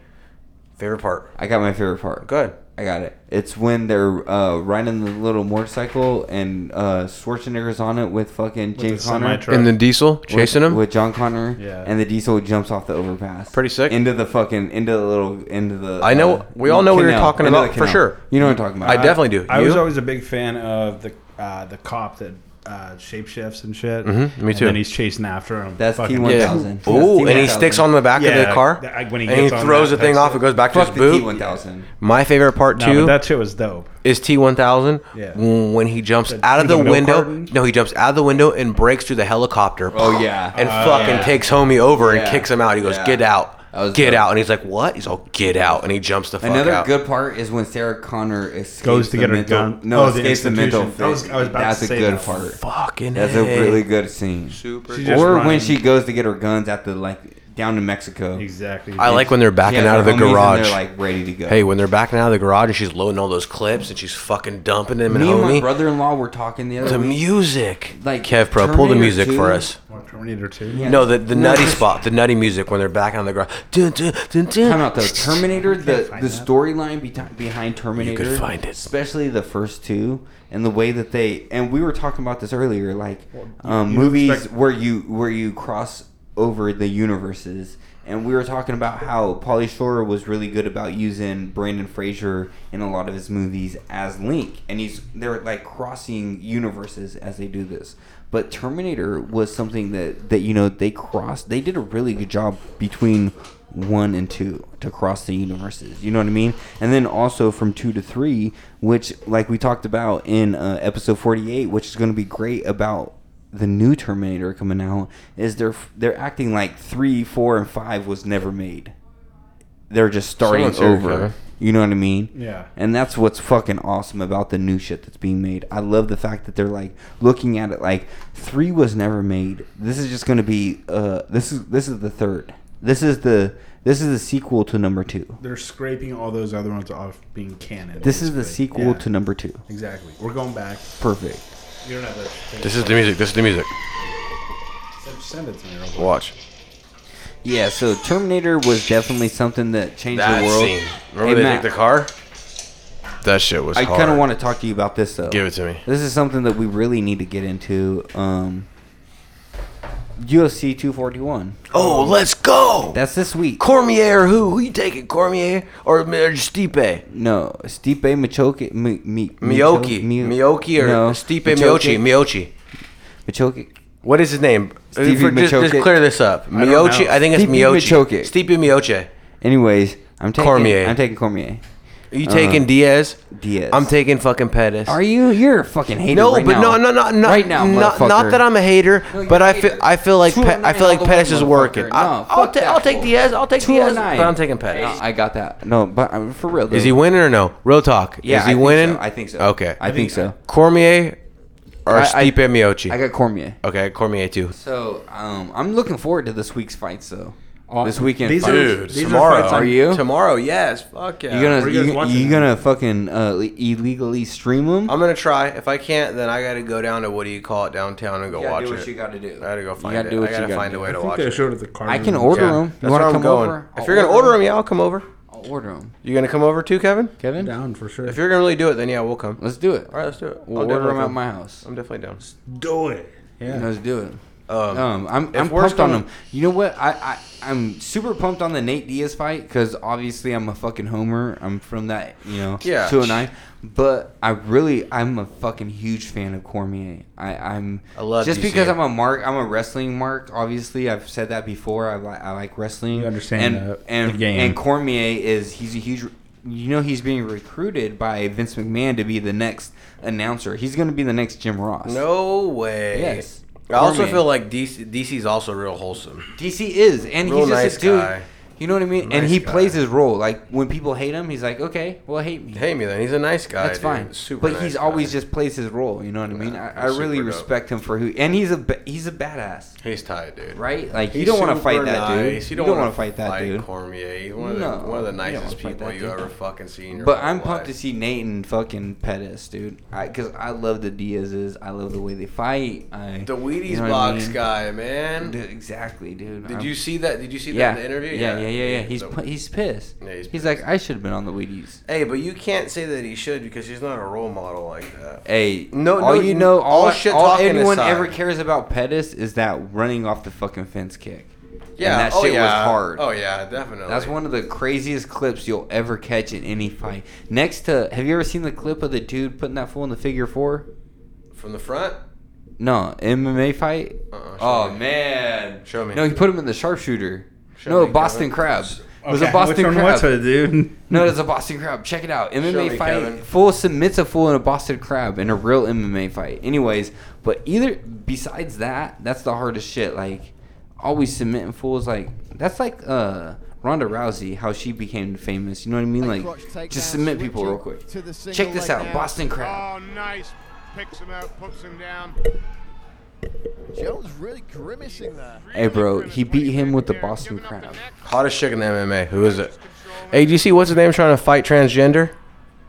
[SPEAKER 9] Favorite part.
[SPEAKER 2] I got my favorite part.
[SPEAKER 9] Good.
[SPEAKER 2] I got it. It's when they're uh, riding the little motorcycle and uh, Schwarzenegger's on it with fucking
[SPEAKER 10] the
[SPEAKER 2] James Conner.
[SPEAKER 10] semi-truck. And
[SPEAKER 9] the diesel
[SPEAKER 2] With-
[SPEAKER 9] chasing him?
[SPEAKER 2] with John Connor.
[SPEAKER 10] Yeah.
[SPEAKER 2] And the diesel jumps off the overpass.
[SPEAKER 9] Pretty sick.
[SPEAKER 2] Into the fucking into the little into the. uh,
[SPEAKER 9] I know- we all know what you're
[SPEAKER 2] canal.
[SPEAKER 9] talking
[SPEAKER 2] Into
[SPEAKER 9] about,
[SPEAKER 2] the
[SPEAKER 9] for
[SPEAKER 2] canal.
[SPEAKER 9] sure.
[SPEAKER 2] You know what I'm talking about.
[SPEAKER 9] I definitely do.
[SPEAKER 10] I was
[SPEAKER 9] You?
[SPEAKER 10] always a big fan of the uh, the cop that uh, shapeshifts and shit.
[SPEAKER 9] Mhm, me
[SPEAKER 10] And
[SPEAKER 9] too.
[SPEAKER 10] then he's chasing after him.
[SPEAKER 2] That's
[SPEAKER 10] Fucking-
[SPEAKER 2] T1000. That's
[SPEAKER 9] Ooh, and he
[SPEAKER 2] T1000.
[SPEAKER 9] sticks on the back of
[SPEAKER 10] Yeah,
[SPEAKER 9] the car,
[SPEAKER 10] that- like when he
[SPEAKER 9] and he
[SPEAKER 10] gets on
[SPEAKER 9] throws
[SPEAKER 10] that
[SPEAKER 9] the thing off. It
[SPEAKER 10] pedestal.
[SPEAKER 9] goes back to
[SPEAKER 2] Fuck
[SPEAKER 9] his
[SPEAKER 2] the
[SPEAKER 9] boot.
[SPEAKER 2] T1000.
[SPEAKER 9] My favorite part
[SPEAKER 10] No,
[SPEAKER 9] too
[SPEAKER 10] but that shit was dope.
[SPEAKER 9] is T1000
[SPEAKER 10] Yeah.
[SPEAKER 9] when he jumps
[SPEAKER 10] The-
[SPEAKER 9] out of the,
[SPEAKER 10] with the milk
[SPEAKER 9] window.
[SPEAKER 10] carton?
[SPEAKER 9] No, he jumps out of the window and breaks through the helicopter.
[SPEAKER 2] Oh, yeah.
[SPEAKER 9] and
[SPEAKER 2] Oh,
[SPEAKER 9] fucking
[SPEAKER 10] yeah.
[SPEAKER 9] takes homie over
[SPEAKER 2] Yeah.
[SPEAKER 9] and kicks him out. He goes,
[SPEAKER 2] Yeah.
[SPEAKER 9] "Get out,
[SPEAKER 2] That was
[SPEAKER 9] get
[SPEAKER 2] dope.
[SPEAKER 9] out!" And he's like, "What?" He's all, "Get out!" And he jumps the fuck
[SPEAKER 2] Another
[SPEAKER 9] out.
[SPEAKER 2] good part is when Sarah Connor escapes
[SPEAKER 10] Goes to
[SPEAKER 2] the
[SPEAKER 10] get her
[SPEAKER 2] mental,
[SPEAKER 10] gun.
[SPEAKER 2] No,
[SPEAKER 10] Oh, the
[SPEAKER 2] escapes the, mental.
[SPEAKER 10] institution. I was- I was about
[SPEAKER 2] That's
[SPEAKER 10] to say
[SPEAKER 2] a good
[SPEAKER 10] that.
[SPEAKER 2] part.
[SPEAKER 9] Fucking
[SPEAKER 2] That's a really good scene.
[SPEAKER 9] Super.
[SPEAKER 10] She just
[SPEAKER 2] Or
[SPEAKER 10] running.
[SPEAKER 2] when she goes to get her guns at the like down in Mexico.
[SPEAKER 10] Exactly.
[SPEAKER 9] I like when they're backing
[SPEAKER 2] Yeah,
[SPEAKER 9] out of the
[SPEAKER 2] homies and
[SPEAKER 9] garage.
[SPEAKER 2] They're like uh, ready to go.
[SPEAKER 9] Hey, when they're backing out of the garage and she's loading all those clips and she's fucking dumping them and
[SPEAKER 2] me and my
[SPEAKER 9] homie.
[SPEAKER 2] brother-in-law were talking the other
[SPEAKER 9] the
[SPEAKER 2] week.
[SPEAKER 9] music,
[SPEAKER 2] Like,
[SPEAKER 9] Kev Pro, pull the
[SPEAKER 2] Terminator
[SPEAKER 9] music for
[SPEAKER 2] 2?
[SPEAKER 9] us.
[SPEAKER 10] Or Terminator Two.
[SPEAKER 2] Yeah.
[SPEAKER 9] No, the, the
[SPEAKER 2] No,
[SPEAKER 9] nutty
[SPEAKER 2] just-
[SPEAKER 9] spot, the nutty music when they're back on the ground. Dun, dun, dun, dun.
[SPEAKER 2] Time out though. Terminator, the
[SPEAKER 10] find
[SPEAKER 2] the
[SPEAKER 10] that.
[SPEAKER 2] storyline beti- behind Terminator,
[SPEAKER 9] find it.
[SPEAKER 2] especially the first two, and the way that they and we were talking about this earlier, like
[SPEAKER 10] you-
[SPEAKER 2] um,
[SPEAKER 10] you
[SPEAKER 2] movies
[SPEAKER 10] expect-
[SPEAKER 2] where you where you cross over the universes, and we were talking about how Polly Shore was really good about using Brandon Fraser in a lot of his movies as Link, and he's they're like crossing universes as they do this. But Terminator was something that that you know they crossed. They did a really good job between one and two to cross the universes. You know what I mean? And then also from two to three, which like we talked about in uh, episode forty-eight, which is going to be great about the new Terminator coming out, is they're they're acting like three, four, and five was never made. They're just starting
[SPEAKER 9] Someone's here,
[SPEAKER 2] over.
[SPEAKER 9] Kevin.
[SPEAKER 2] You know what I mean?
[SPEAKER 10] Yeah.
[SPEAKER 2] And that's what's fucking awesome about the new shit that's being made. I love the fact that they're like looking at it like three was never made. This is just gonna be uh this is this is the third. This is the this is the sequel to number two.
[SPEAKER 10] They're scraping all those other ones off being canon.
[SPEAKER 2] This is the
[SPEAKER 10] basically.
[SPEAKER 2] sequel
[SPEAKER 10] Yeah,
[SPEAKER 2] to number two.
[SPEAKER 10] Exactly. We're going back.
[SPEAKER 2] Perfect.
[SPEAKER 10] You don't have to.
[SPEAKER 9] This is the music. This is the music.
[SPEAKER 10] Send it to me. Real quick.
[SPEAKER 9] Watch.
[SPEAKER 2] Yeah, so Terminator was definitely something that changed the world.
[SPEAKER 9] Remember
[SPEAKER 2] Hey,
[SPEAKER 9] they
[SPEAKER 2] Matt,
[SPEAKER 9] take the car? That shit was
[SPEAKER 2] I
[SPEAKER 9] hard.
[SPEAKER 2] kind of want to talk to you about this though.
[SPEAKER 9] Give it to me.
[SPEAKER 2] This is something that we really need to get into. Um, UFC 241.
[SPEAKER 9] Oh, let's go.
[SPEAKER 2] That's this week.
[SPEAKER 9] Cormier or who? Who you taking? Cormier or, or Stipe?
[SPEAKER 2] No, Stipe Michoki. Mi, mi,
[SPEAKER 9] Miyoki.
[SPEAKER 2] Mi-
[SPEAKER 9] Miyoki or
[SPEAKER 2] no,
[SPEAKER 9] Stipe Miyochi? Miyochi.
[SPEAKER 2] Michoki.
[SPEAKER 9] What is his name?
[SPEAKER 2] Stevie
[SPEAKER 9] For- just, just
[SPEAKER 2] Michoac.
[SPEAKER 9] clear this up.
[SPEAKER 10] I don't
[SPEAKER 9] Miyochi.
[SPEAKER 10] know.
[SPEAKER 9] I, think it's
[SPEAKER 2] Stevie Michoac.
[SPEAKER 9] Miyochi. Stipe Miyochi.
[SPEAKER 2] Anyways, I'm taking
[SPEAKER 9] Cormier.
[SPEAKER 2] I'm taking Cormier.
[SPEAKER 9] Are you taking Diaz?
[SPEAKER 2] Diaz.
[SPEAKER 9] I'm taking fucking Pettis.
[SPEAKER 2] Are you? You're a fucking hater.
[SPEAKER 9] No,
[SPEAKER 2] right
[SPEAKER 9] but
[SPEAKER 2] now.
[SPEAKER 9] no, no, no, no,
[SPEAKER 2] Right now,
[SPEAKER 9] not, not
[SPEAKER 2] motherfucker.
[SPEAKER 9] that I'm a hater,
[SPEAKER 2] No, you're
[SPEAKER 9] but
[SPEAKER 2] a
[SPEAKER 9] I feel,
[SPEAKER 2] hater.
[SPEAKER 9] I feel like, Pe- I
[SPEAKER 2] 209
[SPEAKER 9] feel like
[SPEAKER 2] all the
[SPEAKER 9] Pettis
[SPEAKER 2] way,
[SPEAKER 9] is working.
[SPEAKER 2] motherfucker.
[SPEAKER 9] I,
[SPEAKER 2] No,
[SPEAKER 9] I'll,
[SPEAKER 2] fuck
[SPEAKER 9] ta-
[SPEAKER 2] that
[SPEAKER 9] I'll take
[SPEAKER 2] fool.
[SPEAKER 9] Diaz. I'll take Diaz, but
[SPEAKER 2] 209.
[SPEAKER 9] I'm taking Pettis.
[SPEAKER 2] No, I got that. No, but I'm, for real. Though.
[SPEAKER 9] Is he winning or no? Real talk.
[SPEAKER 2] Yeah,
[SPEAKER 9] is
[SPEAKER 2] I
[SPEAKER 9] he
[SPEAKER 2] think
[SPEAKER 9] winning?
[SPEAKER 2] so. I think so.
[SPEAKER 9] Okay.
[SPEAKER 2] I think so.
[SPEAKER 9] Cormier or
[SPEAKER 2] I- I-
[SPEAKER 9] Stipe Miyochi.
[SPEAKER 2] I got Cormier.
[SPEAKER 9] okay, Cormier too.
[SPEAKER 2] So um, I'm looking forward to this week's fights, though.
[SPEAKER 10] Aw-
[SPEAKER 2] this weekend,
[SPEAKER 10] These
[SPEAKER 2] fight.
[SPEAKER 10] are-
[SPEAKER 9] Dude,
[SPEAKER 10] these are
[SPEAKER 9] tomorrow.
[SPEAKER 10] fights
[SPEAKER 2] on- Are you?
[SPEAKER 9] Tomorrow, yes. Fuck yeah.
[SPEAKER 2] you gonna
[SPEAKER 10] Were you guys
[SPEAKER 2] you,
[SPEAKER 10] watching
[SPEAKER 2] you
[SPEAKER 10] that?
[SPEAKER 2] gonna fucking uh, le- illegally stream them?
[SPEAKER 9] I'm gonna try. If I can't, then I gotta go down to what do you call it downtown and go watch it.
[SPEAKER 2] gotta do.
[SPEAKER 9] I gotta go find
[SPEAKER 2] gotta
[SPEAKER 9] it.
[SPEAKER 2] do what
[SPEAKER 9] I
[SPEAKER 2] you
[SPEAKER 9] gotta
[SPEAKER 2] gotta
[SPEAKER 9] find
[SPEAKER 2] do.
[SPEAKER 9] a way
[SPEAKER 2] I
[SPEAKER 9] to
[SPEAKER 10] I think
[SPEAKER 9] watch
[SPEAKER 10] they
[SPEAKER 9] it.
[SPEAKER 10] showed it at the car.
[SPEAKER 2] I can order
[SPEAKER 9] Yeah,
[SPEAKER 2] 'em. You
[SPEAKER 9] that's
[SPEAKER 2] wanna
[SPEAKER 9] where I'm
[SPEAKER 2] come
[SPEAKER 9] going.
[SPEAKER 2] over?
[SPEAKER 9] If
[SPEAKER 2] I'll
[SPEAKER 9] you're gonna
[SPEAKER 2] order
[SPEAKER 9] order
[SPEAKER 2] 'em.
[SPEAKER 9] them, yeah, I'll come over.
[SPEAKER 2] I'll order them.
[SPEAKER 9] You gonna come over too, Kevin?
[SPEAKER 2] Kevin?
[SPEAKER 10] Down for sure.
[SPEAKER 9] If you're gonna really do it, then yeah, we'll come.
[SPEAKER 2] Let's do it.
[SPEAKER 9] All right, let's do it.
[SPEAKER 2] We'll
[SPEAKER 9] I'll
[SPEAKER 2] order 'em
[SPEAKER 9] definitely
[SPEAKER 2] at
[SPEAKER 9] come.
[SPEAKER 2] my house.
[SPEAKER 9] I'm definitely down.
[SPEAKER 10] Do it. Yeah.
[SPEAKER 2] Let's do it.
[SPEAKER 9] Um,
[SPEAKER 2] Um, I'm,
[SPEAKER 9] if
[SPEAKER 2] I'm
[SPEAKER 9] we're
[SPEAKER 2] pumped on
[SPEAKER 9] gonna-
[SPEAKER 2] him. You know what? I, I I'm super pumped on the Nate Diaz fight because obviously I'm a fucking homer. I'm from that you know
[SPEAKER 9] Yeah.
[SPEAKER 2] two and nine. But I really I'm a fucking huge fan of Cormier. I I'm
[SPEAKER 9] I love
[SPEAKER 2] just
[SPEAKER 9] DCA.
[SPEAKER 2] because I'm a mark. I'm a wrestling mark. Obviously I've said that before. I like I like wrestling. You
[SPEAKER 10] understand
[SPEAKER 2] and
[SPEAKER 10] the-
[SPEAKER 2] and
[SPEAKER 10] the game.
[SPEAKER 2] and Cormier is he's a huge. You know he's being recruited by Vince McMahon to be the next announcer. He's going to be the next Jim Ross.
[SPEAKER 9] No way.
[SPEAKER 2] Yes.
[SPEAKER 9] I also
[SPEAKER 2] Cormier.
[SPEAKER 9] feel like DC, DC's also real wholesome.
[SPEAKER 2] DC is, and
[SPEAKER 9] Real
[SPEAKER 2] he's just
[SPEAKER 9] nice
[SPEAKER 2] a dude.
[SPEAKER 9] guy.
[SPEAKER 2] You know what I mean? and
[SPEAKER 9] Nice
[SPEAKER 2] he
[SPEAKER 9] guy.
[SPEAKER 2] plays his role. Like when people hate him, he's like, okay, well, hate me.
[SPEAKER 9] Hate me then. He's a nice guy.
[SPEAKER 2] That's
[SPEAKER 9] dude.
[SPEAKER 2] fine.
[SPEAKER 9] Super.
[SPEAKER 2] but
[SPEAKER 9] nice
[SPEAKER 2] he's
[SPEAKER 9] guy.
[SPEAKER 2] always just plays his role. You know what I mean? I, I
[SPEAKER 9] he's
[SPEAKER 2] really
[SPEAKER 9] super dope.
[SPEAKER 2] respect him for who, and he's a ba- he's a badass,
[SPEAKER 9] He's tight, dude.
[SPEAKER 2] right? Like you
[SPEAKER 9] He's
[SPEAKER 2] don't want to fight
[SPEAKER 9] super
[SPEAKER 2] that
[SPEAKER 9] nice.
[SPEAKER 2] dude. You don't,
[SPEAKER 9] wanna
[SPEAKER 2] want to fight that dude.
[SPEAKER 9] Cormier. He's one of the,
[SPEAKER 2] No,
[SPEAKER 9] one of the
[SPEAKER 2] you don't
[SPEAKER 9] nicest
[SPEAKER 2] wanna fight
[SPEAKER 9] people
[SPEAKER 2] that
[SPEAKER 9] you
[SPEAKER 2] dude.
[SPEAKER 9] ever fucking seen. in your
[SPEAKER 2] But
[SPEAKER 9] whole
[SPEAKER 2] I'm pumped
[SPEAKER 9] life.
[SPEAKER 2] to see Nate and fucking Pettis, dude. Because I, love the Diaz's. I love the way they fight. I,
[SPEAKER 9] the Wheaties
[SPEAKER 2] you know what I
[SPEAKER 9] box
[SPEAKER 2] mean?
[SPEAKER 9] guy, man.
[SPEAKER 2] Dude, exactly, dude.
[SPEAKER 9] Did
[SPEAKER 2] I'm-
[SPEAKER 9] you see that? Did you see that in the interview?
[SPEAKER 2] Yeah, yeah, yeah, yeah. He's
[SPEAKER 9] So-
[SPEAKER 2] pu- he's pissed.
[SPEAKER 9] Yeah, he's
[SPEAKER 2] he's, like, I should have been on the Wheaties.
[SPEAKER 9] Hey, but you can't say that he should because he's not a role model like that.
[SPEAKER 2] Hey,
[SPEAKER 9] No,
[SPEAKER 2] no, all
[SPEAKER 9] no,
[SPEAKER 2] you know, all,
[SPEAKER 9] all
[SPEAKER 2] all
[SPEAKER 9] shit-talking
[SPEAKER 2] anyone
[SPEAKER 9] aside.
[SPEAKER 2] ever cares about Pettis is that running off the fucking fence kick.
[SPEAKER 9] Yeah,
[SPEAKER 2] and that
[SPEAKER 9] oh,
[SPEAKER 2] shit was
[SPEAKER 9] yeah.
[SPEAKER 2] hard.
[SPEAKER 9] Oh, yeah, definitely.
[SPEAKER 2] That's one of the craziest clips you'll ever catch in any fight. Next to, have you ever seen the clip of the dude putting that fool in the figure four?
[SPEAKER 9] From the front?
[SPEAKER 2] No, MMA fight.
[SPEAKER 9] Uh-uh, show
[SPEAKER 2] oh
[SPEAKER 9] me.
[SPEAKER 2] man,
[SPEAKER 9] Show me.
[SPEAKER 2] No, he put him in the sharpshooter.
[SPEAKER 9] Show
[SPEAKER 2] no,
[SPEAKER 9] me,
[SPEAKER 2] Boston
[SPEAKER 9] Kevin.
[SPEAKER 2] Crab. It was
[SPEAKER 10] Okay,
[SPEAKER 2] a Boston
[SPEAKER 10] which one
[SPEAKER 2] Crab.
[SPEAKER 10] was it, dude?
[SPEAKER 2] No, it's a Boston Crab. Check it out.
[SPEAKER 9] Show
[SPEAKER 2] MMA
[SPEAKER 9] me,
[SPEAKER 2] fight.
[SPEAKER 9] Kevin.
[SPEAKER 2] Full submits a fool in a Boston Crab in a real MMA fight. Anyways, but either besides that, that's the hardest shit. Like always submitting fools. Like that's like uh Ronda Rousey, how she became famous. You know what I mean? Like just submit people real quick. Check this out, Boston
[SPEAKER 9] Uh,
[SPEAKER 2] Crab.
[SPEAKER 19] Oh, nice. Picks him out, puts him down. Jones really grimacing there.
[SPEAKER 9] Hey, bro, he beat him with the Boston Crab. Hottest chick in the MMA. Who is it? Hey, do you see what's his name trying to fight transgender?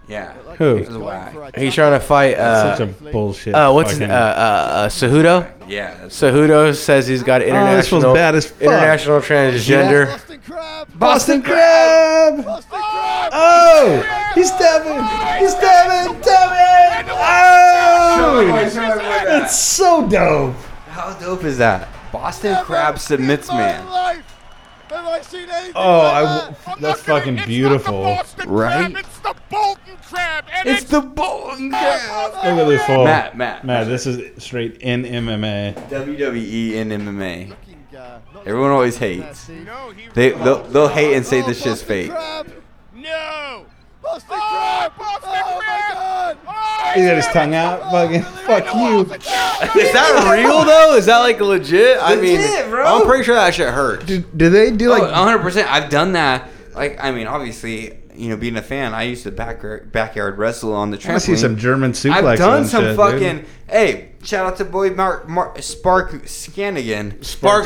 [SPEAKER 2] Yeah.
[SPEAKER 9] Who?
[SPEAKER 2] This is whack.
[SPEAKER 9] He's trying to fight. Uh,
[SPEAKER 10] That's such a bullshit
[SPEAKER 9] Uh, what's his, uh,
[SPEAKER 10] fucking-
[SPEAKER 9] uh, uh, Cejudo?
[SPEAKER 2] Yeah, that's-
[SPEAKER 9] Cejudo says he's got international.
[SPEAKER 10] Oh, this fool's bad as fuck.
[SPEAKER 9] International transgender.
[SPEAKER 10] Boston Crab! Oh! He's stabbing! He's stabbing! Stabbing! Oh! That's so dope!
[SPEAKER 2] How dope is that? Boston Crab submits man.
[SPEAKER 19] Have I seen anything
[SPEAKER 10] Oh,
[SPEAKER 19] like
[SPEAKER 10] I
[SPEAKER 19] that?
[SPEAKER 10] w- that's fucking beautiful.
[SPEAKER 2] Right?
[SPEAKER 19] it's,
[SPEAKER 2] the Bolton Crab.
[SPEAKER 10] Look at this fool.
[SPEAKER 2] Matt, Matt.
[SPEAKER 10] Matt, this is straight in MMA.
[SPEAKER 2] WWE E and MMA. Everyone always hates. They they'll, they'll hate and say this shit's fake.
[SPEAKER 19] No! Boston Crab! Boston oh, Crab! Oh, My God.
[SPEAKER 10] He had his tongue out. Fucking fuck you.
[SPEAKER 9] Is that real though? Is that like legit? I mean,
[SPEAKER 2] Legit, bro.
[SPEAKER 9] I'm pretty sure that shit hurt.
[SPEAKER 10] Do, do they do
[SPEAKER 2] Like 100. percent I've done that. Like I mean, obviously, you know, being a fan, I used to back, backyard wrestle on the
[SPEAKER 10] I wanna
[SPEAKER 2] trampoline.
[SPEAKER 10] see some German suplex.
[SPEAKER 2] I've done
[SPEAKER 10] and
[SPEAKER 2] some
[SPEAKER 10] shit, dude.
[SPEAKER 2] fucking. Hey, shout out to boy Mark, Mark Spark Scanigan.
[SPEAKER 9] Spark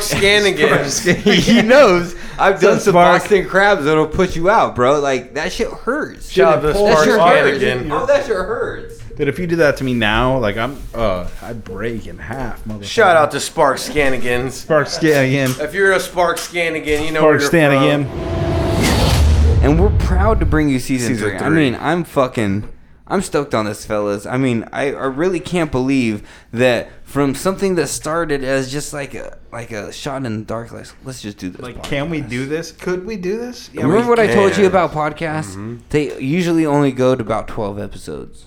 [SPEAKER 9] Scannigan.
[SPEAKER 2] Spark Scan- he knows. I've
[SPEAKER 9] So
[SPEAKER 2] done some
[SPEAKER 9] Spark-
[SPEAKER 2] Boston crabs that'll put you out, bro. Like that shit hurts.
[SPEAKER 9] Shout out to
[SPEAKER 2] That
[SPEAKER 9] Spark
[SPEAKER 2] shit hurts.
[SPEAKER 9] Scannigan.
[SPEAKER 2] Oh, that shit hurts.
[SPEAKER 10] Dude, if you do that to me now, like I'm, uh, I break in half, motherfucker.
[SPEAKER 9] Shout out to Spark Scanigans.
[SPEAKER 10] Spark Scannigan.
[SPEAKER 9] If you're a Spark Scannigan, you know where
[SPEAKER 10] Spark
[SPEAKER 9] you're
[SPEAKER 10] Scannigan.
[SPEAKER 2] And we're proud to bring you season,
[SPEAKER 9] Season
[SPEAKER 2] three. I
[SPEAKER 9] three.
[SPEAKER 2] mean, I'm fucking. I'm stoked on this, fellas. I mean, I, I really can't believe that from something that started as just like a like a shot in the dark. Like, let's just do this.
[SPEAKER 10] Like, can we do this? Could we do this? Yeah,
[SPEAKER 2] Remember
[SPEAKER 10] we Mm-hmm.
[SPEAKER 2] what I told
[SPEAKER 10] can.
[SPEAKER 2] you about podcasts? They usually only go to about 12 episodes.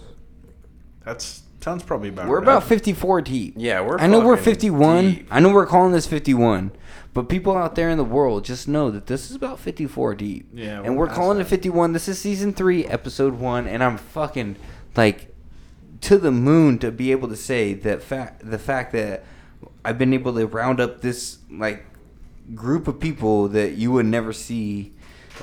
[SPEAKER 10] That's sounds probably about.
[SPEAKER 2] We're
[SPEAKER 10] right.
[SPEAKER 2] about 54 deep.
[SPEAKER 9] Yeah, we're
[SPEAKER 2] I know we're
[SPEAKER 9] fucking
[SPEAKER 2] 51. I know we're calling this 51. But people out there in the world just know that this is about 54 deep.
[SPEAKER 10] Yeah,
[SPEAKER 2] and
[SPEAKER 10] we're
[SPEAKER 2] we're
[SPEAKER 10] past
[SPEAKER 2] calling it 51. This is season 3, episode 1, and I'm fucking like to the moon to be able to say that fact the fact that I've been able to round up this like group of people that you would never see.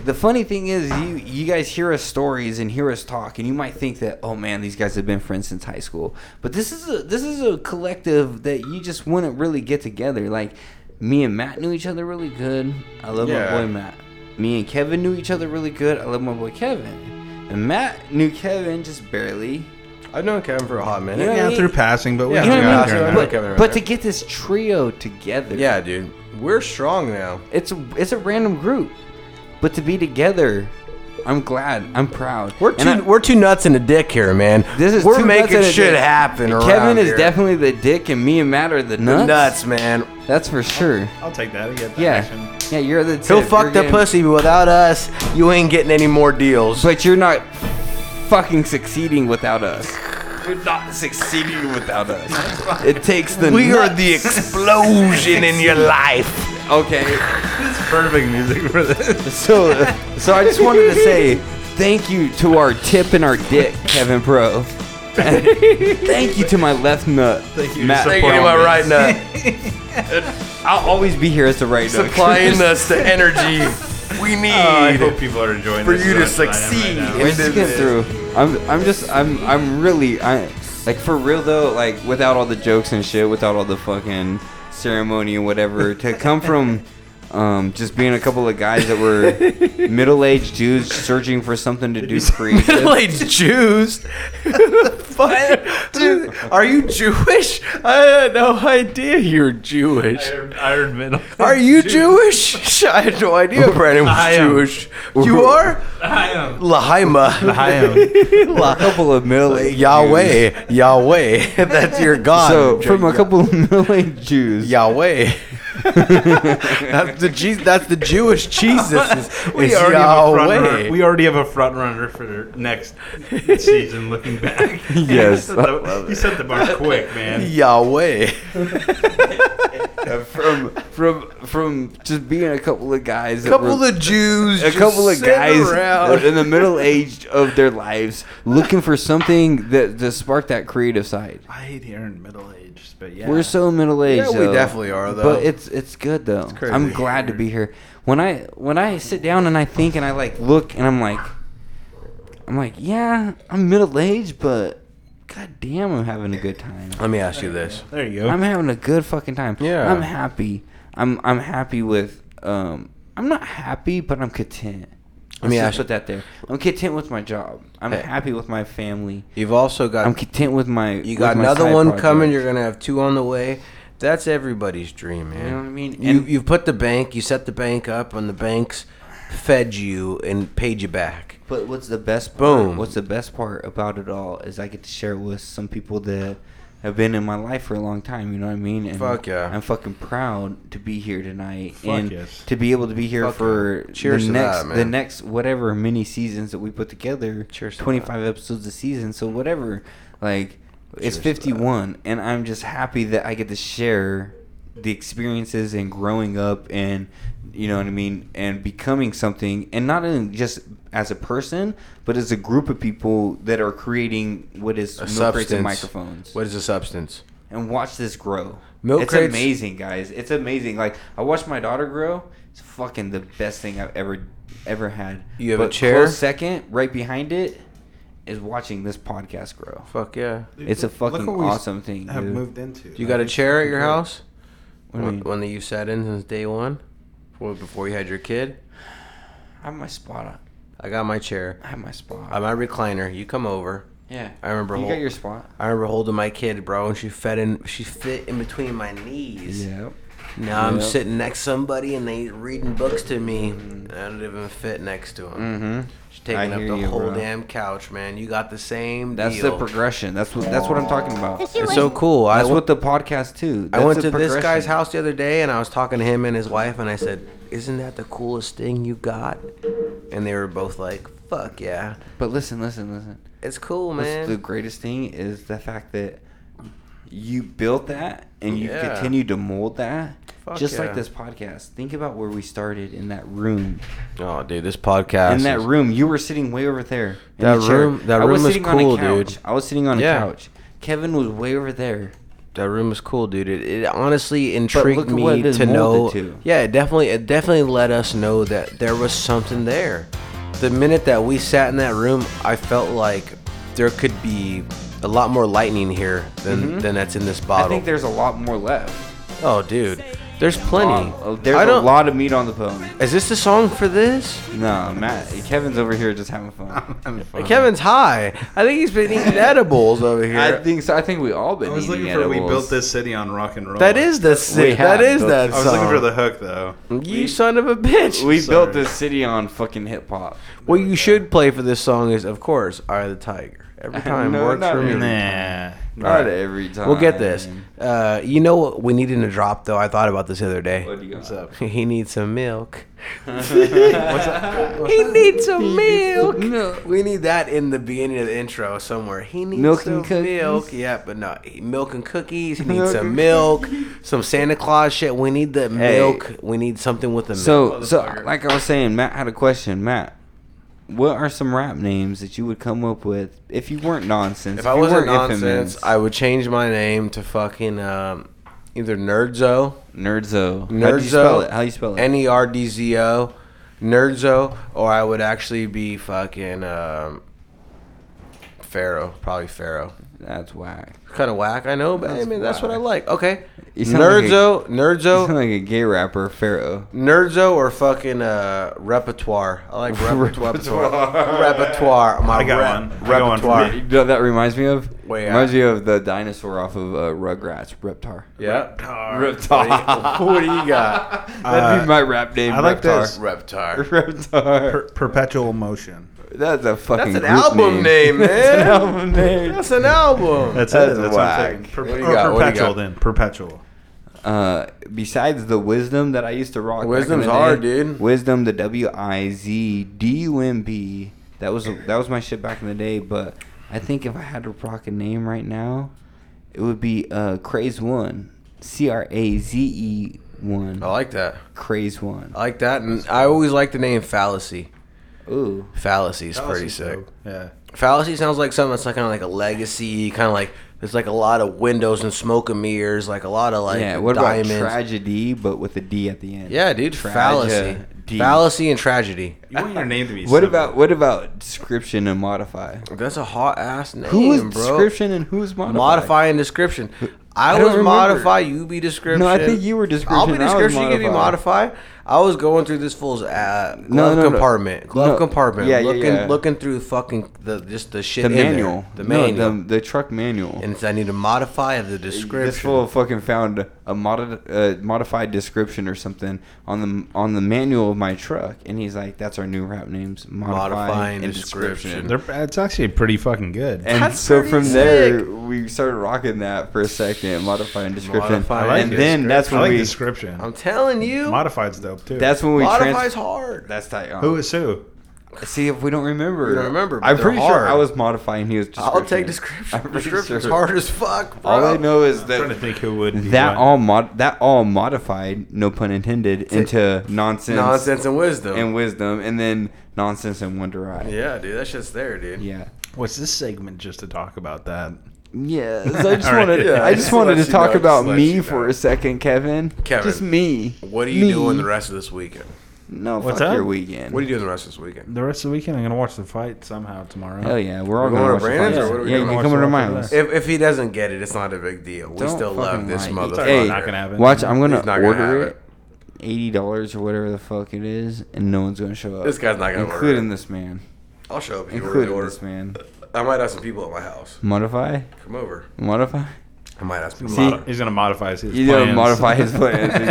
[SPEAKER 2] The funny thing is, you you guys hear us stories and hear us talk, and you might think that oh man, these guys have been friends since high school. But this is a this is a collective that you just wouldn't really get together. Like me and Matt knew each other really good. I love
[SPEAKER 9] Yeah.
[SPEAKER 2] my boy Matt. Me and Kevin knew each other really good. I love my boy Kevin. And Matt knew Kevin just barely.
[SPEAKER 9] From. I've known Kevin for a hot minute.
[SPEAKER 2] You know what I
[SPEAKER 10] yeah,
[SPEAKER 2] mean?
[SPEAKER 10] through passing, but we
[SPEAKER 9] Yeah,
[SPEAKER 10] yeah,
[SPEAKER 2] You know what I
[SPEAKER 9] Yeah, I
[SPEAKER 2] mean?
[SPEAKER 9] know
[SPEAKER 2] But,
[SPEAKER 9] Kevin right
[SPEAKER 2] but to
[SPEAKER 9] there.
[SPEAKER 2] get this trio together,
[SPEAKER 9] Yeah, dude, we're strong now.
[SPEAKER 2] it's a, it's a random group, but to be together I'm glad. I'm proud.
[SPEAKER 9] We're two,
[SPEAKER 2] And I-
[SPEAKER 9] we're two nuts and a dick here, man.
[SPEAKER 2] This is
[SPEAKER 9] we're
[SPEAKER 2] two nuts
[SPEAKER 9] making
[SPEAKER 2] and a
[SPEAKER 9] shit
[SPEAKER 2] dick.
[SPEAKER 9] happen. around
[SPEAKER 2] Kevin is
[SPEAKER 9] here.
[SPEAKER 2] definitely the dick, and me and Matt are the nuts.
[SPEAKER 9] nuts, man.
[SPEAKER 2] That's for sure.
[SPEAKER 10] I'll take that. I get that. action.
[SPEAKER 2] Yeah, yeah, you're the. Tip.
[SPEAKER 9] He'll fuck
[SPEAKER 2] You're
[SPEAKER 9] the
[SPEAKER 2] getting-
[SPEAKER 9] pussy, but without us, you ain't getting any more deals.
[SPEAKER 2] But you're not fucking succeeding without us. You're not succeeding without us. It takes the.
[SPEAKER 9] We are
[SPEAKER 2] nuts.
[SPEAKER 9] the explosion in your life.
[SPEAKER 2] Okay.
[SPEAKER 10] Perfect music for this.
[SPEAKER 2] So, so I just wanted to say thank you to our tip and our dick, Kevin Pro. And thank you to my left nut.
[SPEAKER 9] Thank you to
[SPEAKER 2] Matt
[SPEAKER 9] supplying Thank you to my
[SPEAKER 2] Brown.
[SPEAKER 9] right nut.
[SPEAKER 2] I'll always be here as the right nut.
[SPEAKER 12] Supplying us the energy we need.
[SPEAKER 10] I hope people are enjoying
[SPEAKER 12] for
[SPEAKER 10] this
[SPEAKER 12] you to
[SPEAKER 10] as much as I
[SPEAKER 12] succeed.
[SPEAKER 10] am right now.
[SPEAKER 2] We're just getting through. I'm, I'm just, I'm, I'm really, I, like for real though, like without all the jokes and shit, without all the fucking ceremony and whatever, to come from, um, just being a couple of guys that were middle-aged dudes searching for something to do creative.
[SPEAKER 9] Middle-aged Jews. Fuck, dude, are you Jewish? I had no idea you're Jewish.
[SPEAKER 10] Iron middle.
[SPEAKER 9] Are you Jewish? I had no idea Brandon was
[SPEAKER 10] I am.
[SPEAKER 9] Jewish. You are?
[SPEAKER 10] I am.
[SPEAKER 9] Lahaima.
[SPEAKER 2] Lahaima. a couple of middle-aged
[SPEAKER 9] Yahweh. Yahweh. That's your God.
[SPEAKER 2] So from a couple of middle-aged Jews.
[SPEAKER 9] Yahweh. that's the Je- that's the Jewish Jesus. Is,
[SPEAKER 10] We
[SPEAKER 9] is
[SPEAKER 10] already, have a front runner.
[SPEAKER 9] Yahweh.
[SPEAKER 10] we already have a front runner for next season. Looking back,
[SPEAKER 9] Yes,
[SPEAKER 10] you, set
[SPEAKER 9] I
[SPEAKER 10] the, you set the bar quick, man.
[SPEAKER 9] Yahweh.
[SPEAKER 2] from from from just being a couple of guys, that
[SPEAKER 9] Couple
[SPEAKER 2] were-
[SPEAKER 9] of Jews.
[SPEAKER 2] a couple of guys
[SPEAKER 9] Around.
[SPEAKER 2] in the middle age of their lives, looking for something that to spark that creative side.
[SPEAKER 10] I hate hearing middle aged, but yeah,
[SPEAKER 2] We're so middle aged.
[SPEAKER 9] Yeah, we definitely are, though.
[SPEAKER 2] But it's it's good though.
[SPEAKER 9] crazy.
[SPEAKER 2] I'm glad to be here. When I when I sit down and I think and I like look and I'm like, I'm like, yeah, I'm middle aged, but god damn, I'm having a good time.
[SPEAKER 9] Let me ask you this.
[SPEAKER 10] There you go.
[SPEAKER 2] I'm having a good fucking time.
[SPEAKER 9] Yeah.
[SPEAKER 2] I'm happy. I'm I'm happy with um I'm not happy, but I'm content.
[SPEAKER 9] Let me
[SPEAKER 2] Let's just
[SPEAKER 9] ask-
[SPEAKER 2] put that there. I'm content with my job. I'm
[SPEAKER 9] Hey.
[SPEAKER 2] happy with my family.
[SPEAKER 9] You've also got
[SPEAKER 2] I'm content with my
[SPEAKER 9] You got another one coming. You're gonna have two on the way. That's everybody's dream, man.
[SPEAKER 2] know what I mean?
[SPEAKER 9] You
[SPEAKER 2] And-
[SPEAKER 9] you've put the bank. You set the bank up, and the banks fed you and paid you back.
[SPEAKER 2] But what's the best part?
[SPEAKER 9] Boom.
[SPEAKER 2] What's the best part about it all is I get to share with some people that have been in my life for a long time. You know what I mean? And
[SPEAKER 9] Fuck yeah.
[SPEAKER 2] I'm fucking proud to be here tonight
[SPEAKER 9] Fuck
[SPEAKER 2] and
[SPEAKER 9] yes.
[SPEAKER 2] to be able to be here
[SPEAKER 9] Fuck
[SPEAKER 2] for
[SPEAKER 9] yeah. Cheers
[SPEAKER 2] the
[SPEAKER 9] to
[SPEAKER 2] next
[SPEAKER 9] that, man.
[SPEAKER 2] the next whatever many seasons that we put together. Cheers.
[SPEAKER 9] to
[SPEAKER 2] 25 episodes a season, so whatever. Like it's
[SPEAKER 9] Cheers to that.
[SPEAKER 2] 51 and I'm just happy that I get to share the experiences and growing up and you know what I mean and becoming something and not only just as a person but as a group of people that are creating what is
[SPEAKER 9] A
[SPEAKER 2] milk crates
[SPEAKER 9] substance.
[SPEAKER 2] and microphones
[SPEAKER 9] What is a substance?
[SPEAKER 2] and watch this grow.
[SPEAKER 9] Milk
[SPEAKER 2] it's
[SPEAKER 9] crates-
[SPEAKER 2] amazing, guys. It's amazing. Like I watched my daughter grow. It's fucking the best thing I've ever ever had.
[SPEAKER 9] You have a chair?
[SPEAKER 2] Close second, right behind it, is watching this podcast grow.
[SPEAKER 9] Fuck yeah.
[SPEAKER 2] It's a fucking
[SPEAKER 10] what we
[SPEAKER 2] awesome thing.
[SPEAKER 10] Have
[SPEAKER 2] dude.
[SPEAKER 10] moved into.
[SPEAKER 9] You got a chair at your house?
[SPEAKER 2] What do you
[SPEAKER 9] One,
[SPEAKER 2] mean?
[SPEAKER 9] one that you sat in since day one, before, before you had your kid.
[SPEAKER 2] I have my spot. on-
[SPEAKER 9] I got my chair.
[SPEAKER 2] I have my spot.
[SPEAKER 9] I my recliner. You come over.
[SPEAKER 2] yeah.
[SPEAKER 9] I remember.
[SPEAKER 2] You
[SPEAKER 9] hol-
[SPEAKER 2] got your spot.
[SPEAKER 9] I remember holding my kid, bro, and she fed in. She fit in between my knees.
[SPEAKER 2] Yeah.
[SPEAKER 9] Now I'm
[SPEAKER 2] Yeah.
[SPEAKER 9] sitting next to somebody and they reading books to me. I don't even fit next to them.
[SPEAKER 2] Mm-hmm.
[SPEAKER 9] She's
[SPEAKER 2] I
[SPEAKER 9] taking up
[SPEAKER 2] hear
[SPEAKER 9] the
[SPEAKER 2] you,
[SPEAKER 9] whole
[SPEAKER 2] bro.
[SPEAKER 9] damn couch, man. You got the same
[SPEAKER 2] That's
[SPEAKER 9] deal.
[SPEAKER 2] the progression. That's what that's what I'm talking about.
[SPEAKER 9] It's so cool. I
[SPEAKER 2] That's
[SPEAKER 9] went,
[SPEAKER 2] what the podcast too.
[SPEAKER 9] I
[SPEAKER 2] That's
[SPEAKER 9] went
[SPEAKER 2] the
[SPEAKER 9] to this guy's
[SPEAKER 2] progression.
[SPEAKER 9] house the other day and I was talking to him and his wife and I said, "Isn't that the coolest thing you got?" And they were both like, "Fuck yeah,
[SPEAKER 2] But listen, listen, listen.
[SPEAKER 9] it's cool,
[SPEAKER 2] What's
[SPEAKER 9] man."
[SPEAKER 2] the greatest thing is the fact that you built that and you
[SPEAKER 9] Yeah.
[SPEAKER 2] continue to mold that.
[SPEAKER 9] Fuck
[SPEAKER 2] just
[SPEAKER 9] yeah.
[SPEAKER 2] like this podcast. Think about where we started in that room.
[SPEAKER 9] oh, dude, this podcast.
[SPEAKER 2] in that
[SPEAKER 9] is-
[SPEAKER 2] room, you were sitting way over there. in
[SPEAKER 9] That
[SPEAKER 2] the chair.
[SPEAKER 9] room- that
[SPEAKER 2] I was
[SPEAKER 9] room is
[SPEAKER 2] sitting on a
[SPEAKER 9] cool,
[SPEAKER 2] couch.
[SPEAKER 9] dude.
[SPEAKER 2] I was sitting on
[SPEAKER 9] Yeah.
[SPEAKER 2] a couch. Kevin was way over there.
[SPEAKER 9] That room is cool, dude. It, it honestly intrigued
[SPEAKER 2] look at what
[SPEAKER 9] me
[SPEAKER 2] it is
[SPEAKER 9] to know.
[SPEAKER 2] molded to.
[SPEAKER 9] Yeah, it definitely, it definitely let us know that there was something there. The minute that we sat in that room, I felt like there could be a lot more lightning here than than that's in this
[SPEAKER 2] Mm-hmm. I
[SPEAKER 9] bottle.
[SPEAKER 2] think there's a lot more left.
[SPEAKER 9] oh, dude, There's plenty.
[SPEAKER 2] Oh, there's
[SPEAKER 9] I
[SPEAKER 2] a
[SPEAKER 9] don't-
[SPEAKER 2] lot of meat on the bone.
[SPEAKER 9] Is this the song for this?
[SPEAKER 2] No, Matt. Kevin's over here just having fun.
[SPEAKER 9] Kevin's high. I think he's been eating edibles over here.
[SPEAKER 2] I think so. I think we all been
[SPEAKER 10] I was
[SPEAKER 2] eating
[SPEAKER 10] looking for "We
[SPEAKER 2] edibles.
[SPEAKER 10] Built This City on Rock and Roll."
[SPEAKER 9] That is the ci- We that have is built that
[SPEAKER 10] I was looking
[SPEAKER 9] song.
[SPEAKER 10] for the hook though.
[SPEAKER 9] You son of a bitch.
[SPEAKER 2] We
[SPEAKER 9] Sorry.
[SPEAKER 2] built this city on fucking hip hop.
[SPEAKER 9] What you should play for this song is, of course, "Eye of the Tiger." Every time
[SPEAKER 2] No,
[SPEAKER 9] works
[SPEAKER 2] not
[SPEAKER 9] for me.
[SPEAKER 2] every
[SPEAKER 10] time.
[SPEAKER 2] Nah.
[SPEAKER 9] All
[SPEAKER 2] Not every
[SPEAKER 9] We'll get this.
[SPEAKER 2] time.
[SPEAKER 9] Uh, you know what we need in a drop though? I thought about this the other day.
[SPEAKER 2] What do you got? What's up?
[SPEAKER 9] he needs some milk.
[SPEAKER 2] What's
[SPEAKER 20] that?
[SPEAKER 9] he needs some milk.
[SPEAKER 20] some
[SPEAKER 9] We need that in the beginning of the intro somewhere. He needs
[SPEAKER 20] Milk
[SPEAKER 9] some
[SPEAKER 20] and cookies?
[SPEAKER 9] milk. Yeah, but no, he- milk and cookies. He
[SPEAKER 20] Milk
[SPEAKER 9] needs some
[SPEAKER 20] and
[SPEAKER 9] milk, some Santa Claus shit. We need the milk. We need something with the
[SPEAKER 2] So,
[SPEAKER 9] milk.
[SPEAKER 2] so like I was saying, Matt had a question. Matt, what are some rap names that you would come up with if you weren't nonsense?
[SPEAKER 9] If I wasn't nonsense,
[SPEAKER 2] infamous?
[SPEAKER 9] I would change my name to fucking um, either Nerdzo.
[SPEAKER 2] Nerdzo.
[SPEAKER 9] Nerdzo.
[SPEAKER 2] How do you spell it? How do you spell it?
[SPEAKER 9] N e r d z o, Nerdzo. Or I would actually be fucking um, Pharaoh. Probably Pharaoh.
[SPEAKER 2] That's whack.
[SPEAKER 9] Kind of whack, I know, but hey,
[SPEAKER 2] That's
[SPEAKER 9] man, that's what I
[SPEAKER 2] whack.
[SPEAKER 9] like. Okay,
[SPEAKER 2] You sound like a-
[SPEAKER 9] Nerdzo,
[SPEAKER 2] You sound
[SPEAKER 9] Nerdzo,
[SPEAKER 2] like a gay rapper, Pharaoh.
[SPEAKER 9] Nerdzo, or fucking uh, repertoire. I like repertoire.
[SPEAKER 2] Repertoire.
[SPEAKER 9] repertoire. My
[SPEAKER 10] I got
[SPEAKER 9] rep-
[SPEAKER 10] one. I got one for
[SPEAKER 9] Repertoire.
[SPEAKER 2] You know what that reminds me of?
[SPEAKER 9] Wait,
[SPEAKER 2] reminds me of the dinosaur off of uh, Rugrats, Reptar.
[SPEAKER 9] Yeah.
[SPEAKER 2] Reptar.
[SPEAKER 9] What do you got?
[SPEAKER 2] That'd be my rap name.
[SPEAKER 10] I
[SPEAKER 2] Reptar.
[SPEAKER 10] like this.
[SPEAKER 9] Reptar.
[SPEAKER 2] Reptar.
[SPEAKER 10] Per- Perpetual motion.
[SPEAKER 2] That's a fucking.
[SPEAKER 9] That's an
[SPEAKER 2] group
[SPEAKER 9] album name, man.
[SPEAKER 2] That's an album name.
[SPEAKER 9] That's an album.
[SPEAKER 10] That's, it. That's what I'm saying. Per-
[SPEAKER 9] What do you
[SPEAKER 10] or
[SPEAKER 9] got? What do you
[SPEAKER 10] perpetual
[SPEAKER 9] got?
[SPEAKER 10] then. Perpetual.
[SPEAKER 2] Uh, besides the wisdom that I used to rock. back in
[SPEAKER 9] Wisdom's
[SPEAKER 2] the
[SPEAKER 9] hard,
[SPEAKER 2] day,
[SPEAKER 9] dude.
[SPEAKER 2] Wisdom, the W I Z D U M B. That was that was my shit back in the day. But I think if I had to rock a name right now, it would be uh Craze One, C R A Z E One,
[SPEAKER 9] I like that.
[SPEAKER 2] Craze One.
[SPEAKER 9] I like that, and I always like the name fallacy.
[SPEAKER 2] Ooh,
[SPEAKER 9] Fallacy's pretty
[SPEAKER 10] Fallacy's
[SPEAKER 9] sick.
[SPEAKER 10] dope. Yeah.
[SPEAKER 9] Fallacy sounds like something that's like kind of like a legacy, kind of like there's like a lot of windows and smoke and mirrors, like a lot of like
[SPEAKER 2] yeah. What
[SPEAKER 9] diamonds.
[SPEAKER 2] about tragedy, but with a D at the end?
[SPEAKER 9] yeah, dude, fallacy,
[SPEAKER 2] Tragedy.
[SPEAKER 9] fallacy and tragedy.
[SPEAKER 10] You want your name to be.
[SPEAKER 2] What about what about description and modify?
[SPEAKER 9] That's a hot ass name,
[SPEAKER 2] Who is
[SPEAKER 9] bro.
[SPEAKER 2] description and who is modify?
[SPEAKER 9] Modify and description. I,
[SPEAKER 2] I don't
[SPEAKER 9] was
[SPEAKER 2] remember.
[SPEAKER 9] modify, you be description.
[SPEAKER 2] No, I think you were
[SPEAKER 9] I'll
[SPEAKER 2] description,
[SPEAKER 9] be
[SPEAKER 2] I was
[SPEAKER 9] description. You can be
[SPEAKER 2] modify.
[SPEAKER 9] modify. I was going through this fool's uh, glove
[SPEAKER 2] No, no, no.
[SPEAKER 9] compartment, glove
[SPEAKER 2] No.
[SPEAKER 9] compartment.
[SPEAKER 2] Yeah, yeah,
[SPEAKER 9] looking,
[SPEAKER 2] yeah.
[SPEAKER 9] looking through fucking the just the shit.
[SPEAKER 2] the
[SPEAKER 9] in there.
[SPEAKER 2] manual.
[SPEAKER 9] the
[SPEAKER 2] No,
[SPEAKER 9] manual.
[SPEAKER 2] the, the truck manual.
[SPEAKER 9] and so I need to modify the
[SPEAKER 2] This
[SPEAKER 9] description.
[SPEAKER 2] fool fucking found a modi- uh, modified description or something on the on the manual of my truck, and he's like, "That's our new rap names, modify
[SPEAKER 9] Modifying
[SPEAKER 2] and
[SPEAKER 9] description.
[SPEAKER 2] description."
[SPEAKER 10] They're, it's actually pretty fucking good.
[SPEAKER 2] And
[SPEAKER 9] That's
[SPEAKER 2] so
[SPEAKER 9] pretty
[SPEAKER 2] from there, we started rocking that for a second, modifying description,
[SPEAKER 9] Modify
[SPEAKER 2] and then that's when
[SPEAKER 10] I like
[SPEAKER 2] we
[SPEAKER 10] description.
[SPEAKER 9] I'm telling you,
[SPEAKER 10] Modified's dope too.
[SPEAKER 2] that's when we
[SPEAKER 9] modify's
[SPEAKER 2] trans-
[SPEAKER 9] hard.
[SPEAKER 2] that's tight.
[SPEAKER 10] who is who?
[SPEAKER 2] See if we don't remember.
[SPEAKER 9] We don't remember, but
[SPEAKER 2] I'm
[SPEAKER 9] they're
[SPEAKER 2] pretty sure
[SPEAKER 9] hard.
[SPEAKER 2] I was modifying. He was.
[SPEAKER 9] I'll take description.
[SPEAKER 2] I'm pretty
[SPEAKER 9] Description's
[SPEAKER 2] sure.
[SPEAKER 9] hard as fuck, bro.
[SPEAKER 2] All I know is
[SPEAKER 10] I'm trying to
[SPEAKER 2] that
[SPEAKER 10] think who would be
[SPEAKER 2] that
[SPEAKER 10] what.
[SPEAKER 2] all mod that all modified, no pun intended, into nonsense,
[SPEAKER 9] nonsense and wisdom.
[SPEAKER 2] and wisdom, and then nonsense and wonder eye.
[SPEAKER 9] yeah, dude, that shit's there, dude.
[SPEAKER 2] Yeah.
[SPEAKER 10] What's this segment just to talk about that?
[SPEAKER 2] Yeah, so I just
[SPEAKER 10] All right.
[SPEAKER 2] wanted.
[SPEAKER 10] Yeah,
[SPEAKER 2] I
[SPEAKER 9] just
[SPEAKER 2] just
[SPEAKER 9] to
[SPEAKER 2] wanted
[SPEAKER 9] let
[SPEAKER 2] to
[SPEAKER 9] you
[SPEAKER 2] talk
[SPEAKER 9] know,
[SPEAKER 2] about
[SPEAKER 9] just to let
[SPEAKER 2] me
[SPEAKER 9] you
[SPEAKER 2] for
[SPEAKER 9] know.
[SPEAKER 2] a second, Kevin.
[SPEAKER 9] Kevin,
[SPEAKER 2] just me.
[SPEAKER 9] What are you
[SPEAKER 2] Me.
[SPEAKER 9] doing the rest of this weekend?
[SPEAKER 2] No,
[SPEAKER 10] What's
[SPEAKER 2] fuck
[SPEAKER 10] up?
[SPEAKER 2] your weekend.
[SPEAKER 9] What are you doing the rest of this weekend?
[SPEAKER 10] The rest of the weekend, I'm gonna watch the fight somehow tomorrow.
[SPEAKER 2] Hell yeah, we're all
[SPEAKER 9] We're
[SPEAKER 2] going to watch
[SPEAKER 9] going to
[SPEAKER 2] the
[SPEAKER 9] Brandon's
[SPEAKER 2] fight.
[SPEAKER 9] or what are we
[SPEAKER 2] Yeah, you
[SPEAKER 10] gonna
[SPEAKER 2] can
[SPEAKER 10] watch
[SPEAKER 2] come over to
[SPEAKER 10] tomorrow
[SPEAKER 2] my
[SPEAKER 10] after
[SPEAKER 2] house.
[SPEAKER 10] that?
[SPEAKER 9] If, if he doesn't get it, it's not a big deal. We
[SPEAKER 2] Don't
[SPEAKER 9] still love
[SPEAKER 2] fucking
[SPEAKER 9] this
[SPEAKER 2] lie.
[SPEAKER 9] motherfucker.
[SPEAKER 2] Hey,
[SPEAKER 10] not gonna happen.
[SPEAKER 2] Watch, I'm gonna
[SPEAKER 9] He's not gonna have
[SPEAKER 2] order
[SPEAKER 9] it.
[SPEAKER 2] it. Eighty dollars or whatever the fuck it is, and no one's gonna show up.
[SPEAKER 9] This guy's not gonna order
[SPEAKER 2] including
[SPEAKER 9] it.
[SPEAKER 2] this man,
[SPEAKER 9] I'll show up. if You order the
[SPEAKER 2] including
[SPEAKER 9] order.
[SPEAKER 2] this man.
[SPEAKER 9] I might have some people at my house.
[SPEAKER 2] Modify,
[SPEAKER 9] Come over.
[SPEAKER 2] modify.
[SPEAKER 9] I might ask people.
[SPEAKER 10] Modi- he's gonna modify his.
[SPEAKER 2] You
[SPEAKER 10] plans.
[SPEAKER 2] know, modify his plans
[SPEAKER 9] I got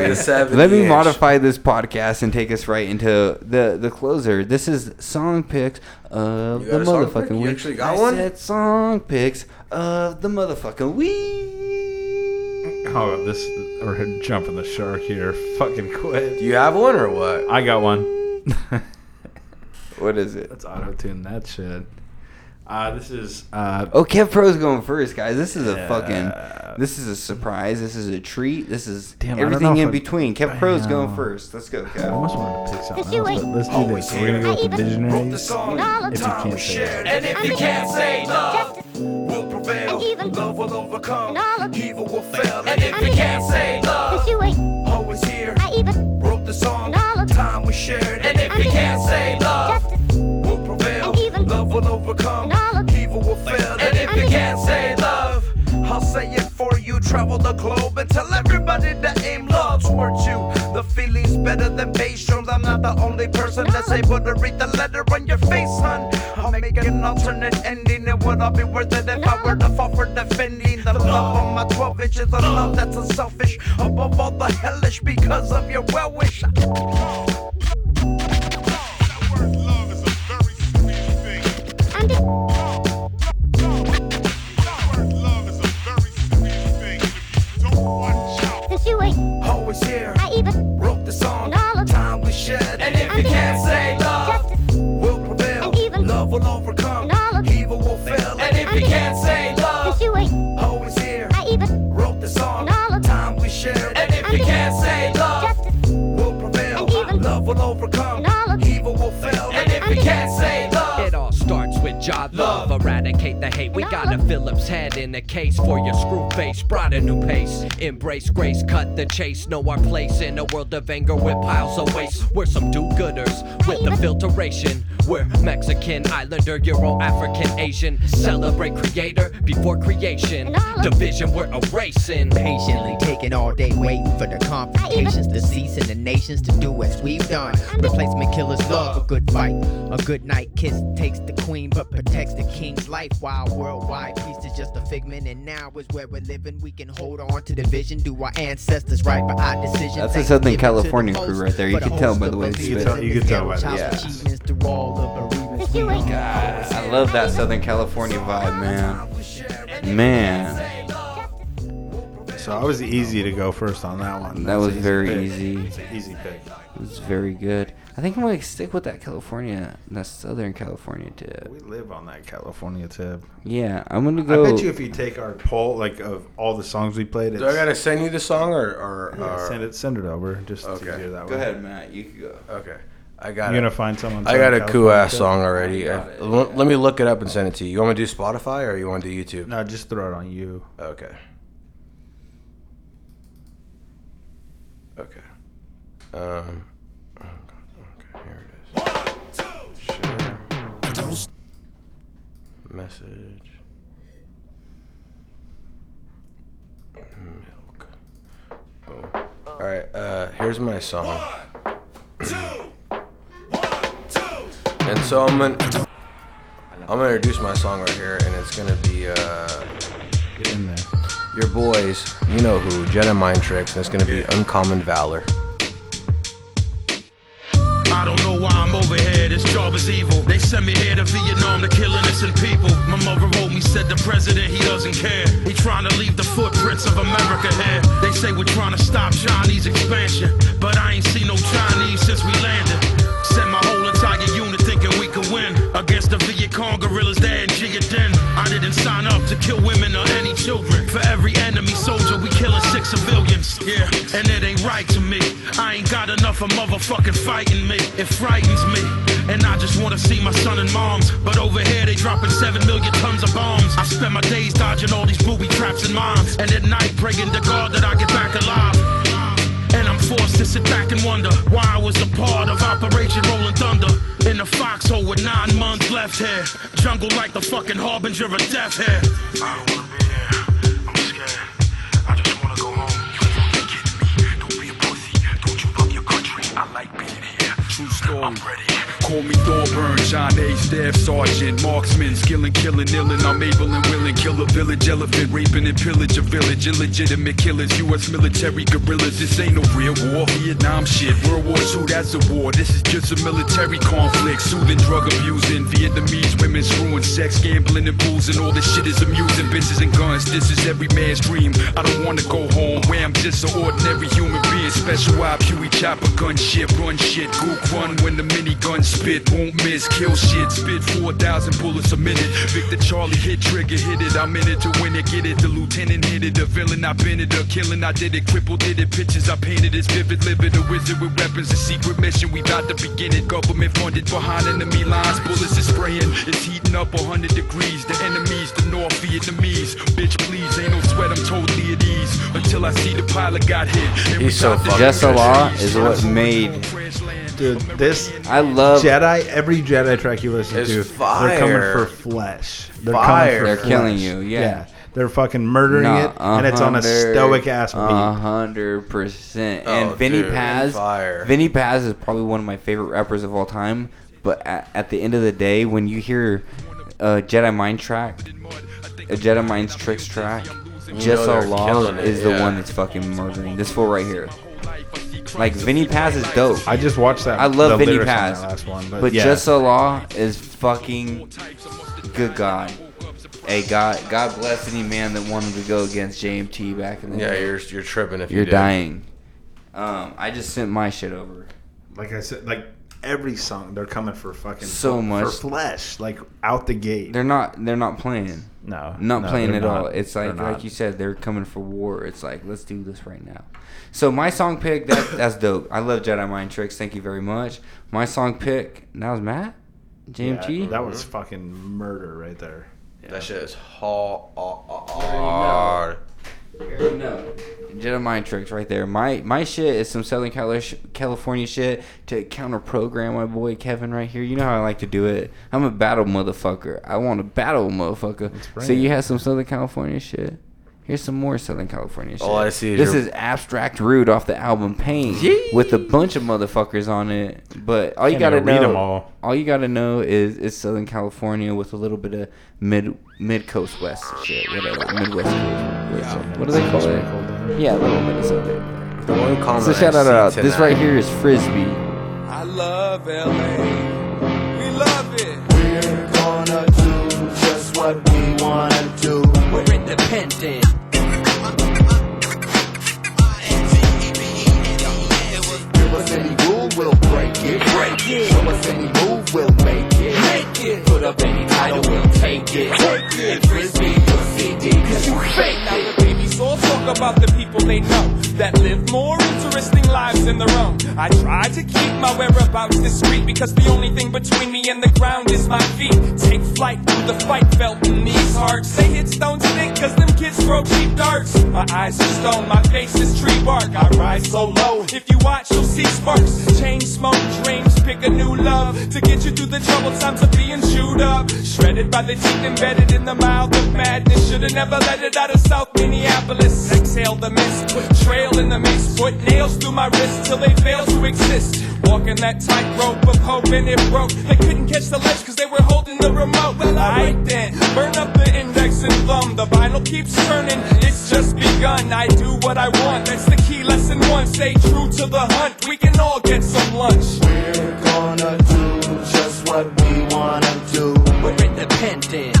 [SPEAKER 9] the
[SPEAKER 2] exactly.
[SPEAKER 9] 70
[SPEAKER 2] Let me
[SPEAKER 9] inch.
[SPEAKER 2] modify this podcast and take us right into the the closer. This is song picks of
[SPEAKER 9] You
[SPEAKER 2] the
[SPEAKER 9] got a song pick?
[SPEAKER 2] motherfucking
[SPEAKER 9] You
[SPEAKER 2] week.
[SPEAKER 9] actually got
[SPEAKER 2] I
[SPEAKER 9] one?
[SPEAKER 2] said song picks of the motherfucking week.
[SPEAKER 10] Oh, this we're jumping the shark here. Fucking quit.
[SPEAKER 9] Do you have one or what?
[SPEAKER 10] I got one.
[SPEAKER 2] What is it?
[SPEAKER 10] Let's auto tune that shit. Uh, this is uh,
[SPEAKER 2] Oh, Kev Pro's going first, guys. This is a
[SPEAKER 10] Yeah.
[SPEAKER 2] fucking. This is a surprise. This is a treat. This is
[SPEAKER 10] Damn, I don't
[SPEAKER 2] everything
[SPEAKER 10] know
[SPEAKER 2] in
[SPEAKER 10] if I-
[SPEAKER 2] between. Kev Pro's going
[SPEAKER 10] Damn.
[SPEAKER 2] first. Let's go,
[SPEAKER 10] I
[SPEAKER 2] Kev.
[SPEAKER 10] almost wanted to pick something else, but let's do this. We're gonna go with the Visionaries. If you can't say it.
[SPEAKER 8] And if you can't say love will prevail,
[SPEAKER 15] even-
[SPEAKER 8] love will overcome,
[SPEAKER 15] and all of-
[SPEAKER 8] evil will fail. And if you can't say love, hope is here.
[SPEAKER 15] I even
[SPEAKER 8] Wrote the song,
[SPEAKER 15] and all of-
[SPEAKER 8] time was shared. And if
[SPEAKER 15] I'm
[SPEAKER 8] you
[SPEAKER 15] just-
[SPEAKER 8] can't say love will prevail,
[SPEAKER 15] and even-
[SPEAKER 8] love will overcome,
[SPEAKER 15] and all of-
[SPEAKER 8] evil will fail. And if
[SPEAKER 15] I'm
[SPEAKER 8] you
[SPEAKER 15] just-
[SPEAKER 8] can't say love, I'll say it for you. Travel the globe and tell everybody to aim love.
[SPEAKER 15] towards you. The feeling's better than patience. I'm not the only person that's able to read the letter on your face, hun. I'll make an alternate ending. It would all be worth it if I were to fall for defending the love on my 12 inch is a love that's unselfish. Above all the hellish because of your well wish. Always here. I even wrote the song. all of time we shared. And if you can't say love, will prevail. And Oh, even love will overcome. all of evil will fail. And if you can't say love, always here. I even wrote the song. all of time we shared. And if you can't say love, will prevail. And even love will overcome. all of evil will fail. And if you can't say love.
[SPEAKER 21] It all starts with job love. Eradicate the hate. We got a Phillips head in a case for your screw face. Brought a new pace. Embrace grace. Cut the chase. Know our place in a world of anger with piles of waste. We're some do gooders with the filtration. We're Mexican, Islander, Euro, African, Asian. Celebrate creator before creation. Division we're erasing.
[SPEAKER 22] Patiently taking all day waiting for the confrontations to cease and the nations to do as we've done. Replacement killers love a good fight. A good night kiss takes the queen but protects the king's life. While worldwide peace is just a figment and now is where we're living. We can hold on to the vision. Do our ancestors right by our decisions?
[SPEAKER 2] That's a Southern California crew right there. You can tell by the way they spit. Yeah. God, I love that Southern California vibe, man. Man,
[SPEAKER 10] So I was easy to go first on that one.
[SPEAKER 2] that was
[SPEAKER 10] It's an
[SPEAKER 2] very
[SPEAKER 10] pick.
[SPEAKER 2] easy.
[SPEAKER 10] It's an easy pick.
[SPEAKER 2] It was very good. I think I'm gonna stick with that California, that Southern California tip.
[SPEAKER 10] We live on that California tip.
[SPEAKER 2] Yeah, I'm gonna go.
[SPEAKER 10] I bet you if you take our poll, like of all the songs we played, it's,
[SPEAKER 12] Do I gotta send you the song or, or,
[SPEAKER 10] Yeah,
[SPEAKER 12] or-
[SPEAKER 10] send it send it over just to hear that
[SPEAKER 2] Go
[SPEAKER 10] one.
[SPEAKER 2] ahead, Matt. You can go.
[SPEAKER 12] Okay. I
[SPEAKER 10] You're
[SPEAKER 12] got.
[SPEAKER 10] gonna find someone.
[SPEAKER 12] I got a
[SPEAKER 10] Southern
[SPEAKER 12] cool ass
[SPEAKER 10] California
[SPEAKER 12] song
[SPEAKER 10] tip?
[SPEAKER 12] already. I- l- Let me look it up and send it to you. You want me to do Spotify or you want to do YouTube? No, just throw it on you. Okay. Okay. Um. Message. Milk. Boom. All right. Uh, here's my song. And so I'm gonna, I'm gonna introduce my song right here, and it's gonna be uh, get in there. Your boys, you know who, Jedi Mind Tricks, and it's gonna be Uncommon Valor.
[SPEAKER 23] I don't know why I'm over here, this job is evil. They sent me here to Vietnam to kill innocent people. My mother wrote me, said the president, he doesn't care. He trying to leave the footprints of America here. They say we're trying to stop Chinese expansion, but I ain't seen no Chinese since we landed. Sent my whole entire unit thinking we could win against the Viet Cong guerrillas there in Jigaden. I didn't sign up to kill women or any children. For every enemy soldier, we killing six civilians. Yeah, and it ain't right to me. I ain't got enough of motherfucking fighting me. It frightens me. And I just wanna see my son and moms. But over here, they dropping seven million tons of bombs. I spend my days dodging all these booby traps and mines. And at night, praying to God that I get back alive. And I'm forced to sit back and wonder why I was a part of Operation Rolling Thunder. In the foxhole with nine months left here. Jungle like the fucking harbinger of death here. I don't wanna be there. I'm scared. I just wanna go home. You won't make it me. Don't be a pussy. Don't you love your country? I like being here. True story. I'm ready.
[SPEAKER 24] Call me Thorburn, John A. Staff Sergeant, marksman, skillin', killin', illin'. I'm able and willing, kill a village elephant, raping and pillage a village. Illegitimate killers, U.S. military guerrillas. This ain't no real war, Vietnam shit. World War II, that's a war. This is just a military conflict. Soothing, drug abusing, Vietnamese women screwing, sex, gambling, and booze, and all this shit is amusing. Bitches and guns, this is every man's dream. I don't wanna go home where I'm just an ordinary human being. Special op, Huey chopper, gun shit, run shit, gook run when the minigun spit, won't miss, kill shit, spit 4,000 bullets a minute. Victor Charlie hit trigger, hit it, I'm in it to win it, get it. The lieutenant hit it, the villain I been it, the killing I did it, crippled did it, pictures I painted is vivid, livid, a wizard with weapons, a secret mission. We bout to begin it, government funded behind enemy lines, bullets is spraying, it's heating up 100 degrees. The enemies, the North Vietnamese, bitch please, ain't no sweat, I'm totally at ease until I see the pilot got hit. And we
[SPEAKER 10] He's so
[SPEAKER 24] got the
[SPEAKER 10] fucking
[SPEAKER 24] Jessa
[SPEAKER 10] good.
[SPEAKER 24] Law
[SPEAKER 2] is what made
[SPEAKER 10] dude this.
[SPEAKER 2] I love
[SPEAKER 10] Jedi. Every Jedi track you listen
[SPEAKER 2] It's
[SPEAKER 10] to,
[SPEAKER 2] fire.
[SPEAKER 10] they're coming for flesh. They're
[SPEAKER 2] Fire.
[SPEAKER 10] coming for
[SPEAKER 2] They're
[SPEAKER 10] flesh.
[SPEAKER 2] killing you, yeah. uh-huh.
[SPEAKER 10] They're fucking murdering it, and it's on a stoic ass beat.
[SPEAKER 2] A hundred percent. And
[SPEAKER 10] Oh,
[SPEAKER 2] Vinny
[SPEAKER 10] dude,
[SPEAKER 2] Paz,
[SPEAKER 10] fire.
[SPEAKER 2] Vinny Paz is probably one of my favorite rappers of all time. But at, at the end of the day, when you hear a Jedi Mind track, a Jedi Mind's Tricks track,
[SPEAKER 20] know
[SPEAKER 2] Just
[SPEAKER 20] they're
[SPEAKER 2] Our Law
[SPEAKER 20] killing it,
[SPEAKER 2] is the
[SPEAKER 20] yeah.
[SPEAKER 2] one that's fucking murdering. This fool right here. Like Vinny Paz is dope.
[SPEAKER 10] I just watched that-
[SPEAKER 2] I
[SPEAKER 10] the
[SPEAKER 2] love Vinny
[SPEAKER 10] lyrics on that
[SPEAKER 2] Paz.
[SPEAKER 10] last one, but
[SPEAKER 2] but
[SPEAKER 10] yeah.
[SPEAKER 2] Just Our Law is fucking good. God, hey God, God bless any man that wanted to go against JMT back in the
[SPEAKER 9] Yeah,
[SPEAKER 2] day.
[SPEAKER 9] you're- you're tripping if you
[SPEAKER 2] you're
[SPEAKER 9] did.
[SPEAKER 2] dying. Um, I just sent my shit over.
[SPEAKER 10] Like I said, like every song they're coming for fucking
[SPEAKER 2] So
[SPEAKER 10] for
[SPEAKER 2] much.
[SPEAKER 10] flesh, like out the gate.
[SPEAKER 2] They're not. They're not playing.
[SPEAKER 10] No,
[SPEAKER 2] not
[SPEAKER 10] no,
[SPEAKER 2] playing
[SPEAKER 10] they're
[SPEAKER 2] at
[SPEAKER 10] not.
[SPEAKER 2] all. It's
[SPEAKER 10] They're
[SPEAKER 2] like
[SPEAKER 10] not.
[SPEAKER 2] like you said, they're coming for war. It's like let's do this right now. So my song pick that that's dope. I love Jedi Mind Tricks. Thank you very much. My song pick and that was Matt JMT.
[SPEAKER 10] Yeah, that was fucking murder right there.
[SPEAKER 9] That shit is hard.
[SPEAKER 2] already No. Jedi Mind Tricks right there. My my shit is some Southern Cali- California shit to counter program my boy Kevin right here. You know how I like to do it. I'm a battle motherfucker. I want to battle motherfucker.
[SPEAKER 9] bring
[SPEAKER 2] So
[SPEAKER 9] it.
[SPEAKER 2] you have some Southern California shit. Here's some more Southern California shit.
[SPEAKER 9] All I see is
[SPEAKER 2] this
[SPEAKER 9] your-
[SPEAKER 2] is Abstract Rude off the album Pain with a bunch of motherfuckers on it. But all you gotta
[SPEAKER 10] Can't even read
[SPEAKER 2] know,
[SPEAKER 10] 'em all.
[SPEAKER 2] you gotta know is it's Southern California with a little bit of mid mid coast west shit, whatever Midwest. Coast, West. What do they call it? Yeah, a little Minnesota.
[SPEAKER 9] One comment
[SPEAKER 2] So
[SPEAKER 9] I
[SPEAKER 2] shout out, out.
[SPEAKER 9] see
[SPEAKER 2] uh, This
[SPEAKER 9] tonight.
[SPEAKER 2] right here is frisbee.
[SPEAKER 15] I love LA. We love it. We're gonna do just what we wanna do. We're independent. Give us any rule, we'll break it. Break it. Show us any move, we'll make it. Make it. Put up any title, we'll take it. Take it. And frisbee your CD, cause you fake
[SPEAKER 5] Now the babies all talk about the people they know that live more interesting lives than their own. I try to keep my whereabouts discreet because the only thing between me and the ground is my feet. Take flight through the fight felt in these hearts. They hit stones thick cause them kids throw cheap darts. My eyes are stone, my face is tree bark. I rise so low. If you watch, you'll see sparks. Chain smoke, dreams, pick a new love to get you through the troubled times of being chewed up. Shredded by the teeth embedded in the mouth of madness. Should've never let it out of South Minneapolis. Exhale the mist, put trail in the mix, put nails through my wrists till they fail to exist. Walking that tightrope of hope and it broke. They couldn't catch the ledge cause they were holding the remote. Well, alright then, burn up the index and thumb. The vinyl keeps turning, it's just begun. I do what I want, that's the key lesson one. Stay true to the hunt, we can all get some lunch.
[SPEAKER 15] We're gonna do just what we wanna do. We're independent.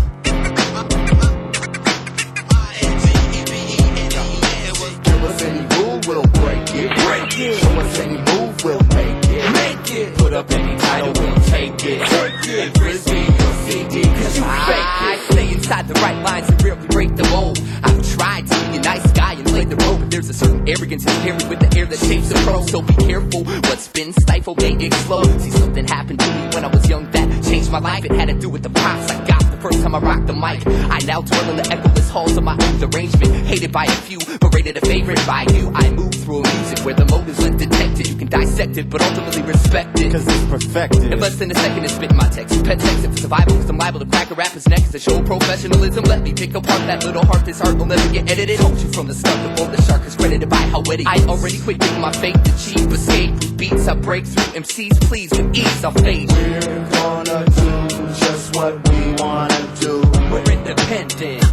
[SPEAKER 15] Give us any rule, we'll break it. Break it. Show us any move, we'll make it. Make it. Put up any title, we'll take it. Take it. And frisbee your CD, cause you
[SPEAKER 6] I stay inside the right lines and rarely break the mold. I've tried to be a nice guy and play the role, but there's a certain arrogance that's carried with the air that shapes the pro. So be careful, what's been stifled may explode. See, something happened to me when I was young that changed my life. It had to do with the props I got the first time I rocked the mic. I now dwell in the echoless halls of my own derangement. Hated by a few, but rated a favorite by you. I move through a music where the motive's undetected. You can dissect it, but ultimately respect it. Cause it's perfected. In less than a second, it's spitting my text. Pet text it for survival, cause I'm liable to crack a rapper's neck. Cause I show professionalism. Let me pick apart that little heart. This heart will never get edited. Told you from the start, the bold the shark is credited by how witty. I already quit giving my fate to cheap escape. Beats I break through MCs, please, with ease, I'll fade.
[SPEAKER 15] We're gonna do just what we wanna do. We're independent.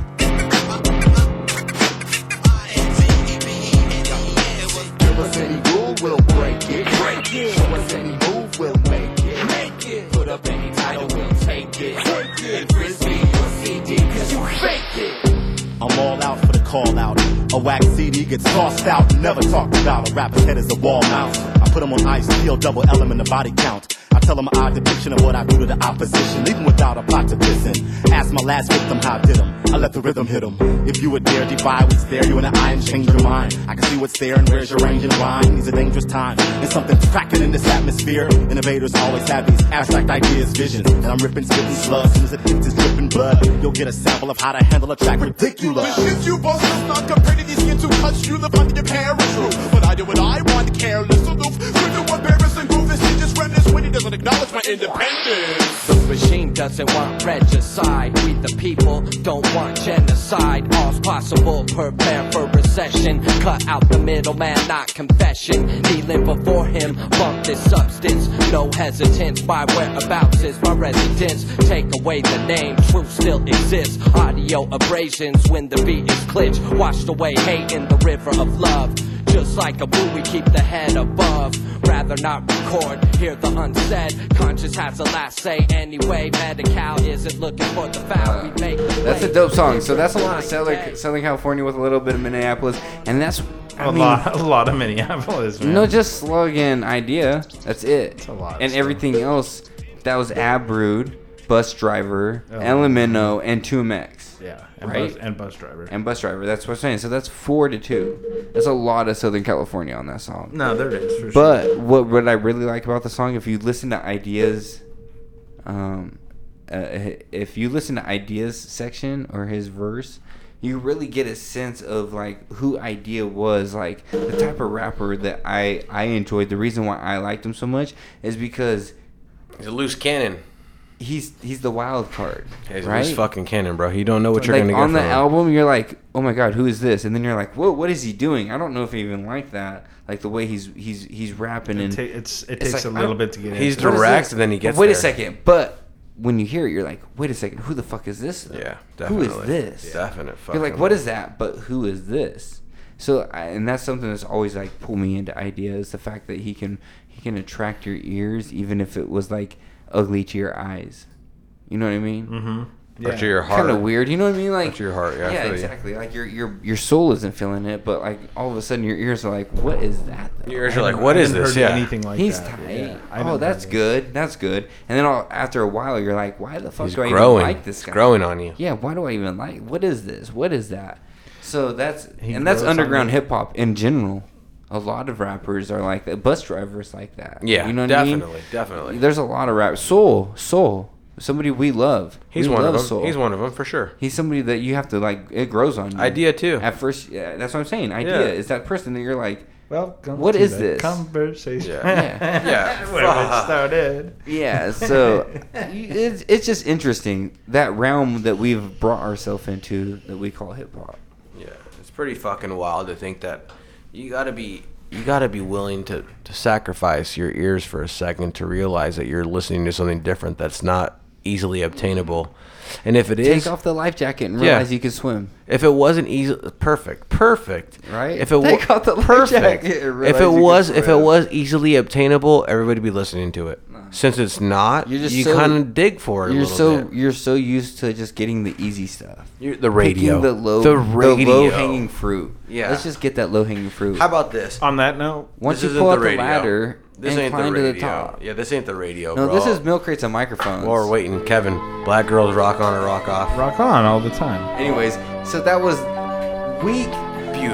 [SPEAKER 15] Give us any rule, we'll break it. Break it. Show us any move, we'll make it. Make it. Put up any title, we'll take it. Take it. And frisbee your CD, cause you fake it.
[SPEAKER 7] I'm all out for the call out. A wax CD gets tossed out, never talked about. A rapper's head is a wall mount. I put 'em on ice, feel double L 'em in the body count. I tell 'em an odd depiction of what I do to the opposition, leave 'em without a plot to piss in. Ask my last victim how I did 'em. I let the rhythm hit 'em. If you would dare defy what's there, you in the eye and change your mind. I can see what's there and where's your range and line. These are dangerous times, and something's cracking in this atmosphere. Innovators always have these abstract ideas, visions. And I'm ripping, spitting slugs, soon as it hits, it's dripping blood. You'll get a sample of how to handle a track ridiculous.
[SPEAKER 25] Shit, you both must not compare to these kids who cuts you live under your parents' roof. But I do what I want, careless, aloof, quick to embarrass and groove. This shit just reminisce when he doesn't acknowledge my independence.
[SPEAKER 15] The
[SPEAKER 21] This regime doesn't want regicide. We the people don't want genocide. All's possible. Prepare for recession. Cut out the middleman, not confession. Kneeling before him, bump this substance. No hesitance. My whereabouts is my residence. Take away the name, truth still exists. Audio abrasions when the beat is clinched. Washed away hate in the river of love. Just like a buoy, keep the head above. Rather not record, hear the unsaid. Conscience has a last say anyway. Medi-Cal isn't looking for the foul. We make the
[SPEAKER 2] That's
[SPEAKER 21] play.
[SPEAKER 2] a dope song. So that's a lot of Southern, Southern California with a little bit of Minneapolis, and that's I
[SPEAKER 10] A
[SPEAKER 2] mean,
[SPEAKER 10] lot, a lot of Minneapolis, man.
[SPEAKER 2] No, just slogan idea. That's it. That's a
[SPEAKER 10] lot of
[SPEAKER 2] And everything else that was Abrood, Bus Driver, Elemento, and 2MX.
[SPEAKER 10] Yeah,
[SPEAKER 2] and
[SPEAKER 10] and
[SPEAKER 2] right.
[SPEAKER 10] bus- and bus driver.
[SPEAKER 2] And bus driver. That's what I'm saying. So that's four to two. That's a lot of Southern California on that song.
[SPEAKER 10] No, there is, for sure.
[SPEAKER 2] but what what I really like about the song, if you listen to ideas, um, uh, if you listen to ideas section or his verse, you really get a sense of like who Idea was, like the type of rapper that I I enjoyed. The reason why I liked him so much is because
[SPEAKER 9] He's a loose cannon.
[SPEAKER 2] He's he's the wild card.
[SPEAKER 9] He's
[SPEAKER 2] right?
[SPEAKER 9] a loose fucking cannon, bro. You don't know what you're
[SPEAKER 2] like
[SPEAKER 9] gonna get
[SPEAKER 2] on the
[SPEAKER 9] from him.
[SPEAKER 2] album you're like oh my god who is this and then you're like whoa what is he doing i don't know if i even like that like the way he's he's he's rapping
[SPEAKER 10] It
[SPEAKER 2] and
[SPEAKER 10] ta- it's- it takes a little
[SPEAKER 2] I'm-
[SPEAKER 10] bit to get
[SPEAKER 9] He's
[SPEAKER 2] what is
[SPEAKER 9] direct,
[SPEAKER 2] this?
[SPEAKER 9] and then he gets
[SPEAKER 2] wait a
[SPEAKER 9] there.
[SPEAKER 2] second but when you hear it you're like wait a second who the fuck is this
[SPEAKER 9] Yeah,
[SPEAKER 2] who
[SPEAKER 9] definitely.
[SPEAKER 2] is this
[SPEAKER 9] Definite
[SPEAKER 2] you're like
[SPEAKER 9] fucking
[SPEAKER 2] what is that but who is this so I, and that's something that's always like pulled me into ideas the fact that he can he can attract your ears even if it was like ugly to your eyes you know what i mean mm-hmm
[SPEAKER 9] Or to your heart.
[SPEAKER 2] kind of weird you know what i mean like
[SPEAKER 9] to your heart, yeah, I feel you.
[SPEAKER 2] exactly like your your your soul isn't feeling it but like all of a sudden your ears are like what is that thing?
[SPEAKER 9] Your ears are like, what is this? Yeah.
[SPEAKER 2] he's tight oh that's good that's good and then all, after a while you're like why the fuck
[SPEAKER 9] He's
[SPEAKER 2] do i
[SPEAKER 9] growing.
[SPEAKER 2] even like this
[SPEAKER 9] It's
[SPEAKER 2] guy
[SPEAKER 9] growing on you.
[SPEAKER 2] yeah why do i even like what is this what is that so that's
[SPEAKER 9] He
[SPEAKER 2] and that's
[SPEAKER 9] grows on
[SPEAKER 2] underground
[SPEAKER 9] you.
[SPEAKER 2] hip hop in general a lot of rappers are like that bus drivers like that
[SPEAKER 9] Yeah,
[SPEAKER 2] you know what I mean?
[SPEAKER 9] definitely, definitely.
[SPEAKER 2] there's a lot of rap soul soul somebody we love
[SPEAKER 9] He's
[SPEAKER 2] We
[SPEAKER 9] one of
[SPEAKER 2] love
[SPEAKER 9] them. He's one of them for sure.
[SPEAKER 2] He's somebody that you have to like. It grows on you.
[SPEAKER 9] Idea, too.
[SPEAKER 2] At first, yeah, that's what I'm saying. Idea
[SPEAKER 9] Yeah.
[SPEAKER 2] is that person that you're like.
[SPEAKER 10] Welcome
[SPEAKER 2] What
[SPEAKER 10] to
[SPEAKER 2] is
[SPEAKER 10] the
[SPEAKER 2] this?
[SPEAKER 10] conversation?
[SPEAKER 2] Yeah.
[SPEAKER 10] Yeah. Where it started.
[SPEAKER 2] Yeah. So you- it's it's just interesting that realm that we've brought ourselves into that we call hip hop.
[SPEAKER 9] Yeah, it's pretty fucking wild to think that you gotta be you gotta be willing to to sacrifice your ears for a second to realize that you're listening to something different that's not easily obtainable. And if it is,
[SPEAKER 2] Take off the life jacket and realize you can swim.
[SPEAKER 9] If it wasn't easy, perfect, perfect,
[SPEAKER 2] Right?
[SPEAKER 9] If it wa-
[SPEAKER 2] Take off the life
[SPEAKER 9] perfect,
[SPEAKER 2] jacket and realize
[SPEAKER 9] if it
[SPEAKER 2] you can
[SPEAKER 9] was, if it
[SPEAKER 2] swim.
[SPEAKER 9] was easily obtainable, everybody would be listening to it. Since it's not,
[SPEAKER 2] You're just
[SPEAKER 9] you
[SPEAKER 2] so-
[SPEAKER 9] kind of dig for it. a
[SPEAKER 2] You're
[SPEAKER 9] little
[SPEAKER 2] so
[SPEAKER 9] bit.
[SPEAKER 2] you're so used to just getting the easy stuff.
[SPEAKER 9] You're- the
[SPEAKER 2] Picking
[SPEAKER 9] radio.
[SPEAKER 2] the low,
[SPEAKER 9] The
[SPEAKER 2] the
[SPEAKER 9] radio.
[SPEAKER 2] low hanging fruit.
[SPEAKER 9] Yeah.
[SPEAKER 2] Let's just get that low hanging fruit.
[SPEAKER 9] How about this?
[SPEAKER 10] On that note,
[SPEAKER 2] Once
[SPEAKER 9] This
[SPEAKER 2] you
[SPEAKER 9] isn't
[SPEAKER 2] pull
[SPEAKER 9] the
[SPEAKER 2] out the,
[SPEAKER 9] radio.
[SPEAKER 2] ladder
[SPEAKER 9] This
[SPEAKER 2] and
[SPEAKER 9] ain't the
[SPEAKER 2] climb to the
[SPEAKER 9] radio.
[SPEAKER 2] top.
[SPEAKER 9] Yeah, this ain't the radio.
[SPEAKER 2] No,
[SPEAKER 9] bro.
[SPEAKER 2] this is Mill Crates and Microphones.
[SPEAKER 9] Or waiting, Kevin. Black girls rock on or rock off.
[SPEAKER 10] Rock on all the time.
[SPEAKER 2] Anyways, so that was week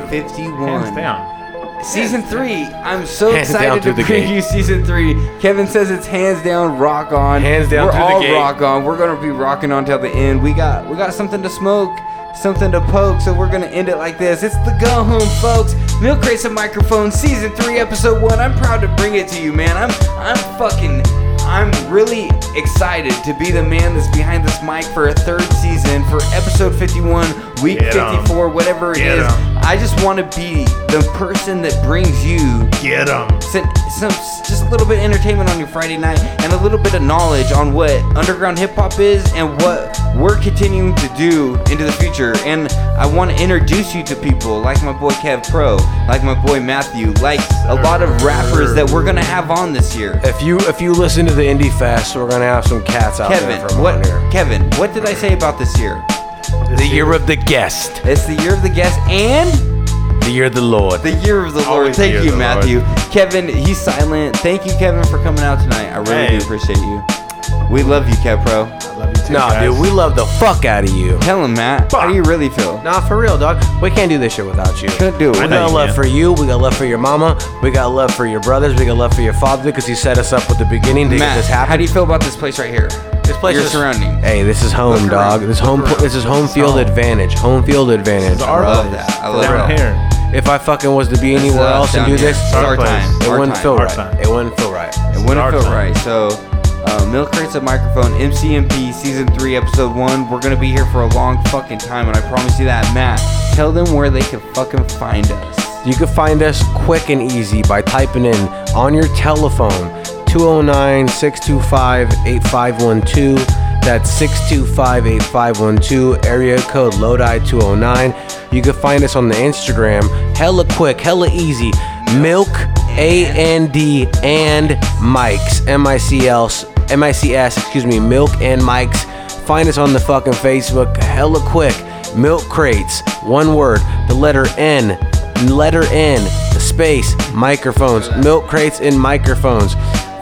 [SPEAKER 2] fifty-one.
[SPEAKER 10] Hands down.
[SPEAKER 2] Season three. I'm so
[SPEAKER 10] Hands down
[SPEAKER 2] excited to
[SPEAKER 10] through the gate.
[SPEAKER 2] preview season three. Kevin says it's hands down, rock on. Hands
[SPEAKER 9] down
[SPEAKER 2] We're
[SPEAKER 9] through the
[SPEAKER 2] all
[SPEAKER 9] gate.
[SPEAKER 2] rock on. We're gonna be rocking on till the end. We got we got something to smoke, something to poke. So we're gonna end it like this. It's the go home, folks. Milk crates and microphones, season three, episode one. I'm proud to bring it to you, man. I'm I'm fucking. I'm really excited to be the man that's behind this mic for a third season for episode 51, week
[SPEAKER 10] Get 'em.
[SPEAKER 2] 54, whatever it is.
[SPEAKER 10] Get 'em.
[SPEAKER 2] I just want to be the person that brings you
[SPEAKER 10] Get 'em.
[SPEAKER 2] Some, some just a little bit of entertainment on your Friday night and a little bit of knowledge on what underground hip hop is and what we're continuing to do into the future. And I want to introduce you to people like my boy Kev Pro, like my boy Matthew, like a lot of rappers that we're gonna have on this year.
[SPEAKER 9] If you if you listen to the Indie Fest, we're gonna have some cats out
[SPEAKER 2] Kevin,
[SPEAKER 9] there from
[SPEAKER 2] what
[SPEAKER 9] on here.
[SPEAKER 2] Kevin, what did I say about this year?
[SPEAKER 9] The year of the guest.
[SPEAKER 2] It's the year of the guest and
[SPEAKER 9] The year of the Lord.
[SPEAKER 2] The year of the Lord.
[SPEAKER 9] Always the year
[SPEAKER 2] Thank
[SPEAKER 9] of
[SPEAKER 2] you,
[SPEAKER 9] the Lord.
[SPEAKER 2] Matthew. Kevin, he's silent. Thank you, Kevin, for coming out tonight. I really
[SPEAKER 9] Hey.
[SPEAKER 2] do appreciate you. We love you, Kepro. I
[SPEAKER 10] love you
[SPEAKER 9] too, Nah, guys. dude, we love the fuck out of you.
[SPEAKER 2] Tell him, Matt. How do you really feel?
[SPEAKER 9] Nah, for real, dog. We can't do this shit without you.
[SPEAKER 2] Couldn't do it
[SPEAKER 9] We
[SPEAKER 2] without
[SPEAKER 9] got
[SPEAKER 2] you,
[SPEAKER 9] love
[SPEAKER 2] man.
[SPEAKER 9] for you. We got love for your mama. We got love for your brothers. We got love for your father because he set us up with the beginning to get
[SPEAKER 2] Matt,
[SPEAKER 9] this happen.
[SPEAKER 2] how do you feel about this place right here? This
[SPEAKER 9] place
[SPEAKER 2] Your
[SPEAKER 9] is-
[SPEAKER 2] surroundings.
[SPEAKER 9] Hey, this is home,
[SPEAKER 2] Look
[SPEAKER 9] dog.
[SPEAKER 2] around.
[SPEAKER 9] This home.
[SPEAKER 2] Look
[SPEAKER 9] pl- This is home field advantage. Home field advantage.
[SPEAKER 2] is our I love place. that. I love
[SPEAKER 9] For real.
[SPEAKER 2] that.
[SPEAKER 9] If I fucking was to be
[SPEAKER 2] This is
[SPEAKER 9] anywhere
[SPEAKER 2] us
[SPEAKER 9] else and
[SPEAKER 2] uh, down
[SPEAKER 9] do
[SPEAKER 2] here.
[SPEAKER 9] this,
[SPEAKER 2] It's our time.
[SPEAKER 9] it
[SPEAKER 2] Our
[SPEAKER 9] wouldn't
[SPEAKER 2] time.
[SPEAKER 9] feel
[SPEAKER 2] Our
[SPEAKER 9] right.
[SPEAKER 2] time.
[SPEAKER 9] It wouldn't feel right.
[SPEAKER 2] It wouldn't feel right. So Uh, Milk Crates of Microphone, MCMP, Season 3, Episode 1. We're going to be here for a long fucking time, and I promise you that. Matt, tell them where they can fucking find us.
[SPEAKER 9] You can find us quick and easy by typing in on your telephone 209 625 8512. That's 625 8512, area code Lodi 209. You can find us on the Instagram, hella quick, hella easy, milk, A N D, and Mike's, M I C L S, M I C S, excuse me, milk and Mike's. Find us on the fucking Facebook, hella quick, milk crates, one word, the letter N, letter N, space, microphones, milk crates and microphones.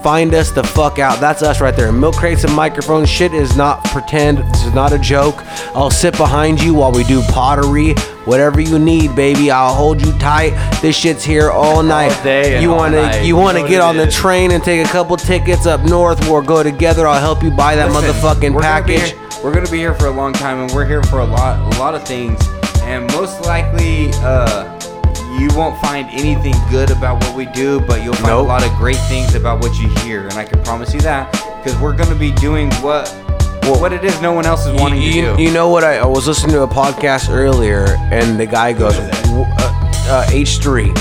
[SPEAKER 9] Find us the fuck out. That's us right there. Milk crates and microphones. Shit is not pretend. This is not a joke. I'll sit behind you while we do pottery. Whatever you need, baby. I'll hold you tight. This shit's here all night.
[SPEAKER 2] day and
[SPEAKER 9] you
[SPEAKER 2] all
[SPEAKER 9] wanna
[SPEAKER 2] night.
[SPEAKER 9] you wanna
[SPEAKER 2] You know
[SPEAKER 9] get
[SPEAKER 2] what
[SPEAKER 9] on
[SPEAKER 2] it
[SPEAKER 9] the
[SPEAKER 2] is.
[SPEAKER 9] train and take a couple tickets up north. We'll go together. I'll help you buy that
[SPEAKER 2] Listen,
[SPEAKER 9] motherfucking
[SPEAKER 2] we're gonna be
[SPEAKER 9] package.
[SPEAKER 2] here- we're gonna be here for a long time, and we're here for a lot, a lot of things, and most likely, uh, you won't find anything good about what we do, but you'll find a lot of great things about what you hear, and I can promise you that because we're gonna be doing what, what it is no one else is wanting
[SPEAKER 9] you,
[SPEAKER 2] to do.
[SPEAKER 9] you know what? I, I was listening to a podcast earlier, and the guy goes, "W- uh, uh, H3.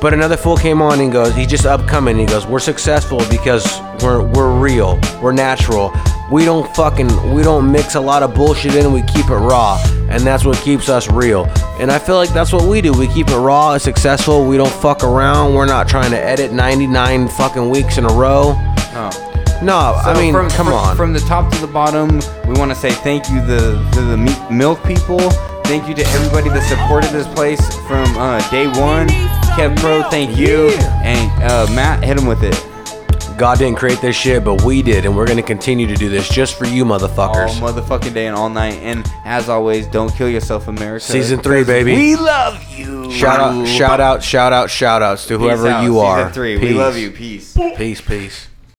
[SPEAKER 9] But another fool came on and goes, he's just upcoming. He goes, we're successful because we're, we're real, we're natural. We don't fucking, we don't mix a lot of bullshit in, we keep it raw. And that's what keeps us real. And I feel like that's what we do. We keep it raw, it's successful, we don't fuck around, we're not trying to edit 99 fucking weeks in a row.
[SPEAKER 2] No.
[SPEAKER 9] No, I
[SPEAKER 2] So
[SPEAKER 9] mean, come
[SPEAKER 2] from,
[SPEAKER 9] on.
[SPEAKER 2] From the top to the bottom, we want to say thank you the, to the meat, milk people. Thank you to everybody that supported this place from uh, day one. Kev Pro, thank you. And uh, Matt, hit him with it.
[SPEAKER 9] God didn't create this shit, but we did, and we're gonna continue to do this just for you, motherfuckers.
[SPEAKER 2] All motherfucking day and all night. And as always, don't kill yourself, America.
[SPEAKER 9] Season three,
[SPEAKER 2] Because
[SPEAKER 9] baby.
[SPEAKER 2] We love you.
[SPEAKER 9] shout out, shout out, shout out, shout outs to
[SPEAKER 2] Peace
[SPEAKER 9] whoever
[SPEAKER 2] out.
[SPEAKER 9] you
[SPEAKER 2] Season
[SPEAKER 9] are.
[SPEAKER 2] three. We love you. Peace.
[SPEAKER 9] Peace, peace.